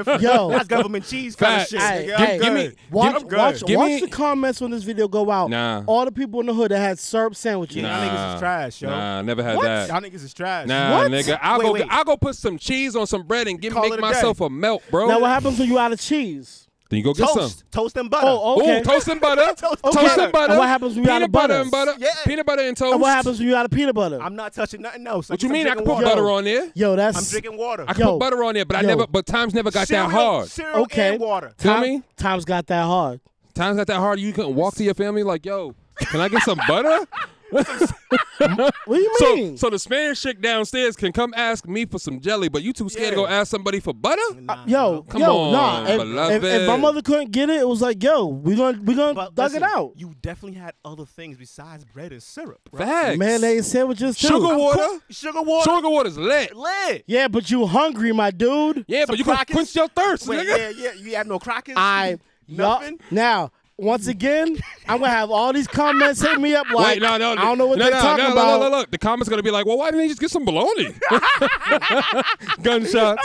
B: Yo,
A: *laughs*
B: yo,
A: That's government cheese kind of
E: Facts.
A: shit.
B: Hey,
A: nigga.
B: hey,
A: I'm
E: give
A: good.
E: me-
B: Watch,
E: Give-
B: watch,
E: give
B: watch
E: me-
B: the comments when this video go out.
E: Nah.
B: All the people in the hood that had syrup sandwiches.
A: Yeah, y'all niggas
E: Nah.
A: is trash, yo.
E: Nah, never had
A: What?
E: that.
A: Y'all niggas is trash.
E: Nah,
B: What?
E: nigga, I'll
A: Wait,
E: go.
A: wait.
E: I'll go put some cheese on some bread and give
A: Call
E: make
A: it a
E: myself
A: day.
E: a melt, bro.
B: Now what happens when you out of cheese?
E: Then you go get
A: Toast,
E: some.
A: toast and butter.
B: Oh, okay.
E: Ooh, toast and butter.
A: *laughs* Toast and
E: toast
B: butter.
E: and butter.
B: And what happens when you
E: peanut
B: out of
E: butter and
B: butters?
E: butter?
A: Yeah.
E: Peanut butter and toast.
B: And what happens when you out of peanut butter?
A: I'm not touching nothing else.
E: What you mean? I can put
A: water.
E: butter on there.
B: Yo, that's
A: I'm drinking water.
E: I can
B: Yo.
E: put butter on there, but I
B: Yo.
E: never. But times never got
A: cereal,
E: that hard.
A: Cereal
B: Okay.
A: and water.
E: Feel
B: Tom-
E: me?
B: Tom's got that hard.
E: Times got that hard. You couldn't walk to your family like, yo, can I get some butter?
B: *laughs* What do you
E: So,
B: mean?
E: so the Spanish chick downstairs can come ask me for some jelly, but you too scared to go ask somebody for butter?
B: yo,
E: Come
B: yo,
E: on,
B: nah. If, if,
E: beloved.
B: if my mother couldn't get it, it was like, yo, we gonna we gonna
A: But
B: dug
A: listen,
B: it out.
A: You definitely had other things besides bread and syrup. Right?
E: Uh, Facts.
B: Mayonnaise sandwiches too.
E: Sugar water.
A: Sugar water.
E: Sugar water's lit.
A: Lead.
B: Yeah, but you hungry, my dude.
E: Yeah,
A: Some
E: but you can
A: Crockers.
E: quench your thirst,
A: Wait,
E: nigga.
A: yeah, yeah. You have no crackers.
B: *laughs* I
A: nothing.
B: Now, once again, I'm gonna have all these comments hit me up like
E: Wait, no, no.
B: I don't know what
E: no,
B: they're
E: no,
B: talking
E: no, no,
B: about.
E: No, no, look. The comments gonna be like, well, why didn't they just get
B: *laughs*
E: some bologna? *laughs* Gunshots.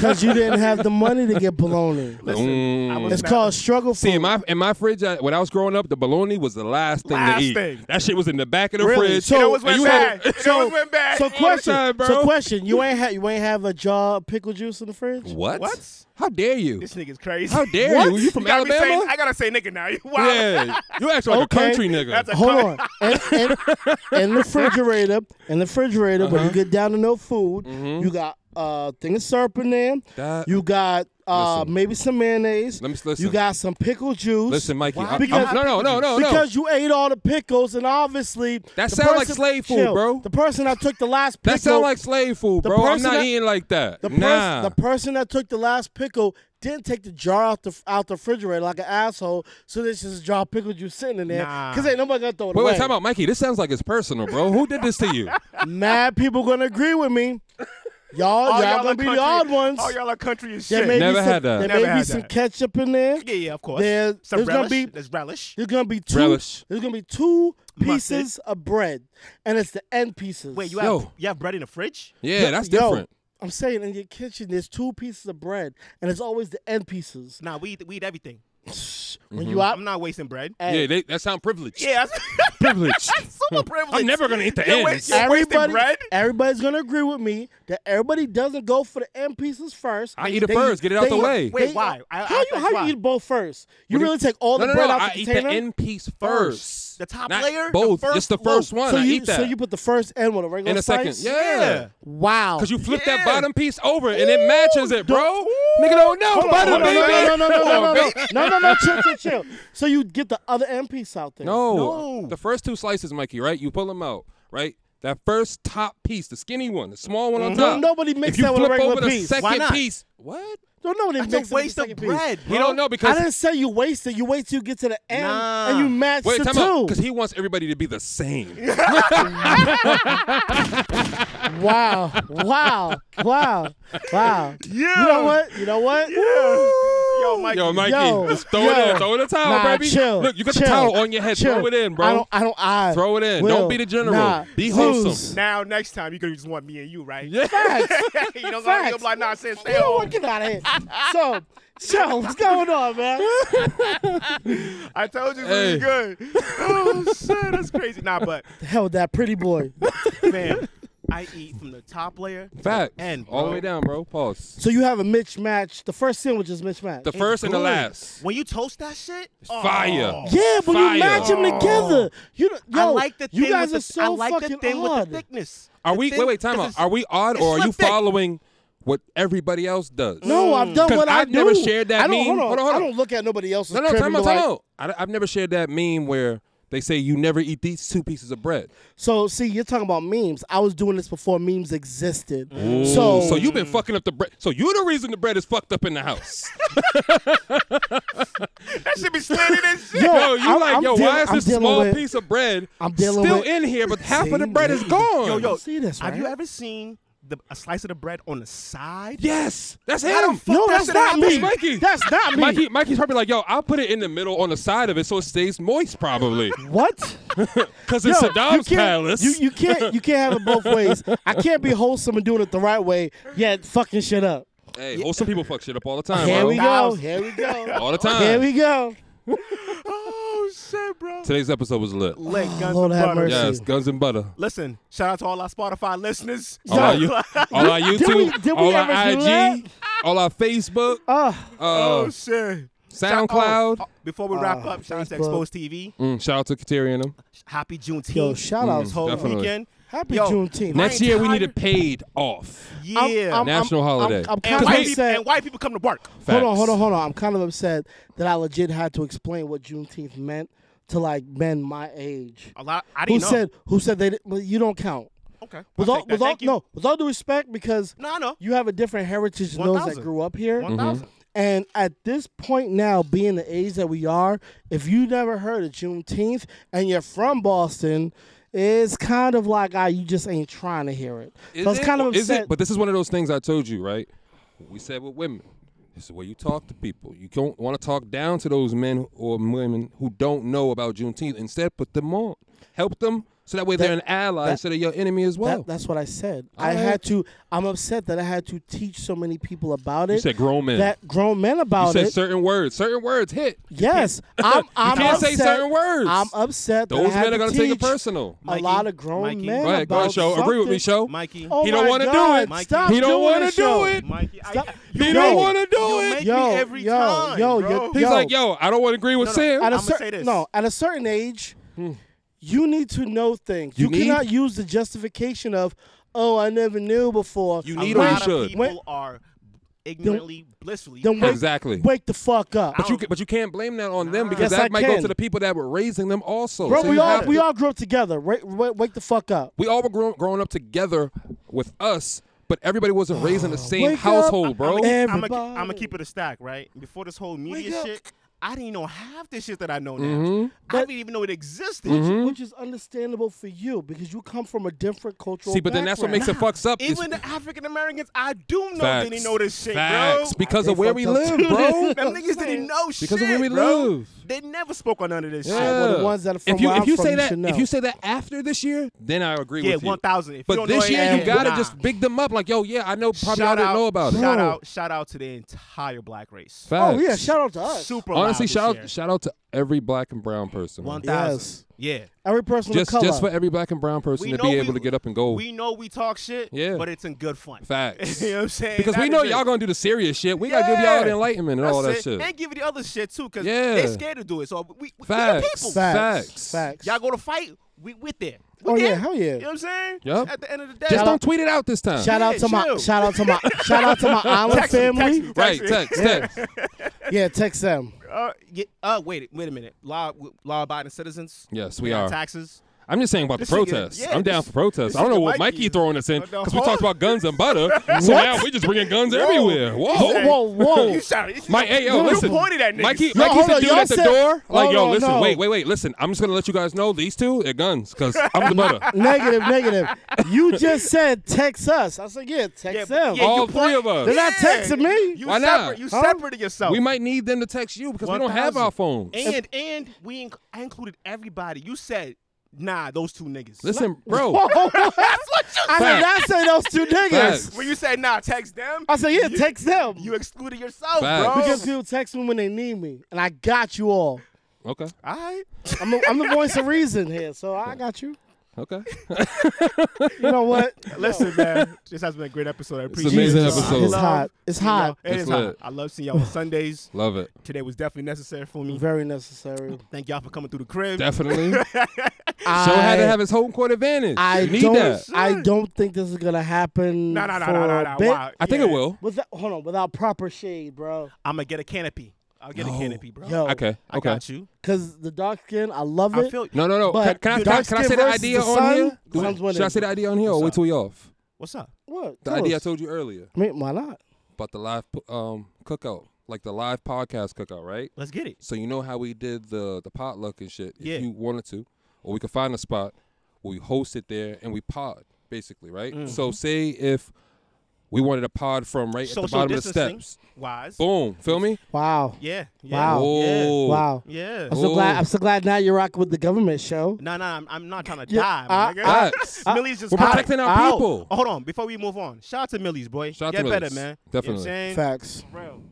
B: Cause you didn't have the money to get bologna. Mm.
A: Listen, I was
B: It's
A: mad-
B: called struggle food.
E: See, in my in my fridge, I, when I was growing up, the bologna was the last thing
A: Last
E: to eat.
A: thing.
E: That shit was in the back of the
B: Really?
E: fridge.
B: So- It always
E: And
A: went
E: you had
A: bad.
E: a-
A: It always went bad.
B: so
A: all the
B: question.
E: time, bro.
B: so question. You ain't ha- you ain't have a jar of pickle juice in the fridge?
E: *laughs* What?
A: What?
E: How dare you?
A: This nigga's crazy.
E: How dare
B: What?
E: you? You from
A: gotta be
E: Alabama?
A: Saying, *laughs* I gotta say nigga now. *laughs* You wild.
E: yeah, you act like
B: Okay.
E: a country nigga.
A: That's a-
B: Hold on. And, and, and the refrigerator, and the refrigerator, when
E: Uh-huh.
B: you get down to no food, you got a uh, thing of syrup in there.
E: Mm-hmm. That-
B: you got uh,
E: Listen.
B: maybe some mayonnaise.
E: Let me- listen.
B: You got some pickle juice.
E: *laughs* Listen, Mikey. I'm,
B: Because-
E: I'm, no, no, no, no, no.
B: Because you ate all the pickles, and obviously
E: That
B: the
E: sound like slave food,
B: chill.
E: bro.
B: The person that took the last pickle,
E: that sound like slave food,
B: the
E: bro. I'm
B: person
E: not
B: that-
E: eating like that.
B: the, pers-
E: nah.
B: the person that took the last pickle didn't take the jar out the out the refrigerator like an asshole. So there's just a jar of pickle juice sitting in there
A: Nah.
B: because ain't nobody gonna throw it
E: wait,
B: away.
E: wait,
B: *laughs*
E: time out, Mikey. This sounds like it's personal, bro. Who did this to you?
B: Mad people gonna agree with me. Y'all, y'all, gonna
A: are
B: be
A: country-
B: the odd ones.
A: All y'all are country as
B: There
A: shit.
B: may be
E: Never
B: some,
E: had that.
B: There
A: Never
B: may be
A: had
B: some
A: that.
B: ketchup in there.
A: yeah, yeah, of course.
B: There-
A: Some
B: there's gonna
A: relish.
B: be-
A: There's relish.
B: There's gonna be two.
E: Relish.
B: There's gonna be two
A: Mustard.
B: pieces of bread, and it's the end pieces.
A: Wait, you have
E: Yo.
A: you have bread in the fridge?
E: Yeah, that's
B: Yo,
E: different.
B: I'm saying in your kitchen, there's two pieces of bread, and it's always the end pieces.
A: Nah, we eat, we eat everything.
B: When
E: Mm-hmm.
B: you out,
A: I'm not wasting bread.
E: Yeah, they, that sound
A: *laughs*
E: privileged.
A: Yeah,
B: *laughs*
E: privileged.
A: super privileged.
E: I'm never gonna eat the
A: You're wa-
E: ends.
A: you're wasting bread.
B: everybody's gonna agree with me that everybody doesn't go for the end pieces first.
E: I eat it first, get it out the way.
A: Wait, why? I-
B: how
A: I-
B: you
A: that's
B: how
A: why.
B: you eat both first? You
E: What do you-
B: really take all
E: no,
B: the
E: no,
B: bread
E: no,
B: out
E: I
B: the
E: eat
B: container?
E: the end piece first.
A: The top
E: Not
A: layer, the
E: Both.
A: first
E: it's the first one.
B: so
E: I
B: you
E: eat that.
B: so you put the first end with a regular
E: and a second.
B: slice?
E: Yeah.
B: Wow.
E: Cause you flip
A: Yeah.
E: that bottom piece over and it matches it, bro. Nigga don't know.
B: Hold on,
E: Butter,
B: hold on,
E: baby.
B: no, no, no, no, no,
E: Come
B: no,
E: on, *laughs*
B: no,
E: baby.
B: no, no, no, chill, chill, chill. So you get the other end piece out there.
E: No.
A: No.
E: The first two slices, Mikey, right? You pull them out, right? That first top piece, the skinny one, the small one on
B: No,
E: top.
B: nobody mix
E: if you
B: that with a
E: flip
B: regular
E: over the
B: piece.
E: second
A: Why not?
E: piece, what?
B: Don't nobody
A: That's a
B: mix it with the
A: waste of
B: second piece.
A: bread,
E: He don't know
B: I
E: because
B: didn't say you waste it. You wait till you get to the end
A: Nah.
B: and you match
E: wait,
B: the
E: time out,
B: two.
E: because he wants everybody to be the same.
B: Wow, wow, wow, wow.
A: Yeah.
B: You know what? You know what?
A: Yo, Mike.
E: Yo, Mikey,
B: Yo,
E: just throw it
B: yo.
E: in, throw in the towel,
B: Nah,
E: baby.
B: chill,
E: Look, you got
B: chill,
E: the towel on your head.
B: chill.
E: Throw it in, bro.
B: I don't. I don't. I
E: Throw it in.
B: Will.
E: Don't be the general.
B: Nah,
E: Be
B: lose.
E: wholesome.
A: Now next time you're gonna just want me and you, right?
E: Yeah.
A: *laughs* you know what
B: Facts.
A: I'm like, nah, sis, stay
B: You don't
A: home.
B: want to get out
E: *laughs*
B: of here. So, so what's going on, man?
A: I told you it
E: Hey.
A: was good. Oh shit, that's crazy. Nah, but
B: The hell with that pretty boy.
A: man, I eat from the top layer to
E: Facts.
A: the end,
E: All the
A: bro.
E: way down, bro. Pause.
B: So you have a mismatch. match. The first sandwich is mismatch. match.
E: The first and the
A: Good.
E: last.
A: When you toast that shit, oh,
E: Fire.
B: yeah, but
E: Fire.
B: you match them together. You, don't- yo,
A: I like the thing
B: you guys
A: with
B: are
A: the,
B: so
A: I like
B: fucking
A: the thing
B: odd.
A: with the thickness.
E: Are
A: The
E: we?
A: thin-
E: Wait, wait, time
A: this
E: out.
A: is-
E: Are we odd
A: it's
E: or are you
A: slim thick.
E: following what everybody else does?
B: No, I've done
E: Mm. 'Cause
B: what I
E: I've never
B: do.
E: shared that
B: I don't,
E: meme.
B: Hold on,
E: Hold on, hold
B: I
E: on.
B: don't look at nobody else's.
E: no, no,
B: crib and
E: time out,
B: be
E: time
B: like-
E: out. I, I've never shared that meme where they say you never eat these two pieces of bread.
B: So see, you're talking about memes. I was doing this before memes existed.
E: Ooh,
B: So,
E: so you've been fucking up the bread. So you're the reason the bread is fucked up in
B: *laughs*
E: the house.
A: That should be slanted and
E: *laughs*
A: shit.
B: Yo,
E: Yo, you
B: I'm-
E: like,
B: I'm
E: yo,
B: deal-
E: why is
B: I'm
E: this
B: dealing
E: small
B: with-
E: piece of bread
B: I'm dealing
E: still
B: with-
E: in here, but half of the
B: See?
E: bread is gone?
A: Yo, yo,
B: see this,
A: Have you
B: right?
A: ever seen the, a slice of the bread on the side?
E: Yes, that's him.
A: the fuck that
B: No, that's
A: shit
B: not
A: happens,
B: me.
E: Mikey.
B: That's not me.
E: Mikey, Mikey's probably like, yo, I'll put it in the middle on the side of it so it stays moist, probably. *laughs*
B: What?
E: Because it's
B: Yo, you
E: Saddam's
B: can't-
E: palace.
B: You, you can't you can't have it
E: *laughs*
B: both ways. I can't be wholesome and doing it the right way yet fucking shit up.
E: hey, wholesome people fuck shit up all the time,
B: Here
E: bro.
B: we go. Here we go.
E: All the time.
B: Here we go.
A: Oh shit, bro.
E: Today's episode was lit.
A: Leg guns
B: Lord
A: and
B: have
A: butter.
B: mercy.
E: Yes, guns and butter.
A: Listen, shout out to all our Spotify listeners. *laughs*
E: All our, you, all our YouTube,
B: *laughs* Did we- did we
E: all our
B: ever do
E: IG, all our Facebook, uh,
B: Oh,
A: oh shit. Shout-
E: SoundCloud.
A: oh, oh, before we wrap up, shout out to
B: Ah, Facebook.
A: Exposed TV.
E: Mm, shout out to Kateri and them.
A: Happy Juneteenth.
B: yo, shout out.
E: Mm.
A: this whole
E: definitely.
A: weekend.
B: Happy
A: Yo,
B: Juneteenth.
A: my
E: Next year we need
A: entire-
E: it paid off.
B: I'm-
A: Yeah.
B: I'm-
E: National
B: I'm-
E: holiday.
B: I'm, I'm
A: and,
B: kind of
A: white people,
B: upset.
A: and white people come to work.
E: Facts.
B: Hold on, hold on, hold on. I'm kind of upset that I legit had to explain what Juneteenth meant to like men my age.
A: A lot. I
B: Who
A: didn't know.
B: said who said they? di- Well, you don't count.
A: Okay.
B: With
A: I'll
B: all,
A: take that.
B: with all,
A: Thank you.
B: no, with all due respect, because
A: No, I know.
B: you have a different heritage than those that
A: 1,000.
B: grew up here. Mm-hmm.
A: 1,000.
B: And at this point now, being the age that we are, if you never heard of Juneteenth and you're from Boston, it's kind of like ah, you just ain't trying to hear it. so I was
E: it?
B: kind of
E: Is
B: upset.
E: it? But this is one of those things I told you, right? We said with women, this is the way you talk to people. You don't want to talk down to those men or women who don't know about Juneteenth. Instead, put them on, help them, so that way they're an ally
B: that-
E: instead of your enemy as well.
B: That, that's what I said. I
E: Alright.
B: had to. I'm upset that I had to teach so many people about it.
E: you said grown men.
B: That grown men
E: you
B: about
E: said
B: it.
E: certain words. Certain words hit. *laughs*
B: yes, I'm. I'm
E: can't say
B: upset.
E: certain words.
B: I'm upset. that I
E: Those
B: had
E: men are
B: to
E: gonna take it
B: teach
E: personal.
B: A
A: Mikey,
B: lot of grown
A: Mikey.
B: men.
E: Go ahead, go ahead,
B: about
E: show. Agree with me,
B: something.
E: show.
A: Mikey.
B: Oh
E: He don't
B: my
E: wanna do
B: God,
E: it.
A: Mikey.
B: Stop
E: He don't
B: doing
E: wanna
B: this
E: do
B: show.
E: it.
A: Mikey, I,
B: Stop.
A: you
E: He
A: make-
E: don't wanna do
A: you
E: it.
A: Make
B: Yo,
A: me every
B: yo,
A: time,
B: yo,
A: bro.
B: yo,
E: He's like, yo, I don't want to agree with
A: No, no.
E: Sam.
B: At a
A: I'ma
B: cer-
A: say this.
B: No, at a certain age, you need to know things.
E: Hmm. You
B: You,
E: need-
B: cannot use the justification of, "Oh, I never knew before."
E: You
A: A
E: need or
A: lot
E: you
A: of
E: should.
A: people are ignorantly, blissfully.
B: Then wake,
E: *laughs* Exactly.
B: wake the fuck up.
E: But you, ca- but you can't blame that on them because
B: Yes,
E: that
B: I
E: might go
B: can.
E: to the people that were raising them also.
B: Bro,
E: So
B: we
E: you
B: all
E: have
B: we
E: to-
B: all grew up together. Wake, wake, wake the fuck up.
E: we all were grow- growing up together with us, but everybody
A: *sighs*
E: wasn't raised in the same
B: Wake up.
E: household, bro.
B: I'm-
A: I'm gonna
B: Everybody.
A: keep it a stack, right? Before this whole media
B: Wake up.
A: shit, I didn't know half the shit that I know now.
E: Mm-hmm.
A: I
B: But-
A: didn't even know it existed.
E: Hmm?
B: Which is understandable for you because you come from a different cultural.
E: See, but then that's what makes it
B: background.
E: fucks up. is
A: Even the African Americans, I do know they
E: facts.
A: didn't know this shit,
E: Facts.
A: bro.
E: Because of
B: They
E: where we
B: fucked up
E: live, bro.
A: *laughs*
B: too.
A: Them niggas didn't know shit.
E: Because of where we
A: bro.
E: live.
A: They never spoke on none of this *laughs*
E: Yeah.
A: shit.
B: Well, the ones that are from
E: if you
B: where
E: if
B: I'm
E: you
B: from,
E: say
B: you
E: that
B: should know.
E: if you say that after this year, then I agree
A: Yeah,
E: with you.
A: 1,000. If you
E: But
A: don't
E: this
A: know
E: year
A: it,
E: you gotta
A: nah.
E: just big them up. Like, yo, yeah, I know. Probably I
A: shout
E: didn't
A: out,
E: know about it.
A: Shout
B: Bro.
A: out, shout out to the entire black Oh, race.
E: Facts.
B: Oh yeah, shout out to us.
A: Super loud
E: Honestly,
A: this
E: shout
A: year.
E: out, shout out to every black and brown person. man.
A: One
B: Yes.
A: thousand. Yeah.
B: Every person
E: Just
B: of color.
E: just for every black and brown person
A: We
E: to
A: know
E: be able
A: we-
E: to get up and go.
A: We know we talk shit,
E: Yeah.
A: but it's in good fun. *laughs*
E: Facts.
A: you know what I'm saying?
E: because we
A: That
E: know
A: is
E: y'all
A: it.
E: gonna do the serious shit. We gotta give y'all the
A: Yeah.
E: enlightenment and
A: That's
E: all that
A: it.
E: shit.
A: And give you the other shit too, because
E: Yeah.
A: they scared to do it. So we, we we're the
E: Facts.
A: people.
E: Facts.
B: Facts. Facts.
A: Y'all go to fight, we with there. We
B: Oh,
A: there.
B: yeah, hell yeah.
A: You know what I'm saying?
E: Yup.
A: At the end of the day,
E: Just don't tweet it out this time.
B: Shout out
A: Yeah,
B: to my
A: chill.
B: shout out
A: *laughs*
B: to my shout out to my island
A: Text him,
B: family.
A: text him.
E: right,
A: text it.
E: text, text.
B: Yeah, text them.
A: Uh, yeah, uh, wait, wait a minute. Law, law abiding citizens.
E: Yes, we
A: pay our
E: are.
A: Taxes.
E: I'm just saying about the
A: This nigga-
E: protests.
A: yeah,
E: I'm down
A: this-
E: for protests.
A: this
E: I don't know
A: nigga
E: what
A: Mikey
E: Mikey throwing us
A: on
E: in
A: the
E: because we talked about guns
A: *laughs*
E: and butter. so now we just bringing guns everywhere.
B: Whoa,
E: Whoa.
B: whoa, whoa.
A: You sorry?
E: *laughs* Mike, hey, yo,
A: you
E: listen.
A: pointed at niggas.
E: Mikey,
B: No,
E: Mikey's
B: hold
E: the
B: on,
E: dude
B: y'all
E: at the
B: said-
E: door. Like,
B: hold
E: yo,
B: on,
E: listen,
B: no.
E: wait, wait, wait, listen. I'm just gonna let you guys know these two are
A: *laughs*
E: guns because I'm the butter.
B: Negative, negative. You just said text us. I said, yeah,
A: Yeah, but-
B: text them.
A: yeah, you
E: All three
A: point-
E: of us.
B: They're not texting me.
A: You
E: Why not?
A: separate, You
B: Huh?
A: separated yourself.
E: We might need them to text you because we don't have
A: 1,000.
E: our phones.
A: And and we inc- I included everybody. You said nah, those two niggas.
E: Listen,
A: *laughs*
E: bro.
B: Whoa.
A: that's what you
B: I
A: said.
B: did not say those two
E: Facts.
B: niggas.
A: When you said nah, text them.
B: I said, yeah,
A: you,
B: text them.
A: You excluded yourself,
E: Facts.
A: bro.
B: Because people text me when they need me, and I got you all.
E: Okay.
A: all
B: *laughs*
A: right,
B: I'm, a, I'm the voice of reason here, so I got you.
E: Okay.
B: You know
E: *laughs*
B: what?
A: listen, man. This has been a great episode. I appreciate
E: amazing
A: it.
B: Jesus,
E: episode.
B: It's hot. It's hot.
A: It
E: It's
A: is hot.
E: lit.
A: I love seeing y'all on Sundays.
E: Love it.
A: Today was definitely necessary for me.
B: Very necessary.
A: Thank y'all for coming through the crib.
B: *laughs*
E: Definitely. Show
B: I,
E: had to have his home court advantage.
B: I
E: You need
B: don't.
E: that.
B: I don't think this is gonna happen.
A: No, no, no,
B: for
A: no, no,
B: a
A: no.
B: bit.
A: Wow.
E: I think it will.
B: Without, hold on, without proper shade, bro.
A: I'm gonna get a canopy. I'll get
E: No.
A: a canopy, bro.
B: Yo,
E: Okay.
A: I
E: Okay.
A: got you.
B: Cause the dark skin, I love
A: I
B: it.
A: feel you.
E: No, no, no. Can,
B: But
E: can I,
B: you
E: can, I-
B: dark
E: can I
B: skin
E: say the
B: versus
E: idea
B: the
E: on
B: sun
E: here?
B: comes
E: Should I
B: winning.
E: say the idea on here or wait till we off?
A: What's up?
B: what?
E: The
B: Tell
E: idea I
B: us.
E: told you earlier
B: I mean, why not?
E: about the live po- um, cookout, like the live podcast cookout, right?
A: Let's get it.
E: So you know how we did the the potluck and shit.
A: Yeah.
E: If you wanted to, or we could find a spot where we host it there and we pod basically, right?
B: Mm-hmm.
E: So say if we wanted to pod from right at the
A: Social
E: bottom of the
A: distancing
E: steps.
A: wise.
E: Boom. Feel me?
B: Wow.
A: Yeah. yeah.
B: Wow.
A: Yeah.
E: Oh.
B: Wow.
A: Yeah.
B: I'm so
E: Oh.
B: glad. I'm so glad now you're rocking with the government show.
A: No, no, I'm, I'm not trying to
B: Yeah,
A: die.
B: I-
A: my nigga.
E: Facts.
A: *laughs* Millie's just
E: We're
A: hot.
E: protecting our
A: Ow.
E: people.
A: Hold on, before we move on, shout out to Millie's boy.
E: Shout out
A: Get
E: to
A: better,
E: Millie's.
A: man.
E: Definitely.
A: You know what I'm saying? *laughs*
B: Facts.
A: For real.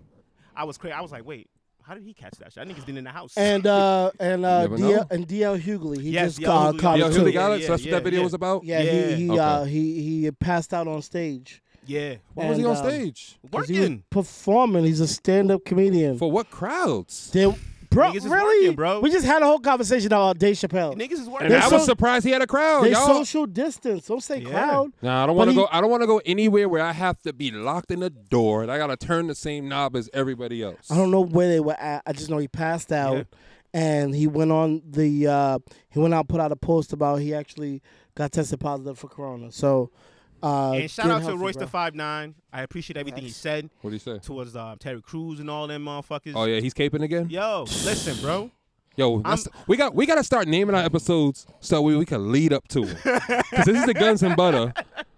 A: I was crazy. I was like, wait, how did he catch that shit? That nigga's been in the house.
B: And uh and uh
E: never know.
B: DL, and DL Hughley, he
A: Yes,
B: just
A: DL
B: got
A: Hughley.
B: caught
E: Yo,
A: Yeah,
E: who
B: too.
E: they
A: Hughley
E: got
A: yeah,
E: it? So that's what
A: yeah,
E: that video
A: yeah.
E: was about.
B: Yeah,
A: Yeah.
B: he he,
E: Okay.
B: uh, he he passed out on stage.
A: yeah,
E: Why was he
B: And,
E: on
B: um,
E: stage?
B: 'Cause He was
A: working.
B: performing. He's a stand-up comedian.
E: For what crowds?
B: They- bro,
A: Niggas is
B: really,
A: working, bro.
B: We just had a whole conversation about Dave Chappelle.
A: Niggas is working.
E: And
B: They're
E: I was
B: so-
E: surprised he had a crowd,
B: they
E: y'all.
B: social distance. Don't say
A: Yeah.
B: crowd.
E: nah, I
B: But
E: don't want to
B: he-
E: go. I don't want to go anywhere where I have to be locked in a door and I gotta turn the same knob as everybody else.
B: I don't know where they were at. I just know he passed out, and he went on the uh, he went out and put out a post about he actually got tested positive for corona. So, uh,
A: and shout
B: get
A: out to
B: healthy,
A: Royce
B: bro.
A: the Five Nine. I appreciate everything he said
E: What do you say?
A: towards uh, Terry Crews and all them motherfuckers.
E: Oh yeah, he's caping again.
A: Yo, listen, bro.
E: Yo, let's- we got we got to start naming our episodes so we, we can lead up to them. Because this is the guns and butter.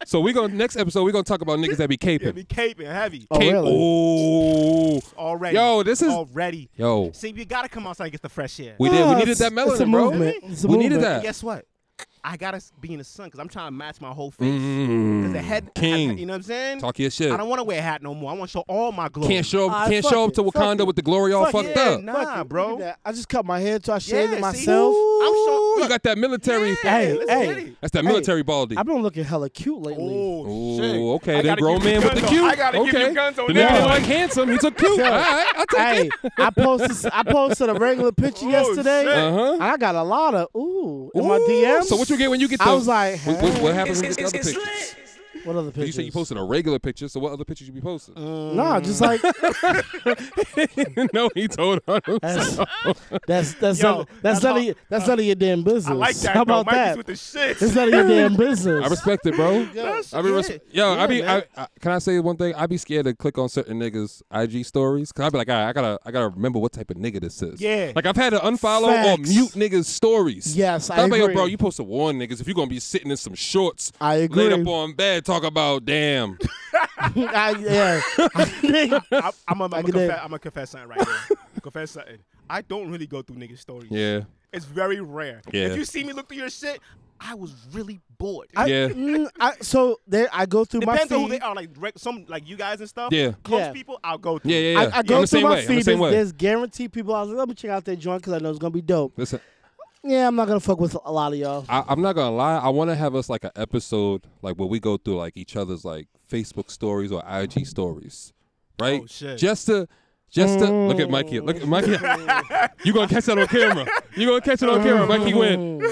E: So we gonna next episode we gonna talk about niggas that be
A: Yeah,
E: caping.
A: be caping heavy
B: Oh,
E: Cape-
B: really?
E: Ooh.
A: already.
E: Yo, this is-
A: already.
E: Yo,
A: See, you gotta come outside and get the fresh air.
E: we did we
B: Ah,
E: needed that
B: it's-
E: melanin,
B: it's a
E: bro.
B: movement. It's a
E: we needed
B: movement.
E: that.
A: And guess what? I gotta s- be in the sun because I'm trying to match my whole face. Because the head,
E: Mm. King.
A: you know what I'm saying?
E: Talk your shit.
A: I don't want to wear a hat no more. I want to show all my glory.
E: Can't show up,
B: Ah,
E: can't
B: fuck
E: show up
B: it,
E: to
B: fuck
E: Wakanda
B: it.
E: with the glory all
B: Fuck
E: fucked
A: yeah,
E: up.
B: Fuck it,
A: Nah,
B: look at
A: bro.
B: that. I just cut my hair, so I
A: Yeah,
B: shaved it
A: see?
B: myself.
A: I'm
E: Ooh,
A: sure.
E: Oh, you got that military.
B: Hey,
A: let's
B: hey.
A: get it.
E: That's that
B: Hey,
E: military baldy.
B: I've been looking hella cute lately.
A: Oh, shit.
E: Ooh, okay.
A: I
E: Then
A: gotta
E: grown
A: give you
E: man with the
A: guns on-
E: cute.
A: I gotta
E: okay.
A: give you guns on
E: the
A: that
E: nigga
A: one.
E: like handsome. He took cute. All right, I'll take
B: Hey,
E: it.
B: I posted I posted a regular picture yesterday,
A: shit.
E: Oh, Uh-huh.
B: and I got a lot of ooh in my
E: Ooh,
B: DMs.
E: So what you get when you get?
B: I
E: the-
B: was like,
E: what, what- what happens when you get the other picture?
B: What other
E: You
B: pictures?
E: said you posted a regular picture, so what other pictures you be posting?
A: Uh.
B: Nah, just like
E: *laughs* no, he told
A: *laughs*
E: her.
B: that's that's that's
A: Yo,
B: none, that's
A: that's
B: none
A: all-
B: of your, that's none of your damn business.
A: I like that.
B: How
A: bro.
B: about
A: Mike is
B: that?
A: with the shit.
B: It's none of your
E: *laughs*
B: damn business.
E: I respect it, bro. I be res- yo, I
B: Yeah,
E: be. I,
B: man.
E: I, can I say one thing? I be scared to click on certain niggas' IG stories because I be like, "Alright, I gotta, I gotta remember what type of nigga this is.
A: Yeah.
E: Like I've had to unfollow or
B: Facts.
E: mute niggas' stories.
B: Yes, I
E: I'm like, yo,
B: agree.
E: bro, you supposed to warn niggas if you gonna be sitting in some shorts,
B: I
E: laid
B: agree.
E: up on bed, talk
B: *laughs*
E: about damn.
B: I, yeah. *laughs*
A: I, I'm gonna
B: it
A: confess,
B: up.
A: I'ma confess something right
B: *laughs*
A: now. confess something. I don't really go through niggas' stories.
E: yeah,
A: It's very rare.
E: Yeah.
A: If you see me look through your shit, I was really bored.
B: I,
E: Yeah.
B: mm, I, so there, I go through
A: Depends
B: my feed.
A: on who they are. Like rec- some, like you guys and stuff.
E: Yeah.
A: Close
B: Yeah.
A: people, I'll go through.
E: yeah, yeah. yeah.
B: I, I go
E: am
B: through
E: the same
B: my
E: way. I'm
B: feed.
E: the same
B: there's,
E: way.
B: there's guaranteed people. I was like, let me check out their joint because I know it's gonna be dope.
E: Listen,
B: Yeah, I'm not gonna fuck with a lot of y'all.
E: I, I'm not gonna lie. I want to have us like an episode, like where we go through like each other's like Facebook stories or IG stories, right?
A: Mm-hmm. Oh, shit.
E: Just to, just to look at Mikey. Look at Mikey.
A: Mm.
E: you gonna catch that on camera. You gonna catch it on camera. Mikey went.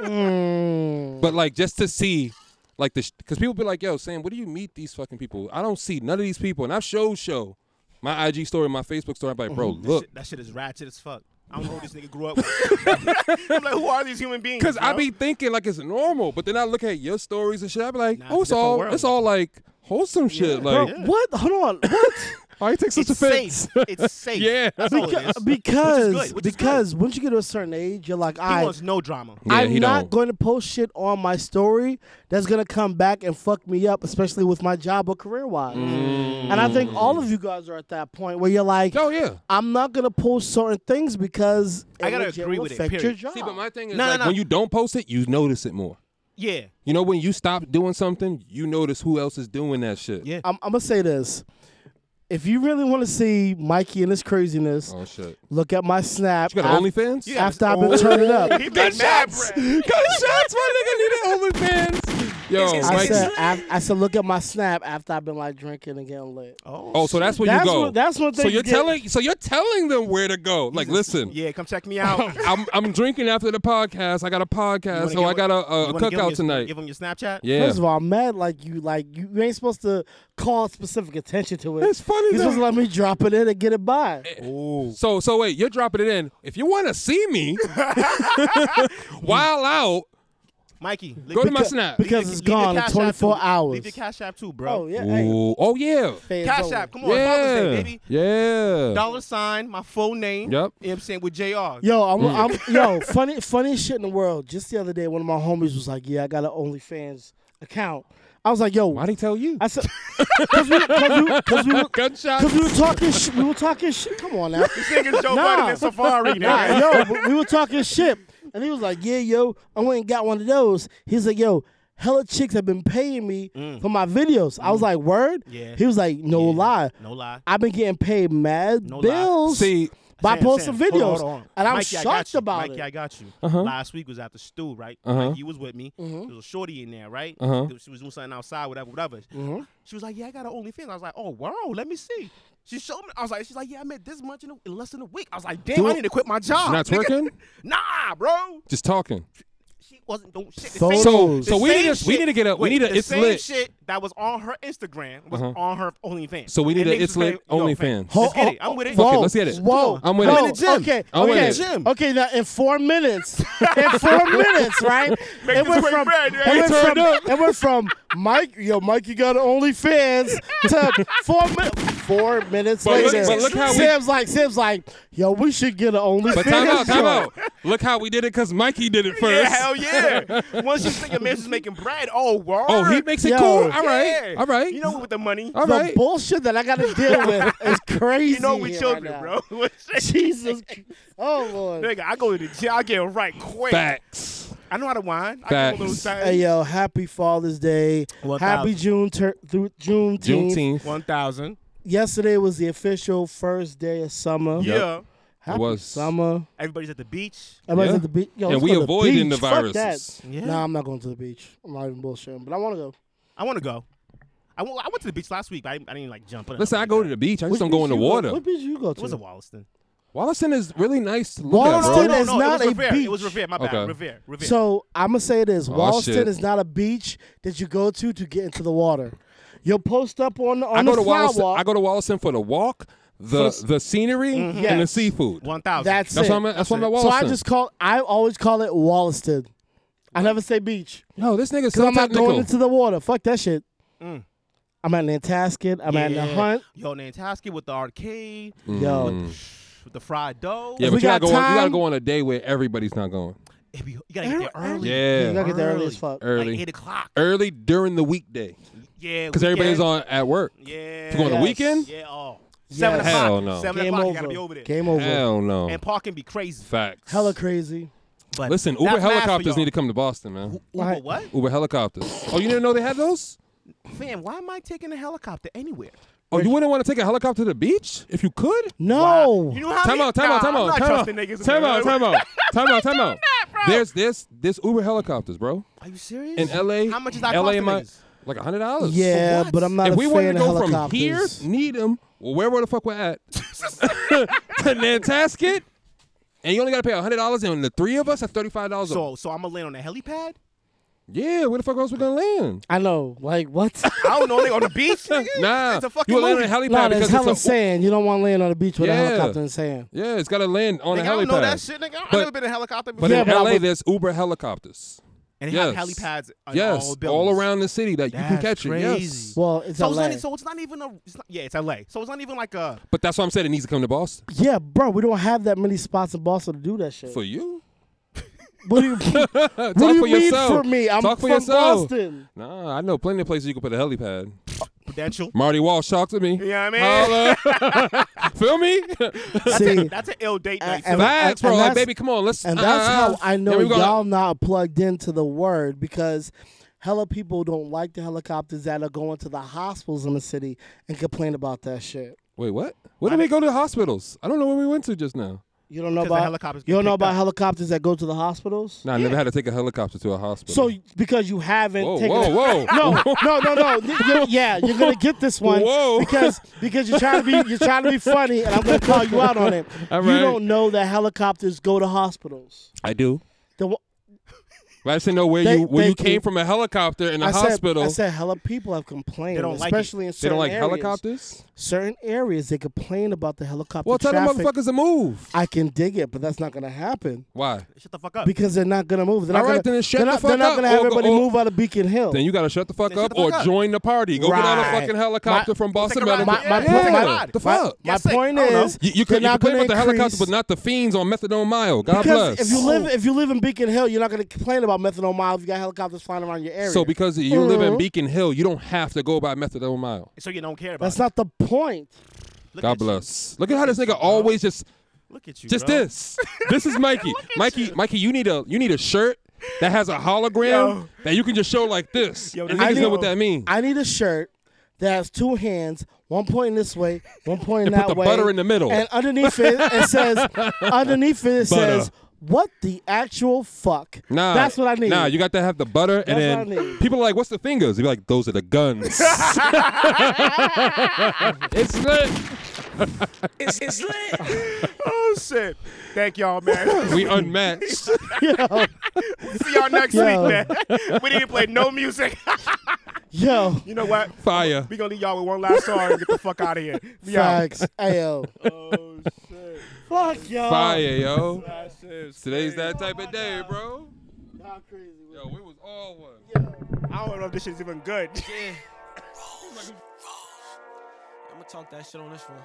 E: but like just to see. Like this, because people be like, "Yo, Sam, where do you meet these fucking people? I don't see none of these people." And I've show show, my IG story, my Facebook story. I'm like, "Bro, look,
A: Shit, that shit is ratchet as fuck. I don't know who this nigga grew up with. *laughs* I'm like, who are these human beings?
E: Cause I
A: bro?
E: be thinking like it's normal, but then I look at your stories and shit. I be like,
A: Nah, it's
E: oh, it's
A: a different
E: all
A: world.
E: it's all like wholesome shit.
B: Bro, *laughs*
E: Like,
B: what? Hold on. What?
E: why you take such
A: it's
E: offense?
A: safe. *laughs* It's safe.
E: Yeah.
A: That's all it is.
B: because
A: good, which is good.
B: because once you get to a certain age, you're like,
A: He
B: I.
A: wants no drama.
E: Yeah,
B: I'm
E: he
B: not
E: don't.
B: going to post shit on my story that's going to come back and fuck me up, especially with my job or career wise.
A: Mm.
B: And I think all of you guys are at that point where you're like,
E: oh yeah.
B: I'm not going to post certain things because it
A: I gotta
B: legit
A: agree
B: will
A: with it,
B: affect your
A: period.
B: job.
E: See, but my thing is
A: No, no,
E: like
A: no.
E: when you don't post it, you notice it more.
A: Yeah.
E: You know, when you stop doing something, you notice who else is doing that shit.
A: Yeah.
B: I'm, I'm going to say this. If you really want to see Mikey and his craziness,
E: Oh shit.
B: look at my snap.
E: You got
B: af-
E: an OnlyFans? *laughs*
B: After I've been turning up.
A: *laughs* He got mad, bro.
E: Gunshots, my nigga needed OnlyFans. Yo,
B: I
E: Mike.
B: said, af- I said, look at my snap after I've been like drinking and getting lit.
E: Oh, so that's where
B: That's
E: you go.
B: what- that's what
E: So
B: they
E: you're
B: get.
E: telling. So you're telling them where to go. Like, listen.
A: Yeah, come check me *laughs* out.
E: I'm I'm drinking after the podcast. I got a podcast,
A: wanna
E: so
A: give
E: I
A: him-
E: got a,
A: you
E: a,
A: wanna give him
E: cookout
A: your-
E: tonight.
A: Give him your Snapchat.
E: Yeah,
B: First of all, I'm mad like you like you, you ain't supposed to call specific attention to it.
E: It's funny
B: You're supposed to
E: though.
B: let me drop it in and get it
A: Eh,
B: by.
E: so so wait, you're dropping it in. If you want to see me
A: *laughs*
E: while out,
A: Mikey, leave,
E: go to my
B: Because-
E: snap.
B: because
A: leave-
B: it's
A: leave your
B: gone in
A: Cash App
B: 24
A: too.
B: hours.
A: Leave your Cash App too, bro.
B: Oh yeah, hey,
E: Ooh, oh yeah,
B: fans
A: Cash
B: only.
A: App, come on, Father's Day,
E: yeah,
A: baby.
E: yeah.
A: Dollar sign, my full name.
E: Yep.
A: You know what I'm saying? With JR.
B: Yo, I'm, I'm yo funny funniest shit in the world. Just the other day, one of my homies was like, "Yeah, I got an OnlyFans account." I was like, "Yo,
E: Why would he tell you?
B: I said, because we, cause we, cause we, were-
E: *laughs* Gunshot.
B: 'cause we were talking, sh- we were talking shit. Come on now,
A: Niggas Joe
B: Nah.
A: Budden and
B: *laughs*
A: Safari.
B: Nah,
A: nigga.
B: yo, but we were talking shit, and he was like, "Yeah, yo, I went and got one of those." He's like, "Yo, hella chicks have been paying me for my videos." I was like, "Word?"
A: Mm. Yeah.
B: He was like, "No lie,
A: No lie.
B: I've been getting paid mad
A: No lie.
B: bills
E: See,
B: by
A: Sam,
B: posting
A: Sam,
B: videos,
A: hold on, hold on.
B: and I'm
A: Mikey, I got
B: shocked
A: you.
B: about
A: Mikey,
B: it."
A: I got you.
E: Uh-huh.
A: Last week was at the stew, right? Like, you was with me.
B: Mm-hmm.
A: There was a shorty in there, right?
E: Uh-huh.
A: She was doing something outside, whatever, whatever.
B: Mm-hmm.
A: She was like, "Yeah, I got an OnlyFans." I was like, "Oh, wow, let me see." She showed me. I was like, "She's like, yeah, I made this much in, a, in less than a week." I was like, "Damn, I
E: Dude,
A: need to quit my job."
E: not
A: nigga.
E: twerking?
A: nah, bro.
E: just talking.
A: She wasn't doing shit. The
B: Photos.
A: same-
E: So
B: The
E: so we
A: same
E: need a we
A: shit-
E: need to get a we
A: wait,
E: need a
A: the
E: it's
A: same
E: lit. Uh-huh.
A: shit that was on her Instagram was on her OnlyFans.
E: So we need
A: And
E: a
A: niggas
E: it's
A: was paying-
E: lit
A: yo,
E: OnlyFans.
A: Let's get it. I'm with it.
E: Fuck it, let's get it.
B: Whoa,
E: I'm with
B: whoa,
E: it.
B: Okay,
E: I'm with
B: okay,
E: it.
A: Gym.
B: okay. Now in four minutes, in
E: *laughs*
B: four minutes, right?
A: Make this quick bread, right?
B: it, went
E: Turn
B: from it went from Mike, yo, Mike, you got OnlyFans to four minutes. Four minutes
E: But look-
B: later,
E: but look how we-
B: Sam's like, Sam's like, yo, we should get an OnlyFans.
E: But time out, time
B: joint.
E: out. Look how we did it, cause Mikey did it
A: Yeah,
E: first.
A: hell yeah. Once you think a man's just making bread, oh, word.
E: Oh, he makes it
B: Yo.
E: cool. All right,
A: Yeah.
E: all right.
A: You know what with the money.
E: All
B: The
E: right.
B: bullshit that I got to
E: *laughs*
B: deal with is crazy.
A: you know we
B: here
A: children,
B: right now.
A: bro. *laughs* What's that?
B: Jesus, Christ. oh lord.
A: Nigga, I go to the gym, I get right quick.
E: Facts.
A: I know how to wine. I
E: Facts.
A: give a little sign.
B: Hey yo, happy Father's Day.
A: One
B: happy June ter- through Juneteenth.
E: Juneteenth.
A: 1,000.
B: yesterday was the official first day of summer.
E: Yep.
A: Yeah.
B: Happy
E: It was.
B: summer.
A: Everybody's at the beach.
B: Everybody's
E: Yeah.
B: at the beach. Yo,
E: And
B: let's
E: we
B: go to
E: avoiding
B: beach.
E: the
B: Fuck
E: viruses.
B: That.
A: Yeah.
B: Nah, I'm not going to the beach. I'm not even bullshitting, but I want to go.
A: I want to go. I went, I went to the beach last week, but I, I didn't like jump.
E: Listen, I go to the beach. I just
B: Which
E: don't go in the
B: beach you
E: water.
B: What beach you go to?
A: It was a Wollaston.
E: Wallaceon is really nice to look
B: Wallaceon
E: at, bro.
B: is
A: no,
B: not
A: it was
B: a
A: Revere.
B: beach.
A: It was Revere. My bad.
E: Okay.
A: Revere. Revere.
B: So I'm gonna say this:
E: Oh,
B: Wallaston
E: shit.
B: is not a beach that you go to to get into the water. You'll post up on the on
E: I go
B: the
E: to Wallaceon.
B: sidewalk.
E: I go to Wallaceon for the walk, the the scenery, and the
B: Mm-hmm. Yes.
E: seafood.
A: one thousand.
B: That's,
E: That's
B: it.
E: what I'm. That's what I'm at
B: so I
E: Wallaceon.
B: just call. I always call it Wallaston. I never say beach
E: no, this
B: because
E: nigga's so
B: I'm not
E: technical.
B: going into the water. Fuck that shit.
A: Mm.
B: I'm at Nantasket. I'm at the Hunt. Mm.
A: Yo, Nantasket with the arcade,
B: Yo,
A: with the fried dough.
E: yeah,
B: If we
E: but you
B: got
E: gotta go. On, you gotta
B: time-
E: go on a day where everybody's not going.
A: It be- you gotta get there early.
B: you
E: Yeah,
B: gotta get there early
A: Early.
B: as fuck.
A: Like
E: early,
A: eight o'clock.
E: early during the weekday,
A: Yeah,
E: because everybody's
A: weekend.
E: on at work.
A: Yeah.
E: If you go on the
B: Yes.
E: weekend,
A: Yeah. Oh. Seven
B: Yes.
A: o'clock.
E: Hell no.
A: Seven
B: Game
A: o'clock. You gotta
B: over.
A: be over there.
B: Game over.
E: hell no.
A: And parking be crazy.
E: Facts.
B: Hella crazy.
A: But
E: Listen,
A: that's
E: Uber
A: math for
E: helicopters
A: y'all.
E: need to come to Boston, man.
A: Uber what?
E: Uber helicopters. Oh, you didn't know they had those?
A: Fam, why am I taking a helicopter anywhere?
E: Oh, you wouldn't want to take a helicopter to the beach if you could?
B: No.
A: You know how
E: Time
A: many-
E: out, time out,
A: Nah,
E: time
A: I'm
E: out,
A: not
E: time out,
A: trusting niggas in
E: time
A: the-
E: out, time out, time out, time out. There's this this Uber helicopters, bro.
A: Are you serious?
E: In L.A.
A: How much is that
E: L.A.
A: costing
E: am I-
A: niggas?
E: like a hundred dollars.
B: Yeah, but I'm not
E: if
B: a
E: we
B: fan
E: wanted to
B: of
E: go from
B: helicopters.
E: here, Needham, well, wherever the fuck we're at, *laughs* to Nantasket, and you only got to pay a hundred dollars, and the three of us have thirty-five dollars.
A: So, so I'm gonna land on a helipad?
E: yeah, where the fuck else we gonna land?
B: I know. Like
E: *laughs*
B: what?
A: I don't know. They on the beach? nigga?
E: Nah,
A: it's a fucking
E: you land on
A: movie.
E: a helipad
B: no,
E: because
B: there's hella
E: it's a,
B: sand. You don't want to land on the beach with a
E: Yeah.
B: helicopter and sand.
E: yeah, it's got to land on
A: Nigga, I
E: a helipad.
A: don't know that shit, nigga. I've
E: But-
A: never been in a helicopter before.
E: But
B: Yeah,
E: in
B: but I
E: LA,
B: was-
E: there's Uber helicopters.
A: and they have
E: yes.
A: helipads on
E: yes,
A: all
E: all,
A: buildings.
E: around the city that you can
A: That's
E: catch it. Yes,
A: crazy.
B: Well, it's
A: So it's,
B: LA.
A: not, so it's not even a. It's not, yeah, it's LA. So it's not even like a.
E: but that's why I'm saying it needs to come to Boston
B: yeah, bro, we don't have that many spots in Boston to do that shit.
E: for you.
B: What do
E: *laughs*
B: you, what
E: Talk
B: do you
E: for
B: mean
E: yourself.
B: for me? I'm
E: Talk for
B: from
E: yourself.
B: Boston.
E: Nah, I know plenty of places you can put a helipad.
A: Prudential.
E: Marty Wall shocked at me.
A: Yeah,
E: Holla. *laughs* Feel me?
B: *laughs* See,
A: That's an ill date
B: and,
A: night.
B: and-
A: too.
E: *laughs* Facts, bro.
B: and
E: Like,
B: that's-
E: baby, come on. Let's.
B: and that's
E: uh,
B: how I know
E: here we go.
B: y'all not plugged into the word because hella people don't like the helicopters that are going to the hospitals in the city and complain about that shit.
E: Wait, what? Where did we go to the hospitals? I don't know where we went to just now.
B: You don't know
A: 'Cause the
B: about
A: helicopters
B: You
A: get
B: don't know
A: picked
B: about
A: up.
B: helicopters that go to the hospitals.
E: Nah, I never had to take a helicopter to a hospital.
B: So because you haven't
E: Whoa,
B: taken
E: whoa,
B: a-
E: whoa.
B: *laughs*
E: *laughs*
B: No, no, no, no. Th- you're- yeah, you're gonna get this one
E: Whoa.
B: because because you're trying to be you're trying to be funny, and I'm gonna call you out on it.
E: *laughs* All
B: You
E: right.
B: don't know that helicopters go to hospitals.
E: I do.
B: The, wa-
E: But I just didn't know where
B: Thank-
E: you where you
B: thank
E: came
B: you.
E: from a helicopter in a
B: I said
E: hospital.
B: I said hella people have complained,
A: They don't like it.
B: especially in
E: they
B: certain
E: don't like
B: areas.
E: helicopters.
B: Certain areas they complain about the helicopter
E: Well, tell the
B: traffic.
E: motherfuckers to move.
B: I can dig it, but that's not gonna happen
E: Why?
A: Shut the fuck up.
B: because they're not gonna move. They're not
E: All right,
B: gonna,
E: then shut
B: they're
E: the
B: not,
E: fuck
B: they're not
E: up
B: gonna
E: or
B: have
E: go-
B: everybody
E: or-
B: move out of Beacon Hill.
E: Then you gotta shut the fuck
A: shut
E: up
A: the fuck
E: or
A: up.
E: join the party. Go get on
B: Right.
E: a fucking helicopter
B: My-
E: from
A: Let's
E: Boston
A: take a ride.
E: Medical.
B: my, my,
A: Yeah.
B: point-
E: Yeah.
B: my- my-
E: The fuck?
B: my
A: Yes, they-
B: point
A: I don't know.
B: is
E: You, you
B: they're
E: could you
B: not
E: complain
B: gonna
E: about the helicopter,
B: increase-
E: but not the fiends on methadone mile. God
B: because if
E: bless.
B: you live if you live in Beacon Hill, you're not gonna complain about methanol mile if you got helicopters flying around your area.
E: so because you live in
B: Mhm.
E: Beacon Hill, you don't have to go by methadone mile.
A: so you don't care about.
B: that's
A: it.
B: not the point.
A: Look
E: God
A: at you.
E: bless. Look at how this nigga always just
A: Look at you.
E: just
A: bro.
E: this. This
B: *laughs*
E: is Mikey. Mikey, Mikey, you need a you need a shirt that has a hologram
A: Yo.
E: that you can just show like this.
A: Yo,
E: and
A: this
E: niggas
A: is-
E: know what that means.
B: I need a shirt that has two hands, one pointing this way,
E: *laughs*
B: one pointing
E: And
B: that
E: put the
B: way,
E: butter in the middle.
B: and underneath it
E: *laughs*
B: it says underneath it, it
E: Butter.
B: says what the actual fuck.
E: Nah,
B: that's what I need.
E: Nah, you got to have the butter,
B: That's
E: and
B: what I
E: then
B: need.
E: people are like, "What's the fingers?" You be like, "Those are
B: *laughs*
E: the guns." it's lit.
G: It's, it's lit.
A: *laughs* Oh shit. Thank y'all, man.
E: We unmatched.
A: See y'all next
B: Yo.
A: week, man. *laughs* We didn't play no music. *laughs*
B: Yo,
A: you know what?
E: Fire.
A: We gonna leave y'all with one last song and get the fuck out of here. We out.
B: facts. Ayo.
A: Oh shit.
B: Fuck y'all.
E: Fire, yo.
A: That shit's
E: Today's
A: crazy.
E: that type of day, bro.
B: Y'all crazy.
E: Yo, we was all one.
A: I don't know if this shit's even good.
G: I'ma talk that shit on this *laughs* one.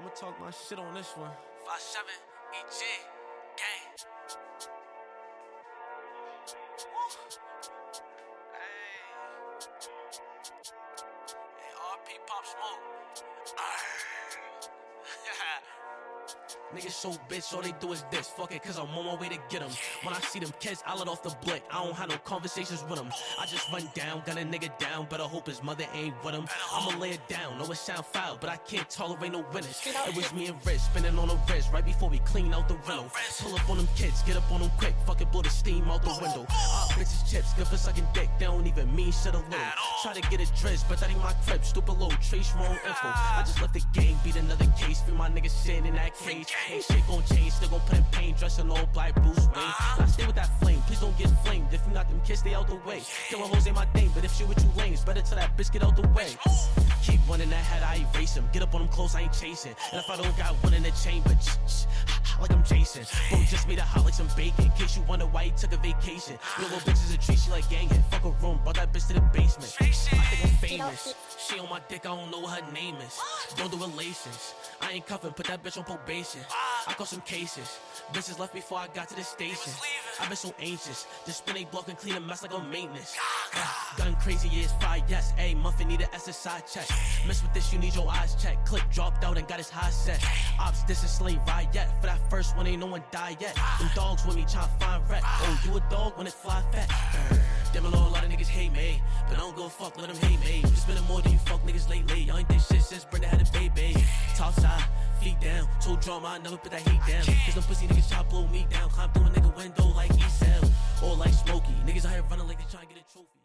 G: I'ma talk my shit on this one. Five seven EG gang. Hey. Hey, RP Pop Smoke. Niggas so bitch, all they do is this. Fuck it, cause I'm on my way to get 'em. When I see them kids, I let off the blick. I don't have no conversations with 'em. I just run down, gun a nigga down. Better hope his mother ain't with him. I'ma lay it down. No, it sound foul, but I can't tolerate no winners. It was me and Rich, spinning on the wrist right before we clean out the rental. Pull up on them kids, get up on them quick. Fucking blow the steam out the window. Ah, bitches chips, good for sucking dick. They don't even mean shit a little. Try to get a dress, but that ain't my crib. Stupid little trace, wrong info. I just left the game, beat another case, free my
H: niggas sitting in that cage. Ain't shit gon' change, still gon' put in pain, dressed in all black Bruce Wayne. I stay with that flame, please don't get flamed. If you not them kids, stay out the way. Killing hoes ain't my thing, but if she with you lame, it's better tell that bitch get out the way. Keep running that head, I erase him. Get up on them clothes, I ain't chasing. And if I don't got one in the chamber, ch- ch- like I'm Jason. Bro, just made a hot like some bacon. In case you wonder why he took a vacation. Your little bitch is a treat, she like gangin'. Fuck a room, brought that bitch to the basement. I think I'm famous. She on my dick, I don't know what her name is. Don't do relations. I ain't cuffin', put that bitch on probation. I caught some cases. Bitches left before I got to the station. I've been so anxious. Just spin a block and clean a mess like on maintenance. *sighs* Gun crazy is fire, yes. A muffin need an SSI check. Mess with this, you need your eyes checked. Click dropped out and got his high set. Ops, this is slave ride yet. For that first one, ain't no one die yet. Them dogs with me tryna find rat. Oh, you a dog when it fly fat. Uh, Damn, a lot of niggas hate me. But I don't go fuck, let them hate me. Just spending more than you fuck niggas lately. Y'all ain't did shit since Brenda had a baby. Top side, feet down. Told drama, I never put that heat down. Cause them pussy niggas try to blow me down. Climb through a nigga window like Esau. Or like Smokey. Niggas out here running like they tryna get a trophy.